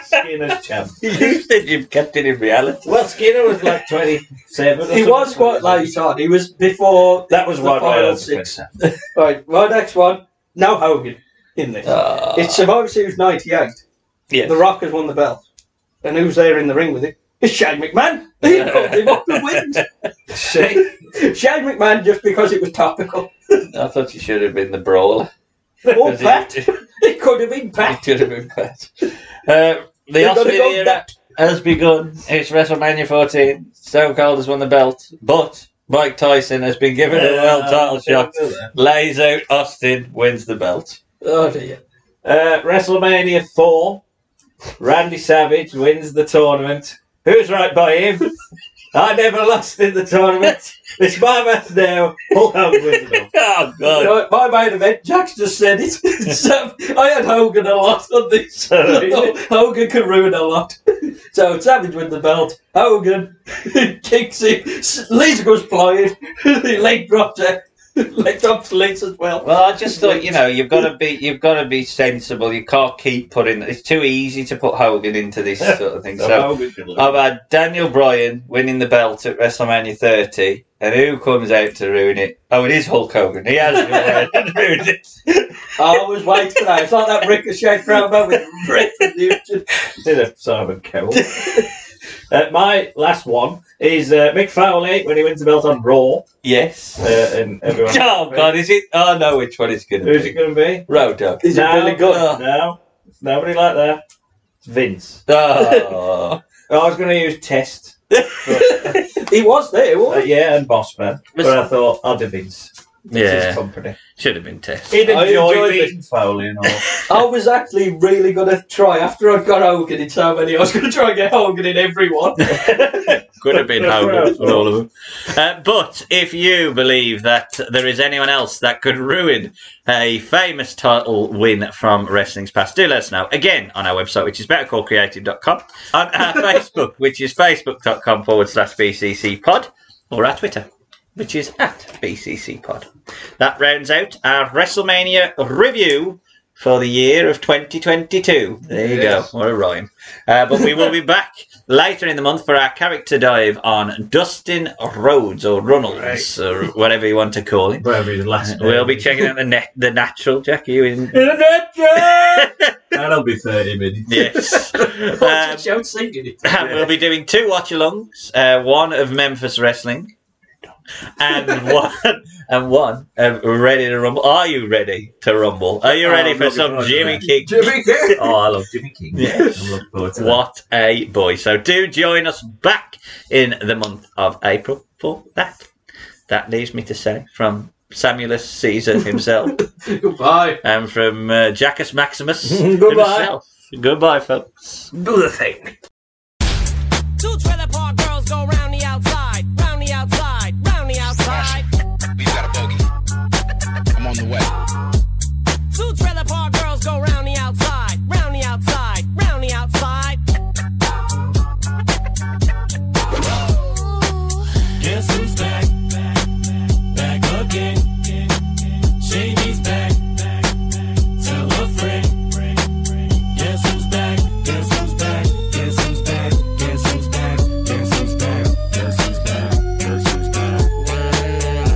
Speaker 7: Skinner's champ.
Speaker 1: You said you've kept it in reality.
Speaker 7: Well, Skinner was like 27.
Speaker 2: He was quite late on. He was before
Speaker 7: That was
Speaker 2: the
Speaker 7: one way
Speaker 2: final
Speaker 7: over
Speaker 2: six. right, my next one. No Hogan in this. it's Survivor Series '98.
Speaker 1: Yes.
Speaker 2: The Rock has won the belt, and who's there in the ring with him? It's Shane McMahon. He probably won the wins.
Speaker 1: Shane.
Speaker 2: Shane McMahon just because it was topical.
Speaker 1: I thought you should have been the brawler.
Speaker 2: Or Pat. It could have been Pat.
Speaker 1: It could have been Pat. Uh, the
Speaker 2: You've got
Speaker 1: Austin
Speaker 2: to go
Speaker 1: era
Speaker 2: back.
Speaker 1: has begun. It's WrestleMania 14. Stone Cold has won the belt, but Mike Tyson has been given a
Speaker 7: Yeah,
Speaker 1: world title
Speaker 7: I didn't
Speaker 1: shot.
Speaker 7: do that.
Speaker 1: Lays out Austin, wins the belt.
Speaker 2: Oh, dear.
Speaker 7: Uh, WrestleMania 4, Randy Savage wins the tournament. Who's right by him? I never lost in the tournament. It's my match now. Hulk Hogan wins it all.
Speaker 1: Oh,
Speaker 2: No, my main event, Jack's just said it. so I had Hogan a lot on this. Oh, Hogan can ruin a lot. So Savage with the belt. Hogan kicks him. S- Lisa goes flying. the leg drops her. Leg drops Lisa as well.
Speaker 1: Well, I just thought you know you've got to be you've got to be sensible. You can't keep putting. It's too easy to put Hogan into this sort of thing. So
Speaker 7: Hogan can lose.
Speaker 1: I've had Daniel Bryan winning the belt at WrestleMania 30, and who comes out to ruin it? Oh, it is Hulk Hogan. He has ruined it.
Speaker 2: I was waiting for that. It's like that ricochet promo with Rick Newton.
Speaker 7: Did a Simon Cowell. uh, my last one is uh, Mick Foley when he wins the belt on Raw.
Speaker 1: Yes.
Speaker 7: Uh, and everyone.
Speaker 1: Oh God, is it? Oh, I know which one it's going to be.
Speaker 7: Who's it going to be? uh,
Speaker 1: Road Dog.
Speaker 7: Is it
Speaker 1: No,
Speaker 7: Billy Gunn?
Speaker 1: no.
Speaker 7: No, it's nobody like that. It's Vince.
Speaker 1: Oh.
Speaker 7: I was going to use Test.
Speaker 2: he was there,
Speaker 7: Uh,
Speaker 2: wasn't he?
Speaker 7: yeah, and Bossman. But I thought I'd have Vince. It's
Speaker 1: Yeah.
Speaker 7: his company.
Speaker 1: Should have been Test.
Speaker 7: He'd
Speaker 2: I
Speaker 7: enjoy
Speaker 2: enjoyed
Speaker 7: being Foley and all.
Speaker 2: I was actually really going to try after I'd got Hogan in so many. I was going to try and get Hogan in everyone.
Speaker 1: Could have been Hogan for all of them. Uh, but if you believe that there is anyone else that could ruin a famous title win from wrestling's past, do let us know. Again, on our website, which is bettercallcreative.com, on our Facebook, which is facebook.com forward slash BCC pod, or our Twitter, which is at BCC pod. That rounds out our WrestleMania review for the year of 2022. There you
Speaker 7: Yes.
Speaker 1: go. What a rhyme. Uh, but we will be back later in the month for our character dive on Dustin Rhodes or Runnels or whatever you want to call him. Uh,
Speaker 7: Whatever his last
Speaker 1: We'll be checking out the net, the natural. Jack, are you in?
Speaker 7: That'll be 30 minutes.
Speaker 1: Yes.
Speaker 2: What's your show singing it?
Speaker 1: And we'll be doing two watch alongs, uh, one of Memphis Wrestling.
Speaker 6: and one and one um, ready to rumble. Are you ready to rumble? Are you
Speaker 1: Oh,
Speaker 6: ready
Speaker 1: I'm
Speaker 6: for
Speaker 1: looking
Speaker 6: some
Speaker 1: forward to
Speaker 6: Jimmy
Speaker 1: that.
Speaker 6: King?
Speaker 1: Jimmy King.
Speaker 6: oh, I love Jimmy King.
Speaker 1: I'm looking forward to that.
Speaker 6: What a boy! So do join us back in the month of April for that. That leaves me to say from Samuelus Caesar himself.
Speaker 2: Goodbye.
Speaker 6: And from uh, Jackus Maximus
Speaker 1: Goodbye.
Speaker 6: himself. Goodbye, folks. Do the thing.
Speaker 16: Two trailer park girls go round the outside, round the outside, round the outside.
Speaker 11: We've uh, got a bogey. I'm on the way.
Speaker 16: Two trailer park girls go round the outside, round the outside, round the outside.
Speaker 26: Guess who's back? Back again. Shady's back. Tell a friend. Guess who's back? Guess who's back? Guess who's back? Guess who's back? Guess who's back? Guess who's back? Guess who's back?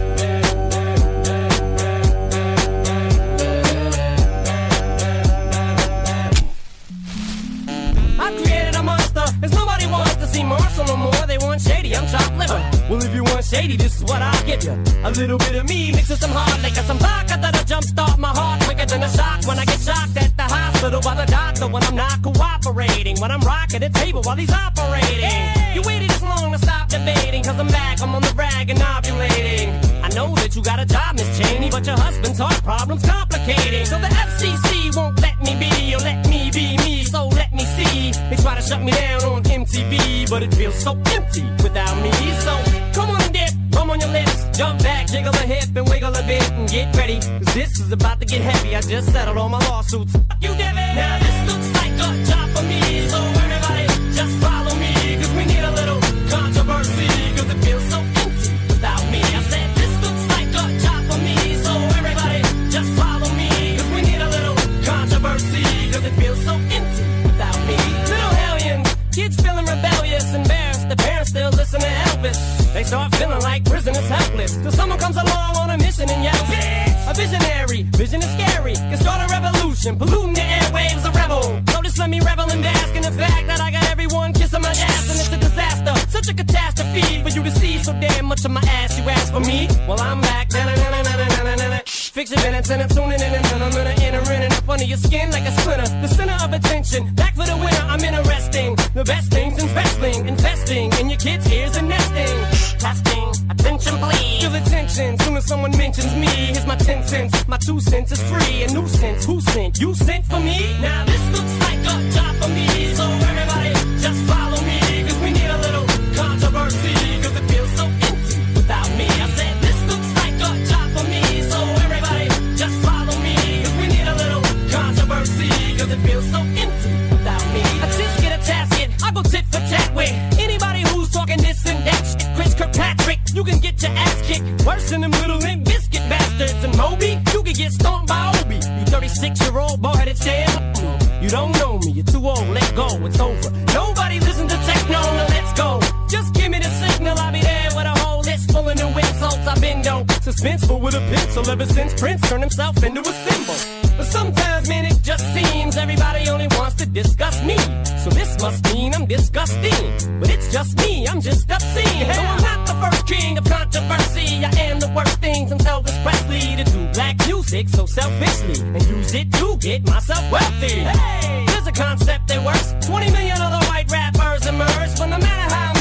Speaker 16: I've created a monster, cause nobody wants to see Marshall no more. They want shady, I'm chopped liver. Well, if you want shady, this is what I'll give you. A little bit of me mixed with some hard liquor, some vodka that'll jumpstart my heart quicker than a shock when I get shocked at the hospital by the doctor when I'm not cooperating. When I'm rocking the table while he's operating. You waited this long to stop debating, cause I'm back, I'm on the rag and ovulating. I know that you got a job, Miss Cheney, but your husband's heart problem's complicating. So the FCC won't let me be, or let me be me, so let me see. They try to shut me down on MTV, but it feels so empty without me. So come on and dip, come on your lips, jump back, jiggle a hip and wiggle a bit and get ready. 'cause this is about to get heavy, I just settled all my lawsuits. Fuck You Devin, now this looks like a job for me, so everybody just follow me, cause we need a little controversy, cause it feels so empty without me. I said this looks like a job for me, so everybody just follow me, cause we need a little controversy, cause it feels so empty without me. Little hellions, kids feeling rebellious, embarrassed, the parents still listen to Elvis. They start feeling like prisoners helpless, till someone comes along on a mission and yells, "Bitch!" A visionary, vision is scary, can start a revolution, polluting the airwaves, a rebel. So just let me revel and bask in the fact that I got everyone kissing my ass, and it's a disaster, such a catastrophe for you to see so damn much of my ass. You ask for me, well I'm back. Na-na-na-na-na-na-na-na. Fix your minutes and I'm tuning in and then I'm gonna enter in and up under your skin like a splinter. The center of attention, back for the winner. I'm interesting. The best things in wrestling, investing in your kids' ears and nesting. Testing, attention please. Feel the tension, soon as someone mentions me. Here's my ten cents, my two cents is free. A nuisance, who sent? You sent for me? Now this looks like a job for me. So everybody, just follow me. Cause we need a little controversy. Cause it feels so empty without me. I said this looks like a job for me. So everybody, just follow me. Cause we need a little controversy. Cause it feels so empty without me. I just get a tasket. I go tit for tat with anybody who's talking this and that. shit. Chris Kirkpatrick, you can get your ass kicked. Worse than them little limp biscuit bastards. And Moby, you can get stomped by Obi. You 36 year old boy headed stale. You don't know me, you're too old, let go, it's over. Nobody listen to techno, now let's go. Just give me the signal, I'll be there with a whole list full of new insults. I've been no suspenseful with a pencil ever since Prince turned himself into a symbol. But sometimes, man, it just seems everybody only wants to discuss me. So this must mean I'm disgusting. But it's just me, I'm just obscene. So I'm not the first king of controversy. I am the worst thing since Elvis Presley to do black music so selfishly and use it to get myself wealthy. Hey, there's a concept that works. 20 million other white rappers emerge, but no matter how